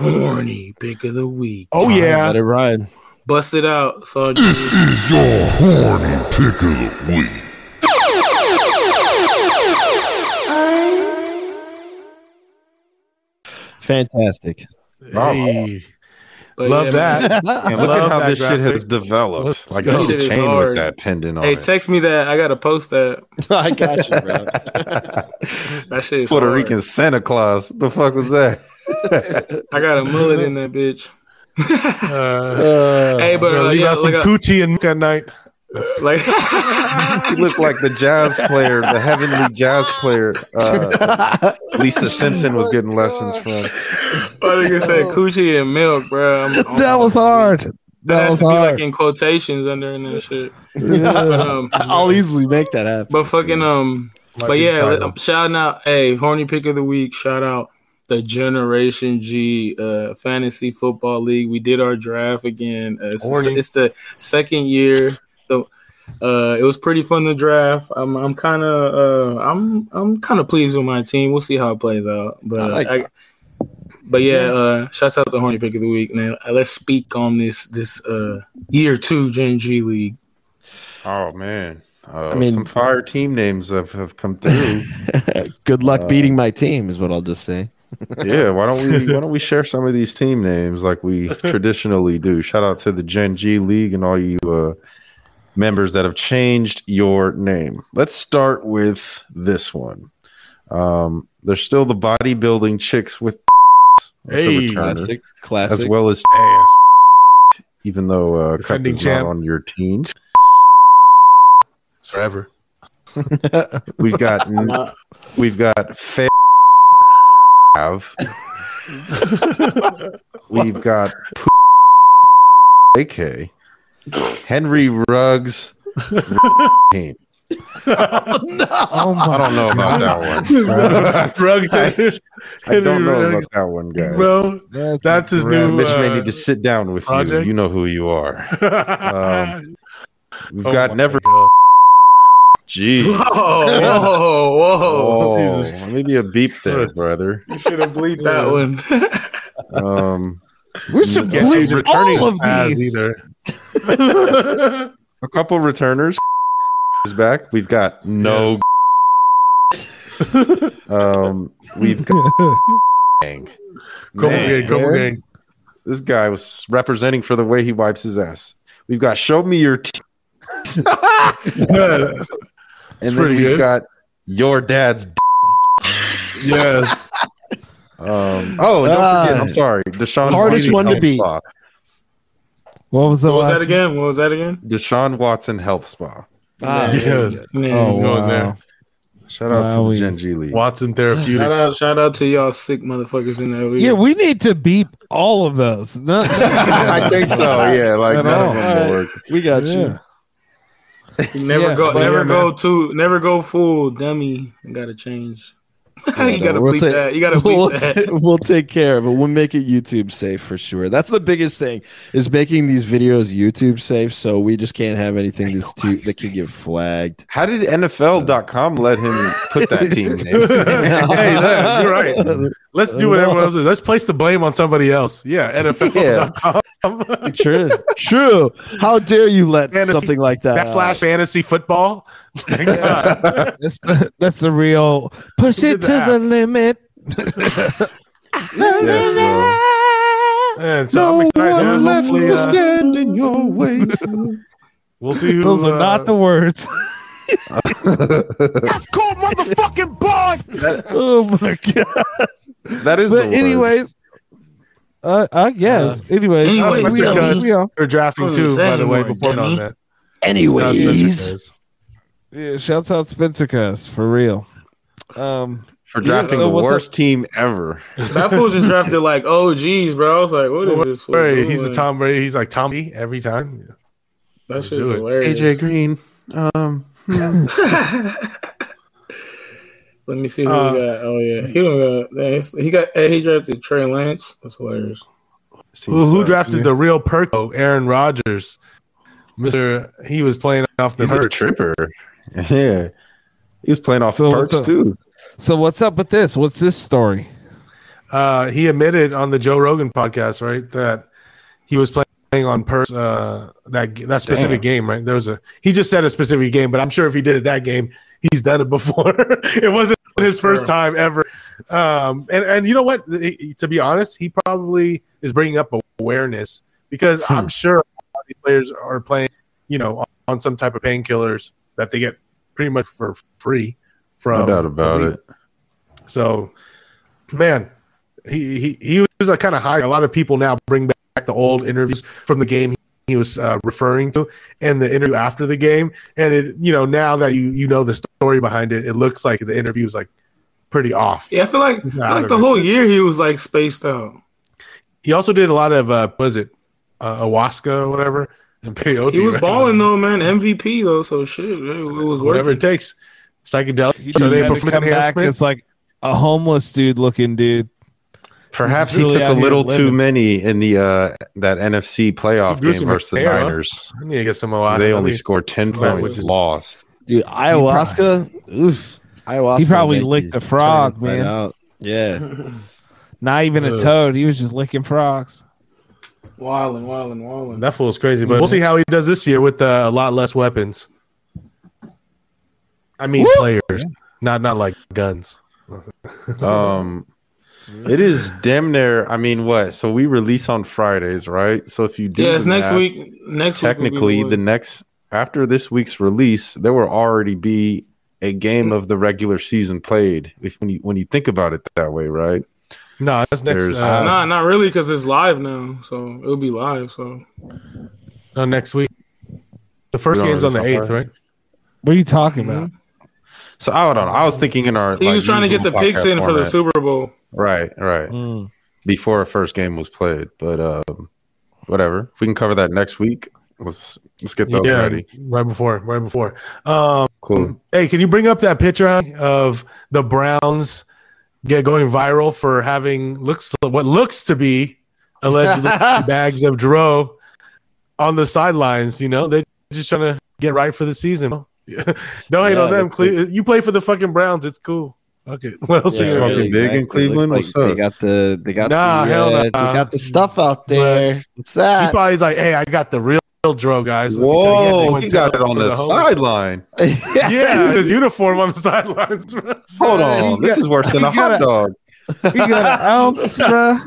G: horny pick of the week.
C: Oh yeah,
E: Let it ride.
G: Bust it out, so
B: Your horny pick of the week.
E: Fantastic.
C: Hey, love that.
F: Shit. Man, look
C: Love
F: at how
C: that
F: this shit has
C: graphic.
F: developed.
C: Let's
F: like,
C: go.
F: there's
G: Shit
F: a
G: is
F: chain
G: hard.
F: with that pendant on
G: Hey,
F: it.
G: text me that. I gotta post that.
E: I got you, bro.
G: That shit is
F: Puerto
G: hard.
F: Rican Santa Claus. The fuck was that?
G: I got a mullet in that bitch.
C: Uh,
E: Uh,
G: Hey, but
C: gonna
G: uh,
C: leave
G: yeah,
C: out some
G: like, uh,
C: coochie and milk at night.
G: like
F: He looked like the jazz player, the heavenly jazz player. Uh, Lisa Simpson was getting lessons from.
G: my nigga said, coochie and milk, bro. I'm- I'm-
D: That was hard.
G: That
D: That
G: has
D: was
G: to be like
D: hard.
G: in quotations under and that shit. But, um,
E: I'll easily make that happen.
G: But fucking um, but
C: be
G: yeah,
C: title.
G: I'm shouting out. Hey, horny pick of the week. Shout out the Generation G uh, Fantasy Football League. We did our draft again. Uh, it's,
C: Horny.
G: it's the second year. The uh, it was pretty fun to draft. I'm I'm kind of uh, I'm I'm kind of pleased with my team. We'll see how it plays out. But
E: I like
G: I,
E: that.
G: But yeah, uh, shouts out to Horny Pick of the Week. Now uh, let's speak on this this uh, year two Gen G League.
F: Oh man, uh,
E: I mean-
F: some fire team names have, have come through.
E: Good luck beating my team is what I'll just say.
F: yeah, why don't we why don't we share some of these team names like we traditionally do? Shout out to the Gen G League and all you uh, members that have changed your name. Let's start with this one. Um, there's still the bodybuilding chicks with That's a
C: Hey.
F: returner.
E: Classic, classic.
F: as well as even though uh, Cup
C: Defending
F: is not
C: champ.
F: on your team.
C: forever.
F: We've got n- we've got fair have. we've got P- AK Henry Ruggs team.
D: Oh my!
F: I don't know about that one.
C: Ruggs.
F: I don't know about that one, guys.
C: Bro,
D: That's,
C: that's his
F: Miss
C: new.
F: may
C: uh,
F: need to sit down with
C: project?
F: you. You know who you are. Um, we've
C: Oh
F: got
C: my
F: never.
C: God.
F: Jeez.
G: Oh, whoa, whoa!
F: Oh,
C: Jesus
F: maybe a beep there,
C: Christ.
F: brother.
C: You should have bleeped
G: That one.
F: Um,
D: we should
C: Can't change
D: believe
C: returning
D: all of
C: paths
D: these.
C: either.
F: a couple returners is back. We've got no. um, we've got gang.
C: Go
F: Man,
C: gang, go gang.
F: This guy was representing for the way he wipes his ass. We've got show me your teeth,
C: Yeah,
F: and then
C: pretty
F: we've
C: good.
F: got your dad's. D-
C: yes.
F: um, oh, and don't forget,
E: Ah.
F: I'm sorry, Deshaun.
E: Hardest
F: Watson
E: one to
F: Health
E: beat.
F: Spa.
D: What was the
G: What was
D: last
G: that again? What was that again?
F: Deshaun Watson Health Spa.
E: Ah,
C: Yes.
G: Yeah,
D: Oh,
G: he's going
D: wow.
G: there.
F: Shout out to
D: Wowie.
F: the Gen G League.
C: Watson Therapeutics.
G: Shout out, shout out to y'all sick motherfuckers in there.
D: Yeah, we need to beep all of those. No,
F: I think so. Yeah, like
D: At
F: none of
D: all.
F: them work.
E: we got
D: yeah.
E: you.
G: never
D: Yeah,
G: go,
D: but
G: never
D: yeah,
G: go too, never go full dummy. You gotta change. you gotta
E: We'll
G: bleep
E: take-
G: that. You gotta bleep
E: we'll,
G: that.
E: ta- we'll take care of it. We'll make it YouTube safe for sure. That's the biggest thing is making these videos YouTube safe. So we just can't have anything that's too, that can get flagged.
F: How did NFL.com let him put that team name?
C: hey, look, you're right. Let's do what everyone else is. Let's place the blame on somebody else. Yeah, NFL.com
E: True. True. How dare you let
C: Fantasy
E: something like that?
C: backslash
E: out?
C: fantasy football. Thank God.
D: That's the, that's a real push
C: Look
D: it
C: at
D: to
C: the app.
D: the limit.
F: Yes, bro.
C: And so I'm excited. man. Hopefully, uh,
E: stand in your way.
C: we'll see who.
D: Those
C: uh,
D: are not the words. That's called motherfucking boy. oh my god!
F: That is.
D: But
F: the word.
D: anyways, uh, I guess. Anyways,
G: Anyways,
D: I think we are-
C: dummy.
D: we are-
C: They're drafting
G: What
C: too,
G: was
C: by
G: that
C: the way.
G: anymore,
C: Before
G: dummy?
C: on that.
E: Anyways,
D: yeah, shouts out Spencer Cuss for real. Um,
F: for
D: Yeah,
F: drafting
D: so
F: the
D: what's up?
F: worst team ever.
G: That fool just drafted like, oh geez, bro. I was like, what is this? fool
C: Right, he's a
G: doing?
C: Tom Brady. He's like Tommy every time.
G: That shit's
C: do it.
G: hilarious.
F: AJ Green. Um,
G: Let me see who
C: Uh,
G: he got. Oh yeah, he don't got. dang, it's- He got. Hey, he drafted Trey Lance. That's hilarious.
C: Who, who drafted the real Perko? Oh, Aaron Rodgers. Mister, he was playing off the
F: He's a
C: hurt.
F: tripper. Yeah, he was playing off
D: So what's
F: parts
D: up?
F: too.
D: so what's up with this? What's this story?
C: Uh, he admitted on the Joe Rogan podcast, right, that he was playing on purse uh, that that specific game. Right, there was a he just said a specific game, but I'm sure if he did it that game, he's done it before. it wasn't his first time ever. Um, and and you know what? He- To be honest, he probably is bringing up awareness because
F: Hmm.
C: I'm sure a lot of these players are playing, you know, on some type of painkillers that they get pretty much for free from
F: No doubt about it.
C: so, man, he he, he was a kind of high. A lot of people now bring back the old interviews from the game he was uh, referring to, and the interview after the game. And it, you know, now that you you know the story behind it, it looks like the interview is like pretty off.
G: Yeah, I feel like
C: Nah, I
G: like the
C: don't know.
G: whole year he was like spaced out.
C: He also did a lot of uh, was it uh, Awaska or whatever, and peyote.
G: He was
C: right?
G: balling though, man. MVP though, so shit, it, it was
C: whatever
G: working.
C: it takes. Psychedelic.
D: He
C: Are
D: just
C: they
D: had to
C: performance
D: come back
C: enhancement?
D: as like a homeless dude looking dude.
F: Perhaps
D: really
F: he
D: out
F: took a
D: here
F: little
D: living.
F: too many in the uh, that NFC playoff
C: He grew
F: game
C: some
F: versus the
C: hair, huh?
F: Niners.
C: I need to get some Awaska.
F: They
C: I
F: only
C: mean,
F: scored ten
C: Well,
F: points,
C: which is-
F: lost.
E: dude, ayahuasca. oof, ayahuasca.
D: He probably
E: make
D: licked
E: you
D: the frog,
E: turn inside
D: man.
E: out. Yeah.
D: Not even a
C: Ugh.
D: toad. He was just licking frogs.
G: Wilding, wilding, wilding.
C: That fool's crazy, but we'll see how he does this year with uh, a lot less weapons. I mean, players, not not like guns.
F: um it is damn near i mean what so we release on fridays right so if you do
G: yeah,
F: the
G: it's next
F: math,
G: week. Next
F: technically
G: week will be
F: the next after this week's release there will already be a game of the regular season played if when you when you think about it that way right
C: No, that's next.
F: There's-
C: Uh,
G: nah, not really, because it's live now, so it'll be live. So
C: no, next week. The first
F: We don't
C: game's on the
F: release on
C: eighth, right?
D: What are you talking about?
C: Mm-hmm.
F: so i don't know i was thinking in our
G: he
F: like,
G: was trying to get the
F: usual
G: picks
F: podcast
G: in for the
F: format.
G: Super Mm. Bowl.
F: right right before a first game was played but um whatever if we can cover that next week let's let's get those ready
C: right before, right before. Um,
F: cool
C: Hey, can you bring up that picture huh, of the Browns get going viral for having looks what looks to be allegedly bags of Dro on the sidelines? You know, they're just trying to get right for the season. Don't hate
E: Yeah,
C: on them.
E: that's it.
C: Cle- you play for the fucking Browns. It's cool. Okay. What else
F: Yeah,
C: are you gonna
F: fucking
C: do?
F: big in
E: Looks
F: Cleveland?
E: like
F: What's
E: they
F: up?
E: got the they got
C: Nah,
E: the,
C: hell
E: uh,
C: nah.
E: they got the stuff out there. What's that?
C: He probably's like, hey, I got the real, real Dro, guys. Let me show you. Yeah, they
F: Whoa,
C: went
F: he
C: to
F: got it on the
C: home.
F: sideline.
C: Yeah, with his uniform on the sidelines. bro.
F: Hold on, this is worse than a hot dog.
D: He got an ounce, bruh.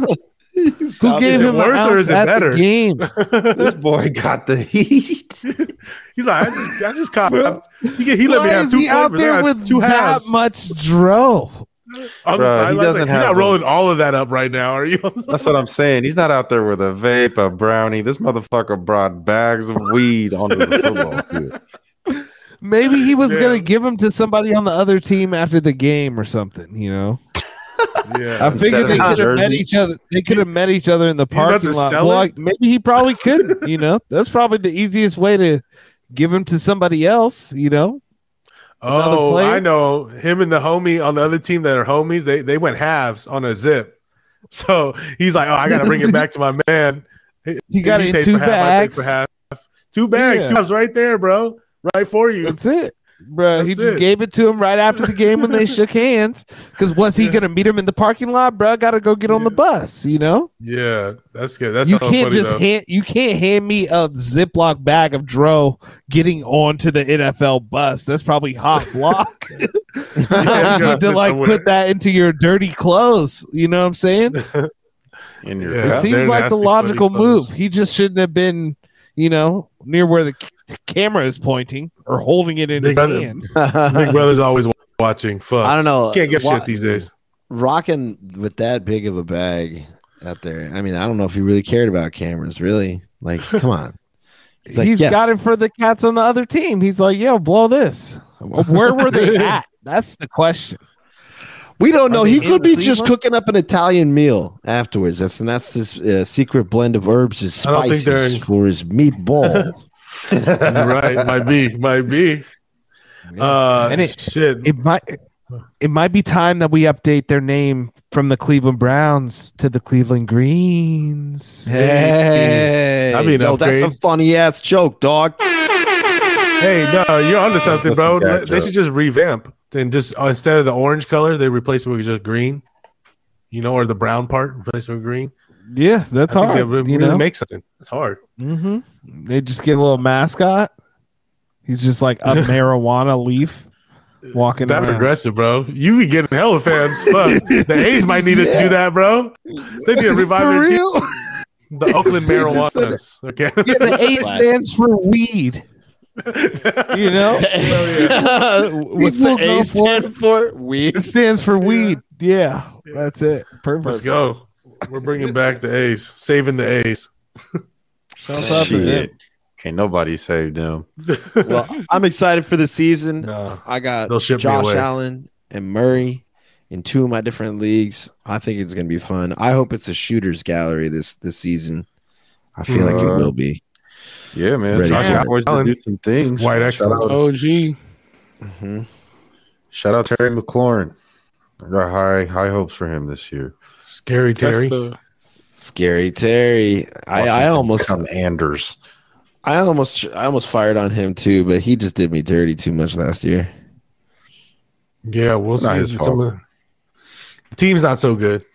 D: Who gave
C: Is it
D: him an
C: worse
D: ounce
C: or is it
D: at
C: better?
D: the game?
F: This boy got the heat.
C: He's like, I just, I just caught.
D: Bro.
C: He, get- he let
D: Why
C: me have
D: is
C: two
D: he out
C: flavors. I
D: there
C: got
D: with
C: two
D: that
C: halves.
D: much dro?
F: Bruh,
C: on the
F: he
C: sideline. Like,
F: doesn't
C: You're
F: have
C: not
F: them.
C: rolling all of that up right now, are you?
F: That's what I'm saying. He's not out there with a vape, a brownie. This motherfucker brought bags of weed onto the football field.
D: Maybe he was
C: Yeah.
D: gonna give him to somebody on the other team after the game or something. You know,
C: yeah.
D: I figured
F: of
D: they
F: his
D: could have met
F: jersey.
D: each other. They could have met each other in the
C: You about
D: parking
C: to
D: lot.
C: sell
D: Well,
C: it?
D: like, maybe he probably couldn't. You know, that's probably the easiest way to give him to somebody else. You know, another
C: Oh,
D: player?
C: I know him and the homie on the other team that are homies. They they went halves on a zip, so he's like, oh, I got to bring it back to my man.
D: he got it in
C: paid
D: two
C: for half, I paid for
D: bags.
C: half. Two bags,
D: Yeah.
C: two halves right there, bro. Right for you.
D: That's it. Bro, he
C: That's
D: just
C: it.
D: gave it to him right after the game when they shook hands. Because was he going to meet him in the parking lot, bro? Got to go get on the bus. You know,
C: Yeah, that's good. That's
D: you
C: so
D: can't
C: funny,
D: just
C: though.
D: hand you can't hand me a Ziploc bag of dro getting onto the NFL bus. That's probably hot block.
C: Yeah,
D: you
C: gotta
D: need to
C: put
D: like
C: somewhere.
D: put that into your dirty clothes. You know what I'm saying?
F: In your
C: Yeah.
D: it
F: yeah.
D: seems
C: they're
D: like the
C: nasty, sweaty
D: logical move.
C: clothes.
D: He just shouldn't have been, you know, near where the c- camera is pointing or holding it in
C: They
D: his
C: got
D: hand.
C: him. Big brother's always wa- watching. Fuck,
E: I don't know.
C: can't get
E: Why-
C: shit these days.
E: Rocking with that big of a bag out there. I mean, I don't know if he really cared about cameras. Really, like, come on.
D: He's
E: He's like, yes.
D: got it for the cats on the other team. He's like, yo, blow this. Where were they at? That's the question.
E: We don't know.
D: they
E: He
D: in
E: could be just
D: Cleveland?
E: cooking up an Italian meal afterwards. That's and that's this uh, secret blend of herbs and
C: I don't think they're
E: spices
C: in-
E: for his meatball.
C: You're right, might be, might be. Uh,
D: And it-
C: shit.
D: It might it might be time that we update their name from the Cleveland Browns to the Cleveland Greens.
E: hey,
C: That'd be an
E: no, that's a
C: upgrade.
E: funny ass joke, dog.
C: Hey, no, you're onto something,
F: That's
C: bro.
F: a bad
C: They
F: joke.
C: should just revamp and just uh, instead of the orange color, they replace it with just green. You know, or the brown part, replace it with green.
D: Yeah, that's
C: I think
D: hard.
C: that would
D: you
C: really
D: know?
C: make something. It's hard.
D: hmm They just get a little mascot. He's just like a marijuana leaf walking
C: That's
D: around.
C: aggressive, bro. You be getting hella fans. Fuck, the A's might need to do that, bro. They need to revive
D: For
C: their team.
D: real?
C: The Oakland
D: They just said
C: Marijuanas. Okay.
D: Yeah, the A stands for weed. You know,
E: What's
D: People
E: the
D: go
E: A
D: for it.
E: stand for? Weed.
D: it stands for weed. Yeah, that's it.
C: Let's
D: Perfect.
C: go. We're bringing back the A's, saving the A's.
D: Shouts out to them.
F: Shit. Can't nobody save them.
E: Well, I'm excited for the season.
C: Nah.
E: I got
C: They'll ship me
E: Josh
C: away.
E: Allen and Murray in two of my different leagues. I think it's going to be fun. I hope it's a shooters gallery this this season. I feel like it
F: Uh,
E: will be.
F: Yeah, man.
E: Ready
F: Josh
C: for it.
F: Allen to do some things.
C: White
F: shout, out,
C: excellence.
G: OG.
E: Mhm.
F: shout out Terry McLaurin. I got high high hopes for him this year.
C: Scary
G: That's
C: Terry.
G: the,
E: Scary Terry. I, I
F: Washington
E: almost
F: become Anders.
E: I almost I almost fired on him too, but he just did me dirty too much last year.
C: Yeah, we'll
F: Not
C: see.
F: his
C: Some
F: fault.
C: of the the team's not so good.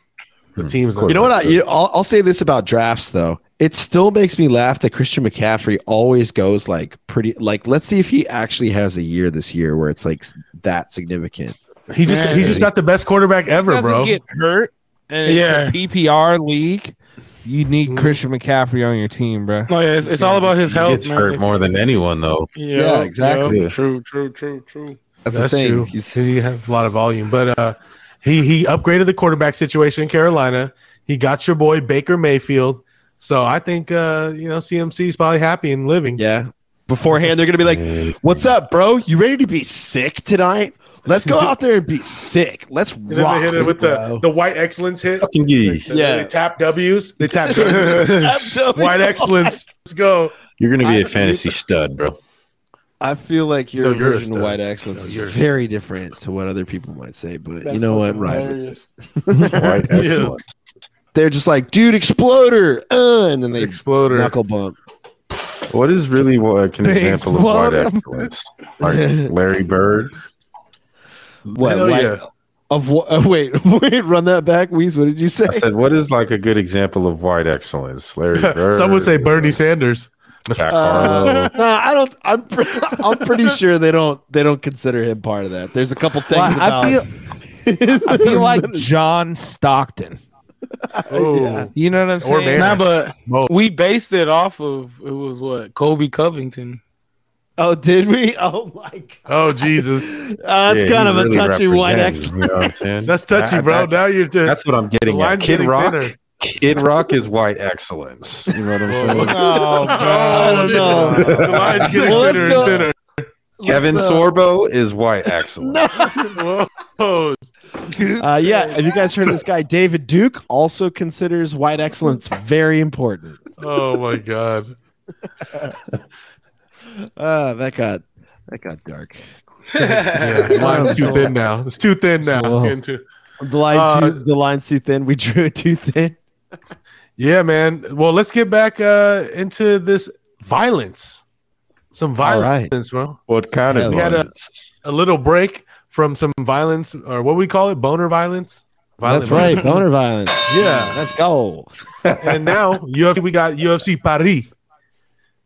C: The teams.
E: You know what? I, you, I'll, I'll say this about drafts though. It still makes me laugh that Christian McCaffrey always goes like pretty like. Let's see if he actually has a year this year where it's like s- that significant.
C: he just
E: Man.
C: he just got the best quarterback ever,
D: doesn't
C: bro.
D: get hurt, and it's
G: Yeah.
D: a PPR league. You need Christian McCaffrey on your team, bro.
G: No, yeah, it's, it's all about his
F: He
G: health.
F: gets
G: man.
F: hurt
G: If-
F: more than anyone though.
G: Yeah,
E: Yeah, exactly.
G: yeah. True, true, true, true.
E: That's,
C: That's
E: the thing.
C: true.
E: He's-
C: he has a lot of volume, but uh, he he upgraded the quarterback situation in Carolina. He got your boy Baker Mayfield. So I think uh, you know CMC's probably happy and living.
E: Yeah. Beforehand, they're gonna be like, "What's up, bro? You ready to be sick tonight? Let's go out there and be sick. Let's
C: And then
E: rock."
C: they hit it with the,
E: bro."
C: the white excellence hit.
F: Fucking ye.
E: Yeah.
C: They tap W's. They tap W's. white excellence. Let's go.
F: You're gonna be
E: I-
F: a fantasy stud, bro.
E: I feel like your
C: No, you're a
E: version of
C: stud.
E: white excellence
C: No,
E: is
C: you're a
E: very different to what other people might say, but
G: That's
E: you know what?
G: fucking
E: Right? With it.
G: hilarious.
F: Right?
C: Yeah.
F: Excellent.
E: They're just like, "Dude, exploder!" Uh, and then they
C: Exploder.
E: knuckle bump.
F: What is really what an
D: They
F: example of
D: explode
F: white
D: him.
F: excellence? Like Larry Bird.
E: What?
C: Hell
E: like,
C: yeah.
E: Of what? Uh, wait, wait. Run that back, Weez. What did you say?
F: I said, what is like a good example of white excellence? Larry Bird.
C: Some would say Bernie Sanders.
F: Jack
E: Uh,
F: Harlow.
E: no, I don't. I'm. pre- I'm pretty sure they don't. They don't consider him part of that. There's a couple things
D: Well,
E: about.
D: I feel I feel like John Stockton.
C: Oh,
D: You know what I'm
C: Or
D: saying?
G: Nah,
C: Barry.
G: but
C: Mo-
G: we based it off of it was what Kobe Covington.
E: oh, did we? Oh my god, Uh,
C: oh Jesus.
E: that's
F: Yeah,
E: kind
F: he
E: of
F: really
E: a touchy
F: represents,
E: white excellence.
F: You know what I'm saying?
C: That's touchy,
F: That-
C: bro.
F: that-
C: now you're just
F: that's what I'm getting
C: The
F: at.
C: line's
F: Kid
C: getting
F: Rock.
C: thinner.
F: Kid Rock is white excellence. You know what I'm saying?
D: Oh,
E: I
D: God.
E: don't know.
C: the line's getting
E: Well, let's
C: thinner
E: go-
C: and thinner.
F: Kevin
E: Let's, uh,
F: Sorbo is white excellence.
C: Whoa.
E: Uh, yeah, have you guys heard of this guy? David Duke also considers white excellence very important.
C: Oh my God.
E: Uh, that got that got dark.
C: Yeah, the line's too thin now. It's too thin now. It's
D: Slow.
C: getting too-
E: The line
C: Uh,
E: too, the line's too thin. We drew it too thin.
C: Yeah, man. Well, let's get back uh, into this violence. Some
E: All right.
C: violence, bro.
F: what kind of
E: We
C: had a-
F: violence?
C: A little break from some violence, or what we call it, boner violence.
E: That's right, boner violence.
C: Yeah.
E: let's go.
C: and now UFC, we got UFC Paris.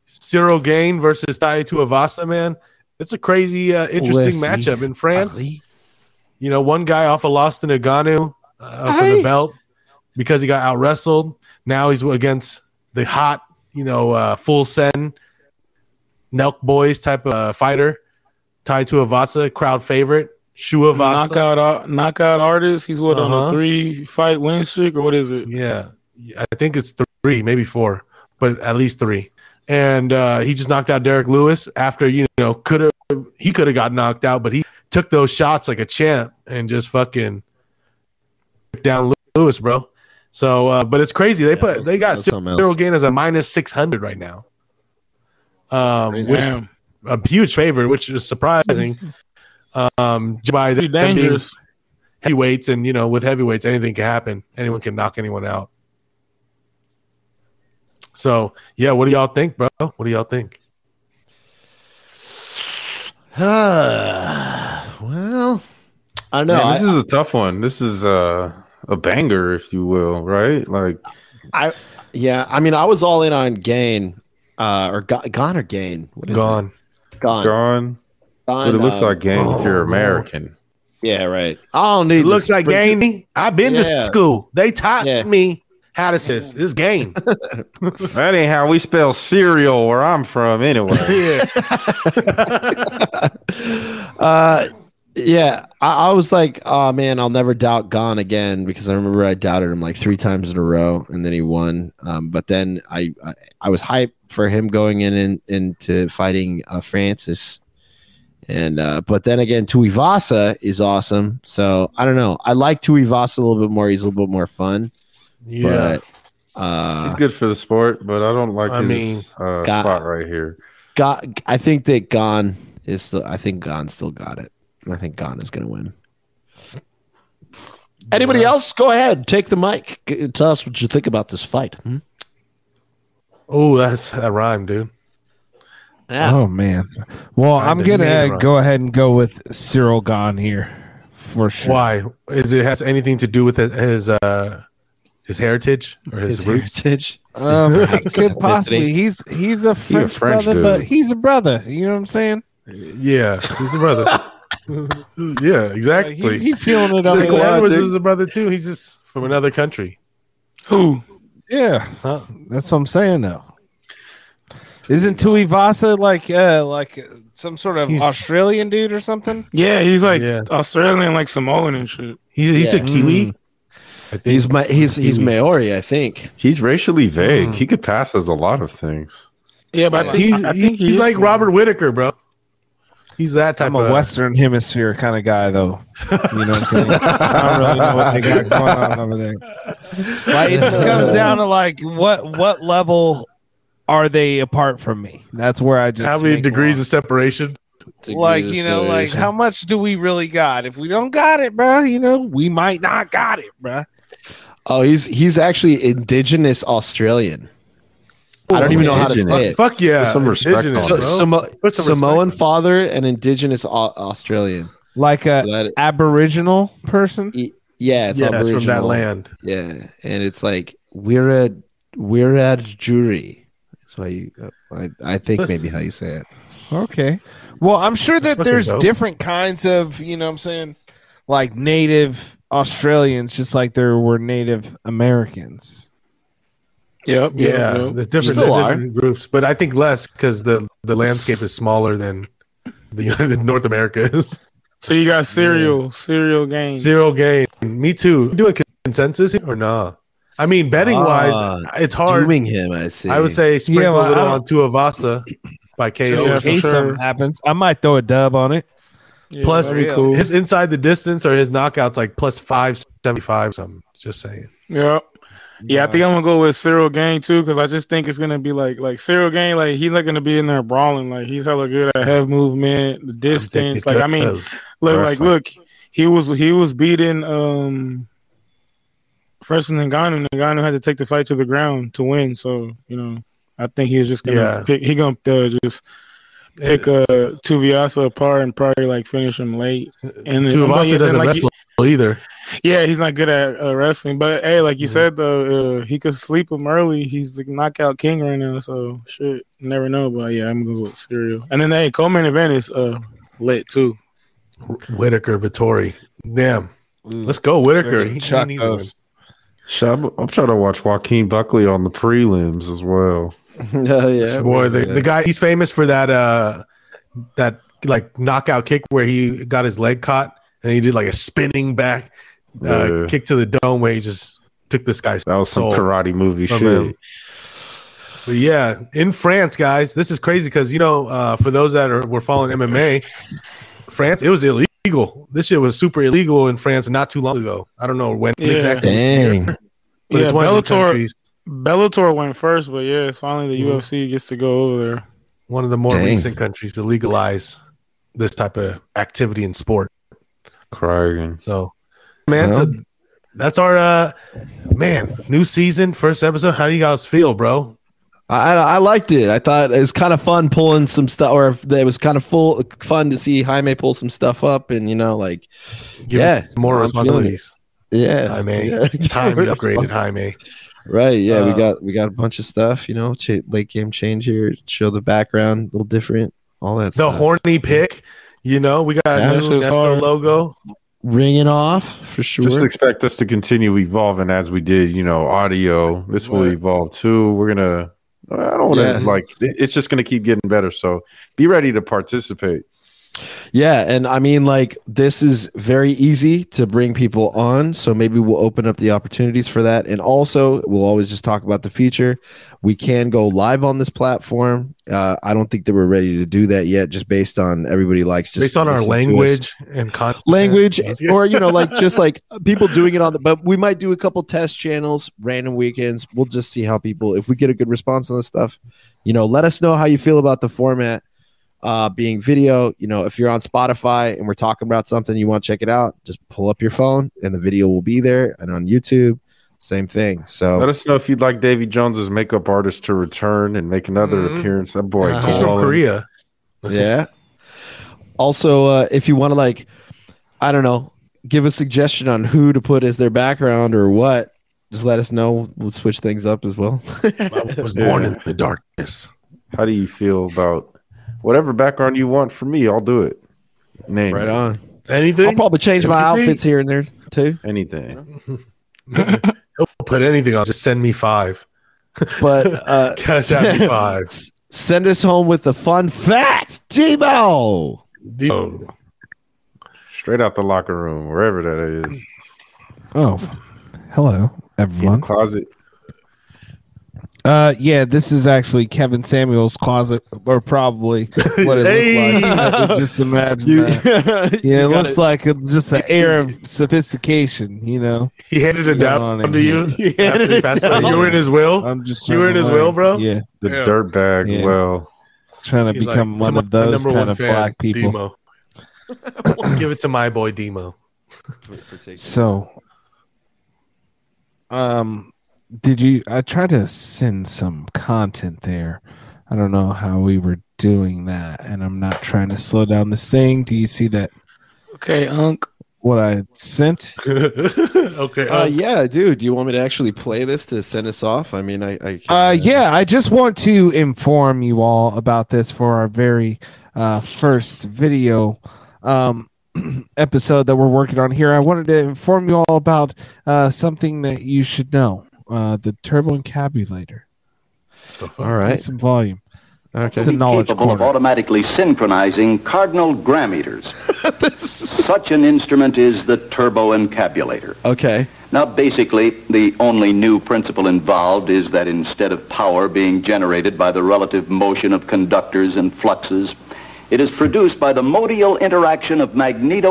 C: Cyril Gain versus Tai Tuivasa, man. It's a crazy, uh, interesting
E: UFC
C: matchup in France.
E: Paris.
C: You know, one guy off a loss to Nagano uh, for the belt because he got out wrestled. Now he's against the hot, you know, uh, full send, Nelk boys type of uh, fighter. Tai Tuivasa, crowd favorite. Shuavasa.
G: Knockout, ar- knockout artist. He's what on
C: Uh-huh.
G: a three fight win streak or what is it?
C: Yeah, I think it's three, maybe four, but at least three. And uh, he just knocked out Derek Lewis after you know could have he could have got knocked out, but he took those shots like a champ and just fucking took down Lewis, bro. So, uh, but it's crazy. They put
E: that was-
C: they
E: that
C: got
E: was something
C: Cyril
E: else.
C: Gain as a minus six hundred right now. Um, which
G: Damn,
C: a huge favorite, which is surprising. um, by
G: pretty
C: them being
G: dangerous.
C: heavyweights, and you know, with heavyweights, anything can happen. Anyone can knock anyone out. So, yeah, what do y'all think, bro? What do y'all think?
E: Ah, well, I don't know.
F: Man,
E: I-
F: this is a tough one. This is uh, a banger, if you will, right? Like,
E: I yeah, I mean, I was all in on Gain, uh, or Go- Gone or Gain. What is
C: Gone.
E: it? Gone.
F: John,
E: Gone,
F: what it looks
E: uh,
F: like, gang, if you're American.
E: Yeah, right. I don't need.
C: It looks
E: to
C: like
E: sprinkle-
C: gamey. I've been
E: Yeah.
C: to school. They taught
E: Yeah.
C: me how to say this. This game.
F: That ain't how we spell cereal where I'm from, anyway.
C: yeah.
E: Uh, yeah, I, I was like, oh man, I'll never doubt Gone again because I remember I doubted him like three times in a row, and then he won. Um, but then I, I, I was hyped for him going in and into fighting uh, Francis. And uh, but then again, Tuivasa is awesome. So I don't know. I like Tuivasa a little bit more. He's a little bit more fun.
C: Yeah.
E: But, uh,
F: He's good for the sport, but I don't like
C: I
F: his
C: mean,
F: uh,
E: God.
F: spot right here.
E: Ga- I think that Gon is still. I think Gon still got it. I think Gon is going to win. Anybody else? Go ahead, take the mic. G- Tell us what you think about this fight. hmm?
C: Oh, that's that rhyme, dude.
E: Yeah.
D: Oh man. Well, I'm
C: Kinda.
D: gonna
C: He made it
D: uh,
C: right.
D: go ahead and go with Cyril Gone here for sure.
C: Why is it has anything to do with his, his uh, his heritage or his,
E: His
C: roots.
E: heritage.
D: Um,
E: His
D: could
E: ethnicity.
D: possibly. He's he's a French,
F: French
D: brother,
F: dude.
D: but he's a brother. You know what I'm saying?
C: Yeah, he's a brother. yeah, exactly.
D: He, he feeling it
F: Sick
D: up.
C: Michael
F: logic.
C: Edwards is a brother too. He's just from another country.
G: Who?
D: Yeah, huh, that's what I'm saying though. Isn't Tui Vasa like uh like uh, some sort of
C: He's-
D: Australian dude or something?
G: Yeah, he's like
C: Yeah.
G: Australian, like Samoan and shit.
C: He's, he's a
E: Yeah.
C: Kiwi.
D: Mm.
E: He's my he's he's Maori, I think.
F: He's racially vague. He could pass as a lot of things.
G: Yeah, but I think,
C: He's
G: I think he
C: he's
G: is
C: like
G: Samoan.
C: Robert Whitaker, bro. He's that type
D: I'm a
C: of
D: Western Hemisphere kind of guy, though. You know what I'm saying? I don't really know what they got going on over there. Like, it just comes down to like what what level are they apart from me? That's where I just
C: How many
D: make
C: degrees
D: law.
C: of separation?
D: like you know like how much do we really got? If we don't got it, bro, you know we might not got it, bro.
E: Oh, he's he's actually indigenous Australian. I don't even know how to say it.
C: Fuck yeah!
F: Put some respect
C: Indigenous,
F: on it.
E: So,
C: bro.
E: Samo-
C: Put some
E: Samoan
C: respect on it.
E: father and indigenous Au- Australian.
D: Like uh, a
E: So that-
D: Aboriginal person.
E: y- yeah, it's
C: yes, from that
E: Aboriginal.
C: land.
E: Yeah, and it's like we're a we're a jury. That's why you. I, I think maybe how you say it.
D: Okay. Well, I'm sure that
C: fucking
D: there's
C: dope.
D: different kinds of, you know what I'm saying, like native Australians, just like there were native Americans.
G: Yep.
C: Yeah,
G: yep, yep.
C: there's different,
E: Still
C: there's
E: are.
C: different groups, but I think less because the the landscape is smaller than the United North America is.
G: So you got cereal, cereal game.
C: Zero gain. Me too. We Doing consensus here or nah? I mean, betting
E: Ah,
C: wise, it's hard.
E: Dooming him, I see.
C: I would say sprinkle
D: Yeah, well,
C: a little
D: I don't-
C: on Tuavasa by KO.
D: Just
G: yeah,
D: in
G: for
D: case
G: sure.
D: something happens, I might throw a dub on it.
G: Yeah,
C: Plus,
G: that'd be
C: his inside the distance or his knockouts like plus five seventy five. Something. Just saying.
G: Yep. Yeah, I think I'm gonna go with Cyril Gang too, because I just think it's gonna be like like Cyril Gang, like he's not gonna be in there brawling. Like he's hella good at head movement, the distance. Like I mean, look, like
F: Wrestling.
G: look, he was he was beating um Preston Ngannou. Ngannou had to take the fight to the ground to win. So you know, I think he was just gonna
C: Yeah.
G: pick. He gonna uh, just pick uh Tuviasa apart and probably like finish him late. And then- but yeah,
C: Tuavasa
G: then,
C: doesn't
G: like,
C: wrestle either.
G: yeah, he's not good at uh, wrestling, but hey, like you
C: Mm-hmm.
G: said, though, uh, he could sleep him early. He's the knockout king right now, so shit, you never know. But yeah, I'm gonna go with cereal. And then hey, Coleman event is uh, lit too.
C: Whitaker, Vittori. Damn. Let's go, Whitaker. He,
D: Chuck
C: he needs a win.
D: those.
F: Shit, I'm, I'm trying to watch Joaquin Buckley on the prelims as well.
E: oh, yeah,
C: Boy, the, the guy he's famous for that uh that like knockout kick where he got his leg caught and he did like a spinning back uh,
F: Yeah.
C: kick to the dome where he just took this guy's
F: That was some
C: soul.
F: karate movie
C: Oh,
F: shit.
C: man. But yeah, in France, guys, this is crazy because you know, uh, for those that are were following MMA, France, it was illegal. This shit was super illegal in France not too long ago. I don't know when
G: Yeah.
C: exactly,
E: dang.
C: but
G: yeah,
C: it's one of the
G: Bellator.
C: countries,
G: Bellator went first, but yeah, it's finally the UFC gets to go over there.
C: one of the more
E: Dang.
C: recent countries to legalize this type of activity in sport.
F: Crying.
C: So, man,
E: Well.
C: so that's our uh, man new season first episode. How do you guys feel, bro?
E: I, I I liked it. I thought it was kind of fun pulling some stuff, or it was kind of full fun to see Jaime pull some stuff up, and you know, like
C: Give
E: Yeah,
C: me more
E: I'm
C: responsibilities,
E: yeah,
C: Jaime.
E: yeah.
C: It's time you upgraded, Jaime.
E: right? Yeah,
C: Uh,
E: we got we got a bunch of stuff. You know, cha- late game change here, show the background a little different, all that
C: The
E: stuff.
C: horny pick, you know, we got
E: Yeah.
C: a
G: That
C: new
G: shit's
C: Nesto
G: hard.
C: logo.
E: ringing off for sure.
F: Just expect us to continue evolving as we did, you know, audio. This will
G: Right.
F: evolve too. We're gonna I don't wanna
E: Yeah.
F: like it- it's just gonna keep getting better. So be ready to participate.
E: Yeah, and I mean, like, this is very easy to bring people on, so maybe we'll open up the opportunities for that. And also, we'll always just talk about the future. We can go live on this platform. Uh, I don't think that we're ready to do that yet, just based on everybody likes just
C: Based on our
E: listening to us.
C: language and content.
E: Language,
C: Yeah.
E: or you know, like just like people doing it on the, but we might do a couple test channels, random weekends. We'll just see how people, if we get a good response on this stuff, you know, let us know how you feel about the format uh, being video. You know, if you're on Spotify and we're talking about something you want to check it out, just pull up your phone and the video will be there. And on YouTube, same thing. So
F: Let us know if you'd like Davy Jones's makeup artist to return and make another
C: Mhm.
F: appearance. That boy,
E: Uh-huh.
C: He's from
F: glowing.
C: Korea.
E: yeah. Also, uh, if you want to like, I don't know, give a suggestion on who to put as their background or what, Just let us know. We'll switch things up as well.
K: I was born in the darkness.
F: How do you feel about whatever background you want for me? I'll do it. Name
E: Right
F: it.
E: on.
C: Anything?
E: I'll probably change my
C: Everything?
E: outfits here and there too.
F: anything.
C: Don't put anything on. Just send me five.
E: But uh,
C: Cash out me five.
E: send us home with the fun fact, Debo.
C: Deal.
F: Straight out the locker room, wherever that is.
D: Oh, hello, everyone.
F: Closet.
D: Uh, yeah, this is actually Kevin Samuel's closet, or probably what it
C: Hey!
D: looked like. I would just imagine that. Yeah,
E: yeah,
D: it looks like it's just an air of sophistication, you know.
C: He handed it
D: Got
C: down
D: on in
C: to you.
E: You handed
C: After he
E: it
C: passed
E: down.
C: out. You were in his will.
D: I'm just
C: You
D: trying
C: were in
D: to
C: his
D: learn.
C: will, bro?
D: Yeah,
F: The
C: Yeah.
F: dirt bag.
D: Yeah.
F: Well,
D: trying to
C: He's like,
D: become
C: "To
D: one
C: my-
D: of those
C: my number
D: kind
C: one
D: of
C: fan,
D: black people.
C: Demo. Give it to my boy Demo.
D: So, um, did you? I tried to send some content there. I don't know how we were doing that, and I'm not trying to slow down this thing. Do you see that?
K: Okay, Unc.
D: What I sent?
C: okay.
E: Uh,
C: uh,
E: yeah, dude. Do you want me to actually play this to send us off? I mean, I, I can,
D: Uh, yeah, I just want to inform you all about this for our very uh, first video um, episode that we're working on here. I wanted to inform you all about uh, something that you should know uh, the turbo encabulator.
E: All
D: Put
E: right.
D: Some volume.
E: Okay.
D: It's a knowledge corner.
L: automatically synchronizing cardinal gram meters. Such an instrument is the turbo encabulator.
E: Okay.
L: Now, basically, the only new principle involved is that instead of power being generated by the relative motion of conductors and fluxes, it is produced by the modal interaction of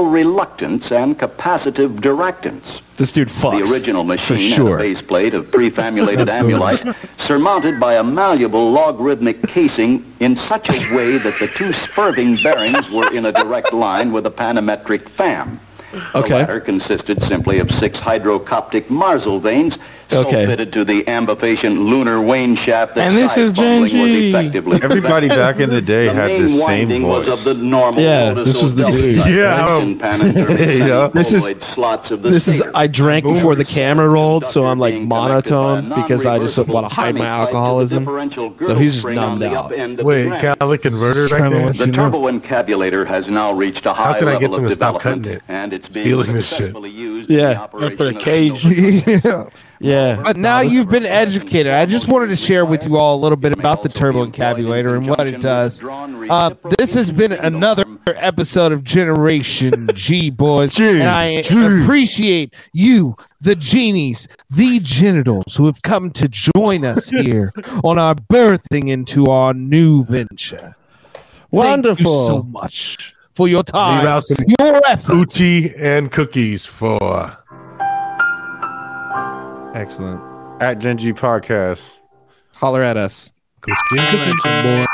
L: magnetoreluctance and capacitive directance.
E: This dude fucks.
L: The original
E: For
L: machine
E: sure.
L: had a base plate of prefamulated
D: Absolutely.
L: amulite surmounted by a malleable logarithmic casing in such a way that the two spurting bearings were in a direct line with a panometric fam. The
E: Okay.
L: latter consisted simply of six hydrocoptic marsal veins so
E: Okay.
L: fitted to the ambifacient lunar wane shaft that
K: And this is
L: side-fumbling was
K: Genji.
L: effectively
F: everybody
L: prevented.
F: back in the day
L: The
F: had
L: main
F: this same
L: winding
F: voice.
L: was of the normal
E: Yeah,
L: modus
E: this was the
L: operandi,
E: dude.
C: Yeah.
L: correct in panem
F: You know?
L: and
E: This is-
L: ovoid slots of the
E: This is
L: sphere.
E: I drank before the camera rolled, so I'm like
L: Being connected by a
E: monotone because I just
L: non-reversible
E: want to hide my
L: timing pipe to the
E: alcoholism.
L: differential
E: So he's
L: girdle
E: just
L: spring on
E: numbed
L: the
E: out.
L: up end of the
C: Wait,
L: ram.
C: Calvin converter right
D: Trying to
C: there?
D: let
L: The
D: you know.
L: turbo encabulator has now reached a
C: How
L: high
C: can I get
L: level
C: them
L: of
C: to stop cutting
L: development,
C: it?
L: and it's being
C: Stealing this shit.
L: successfully used
E: Yeah.
L: in the
E: Gotta
L: operation
K: put a
L: of
K: cage.
L: noble-
D: yeah.
E: Yeah.
D: But Uh, now
L: this-
D: you've been educated. I just wanted to share with you all a little bit about the turbo encabulator and what it does. Uh, this has been another episode of Generation G, boys, and I appreciate you, the genies, the genitals, who have come to join us here on our birthing into our new venture. Thank you
E: Wonderful.
D: so much for your
C: Leave
D: time,
C: out some
D: your effort.
C: booty and cookies for.
E: Excellent.
F: At Gen G Podcast.
E: Holler at us.
C: Christian cookies, boy.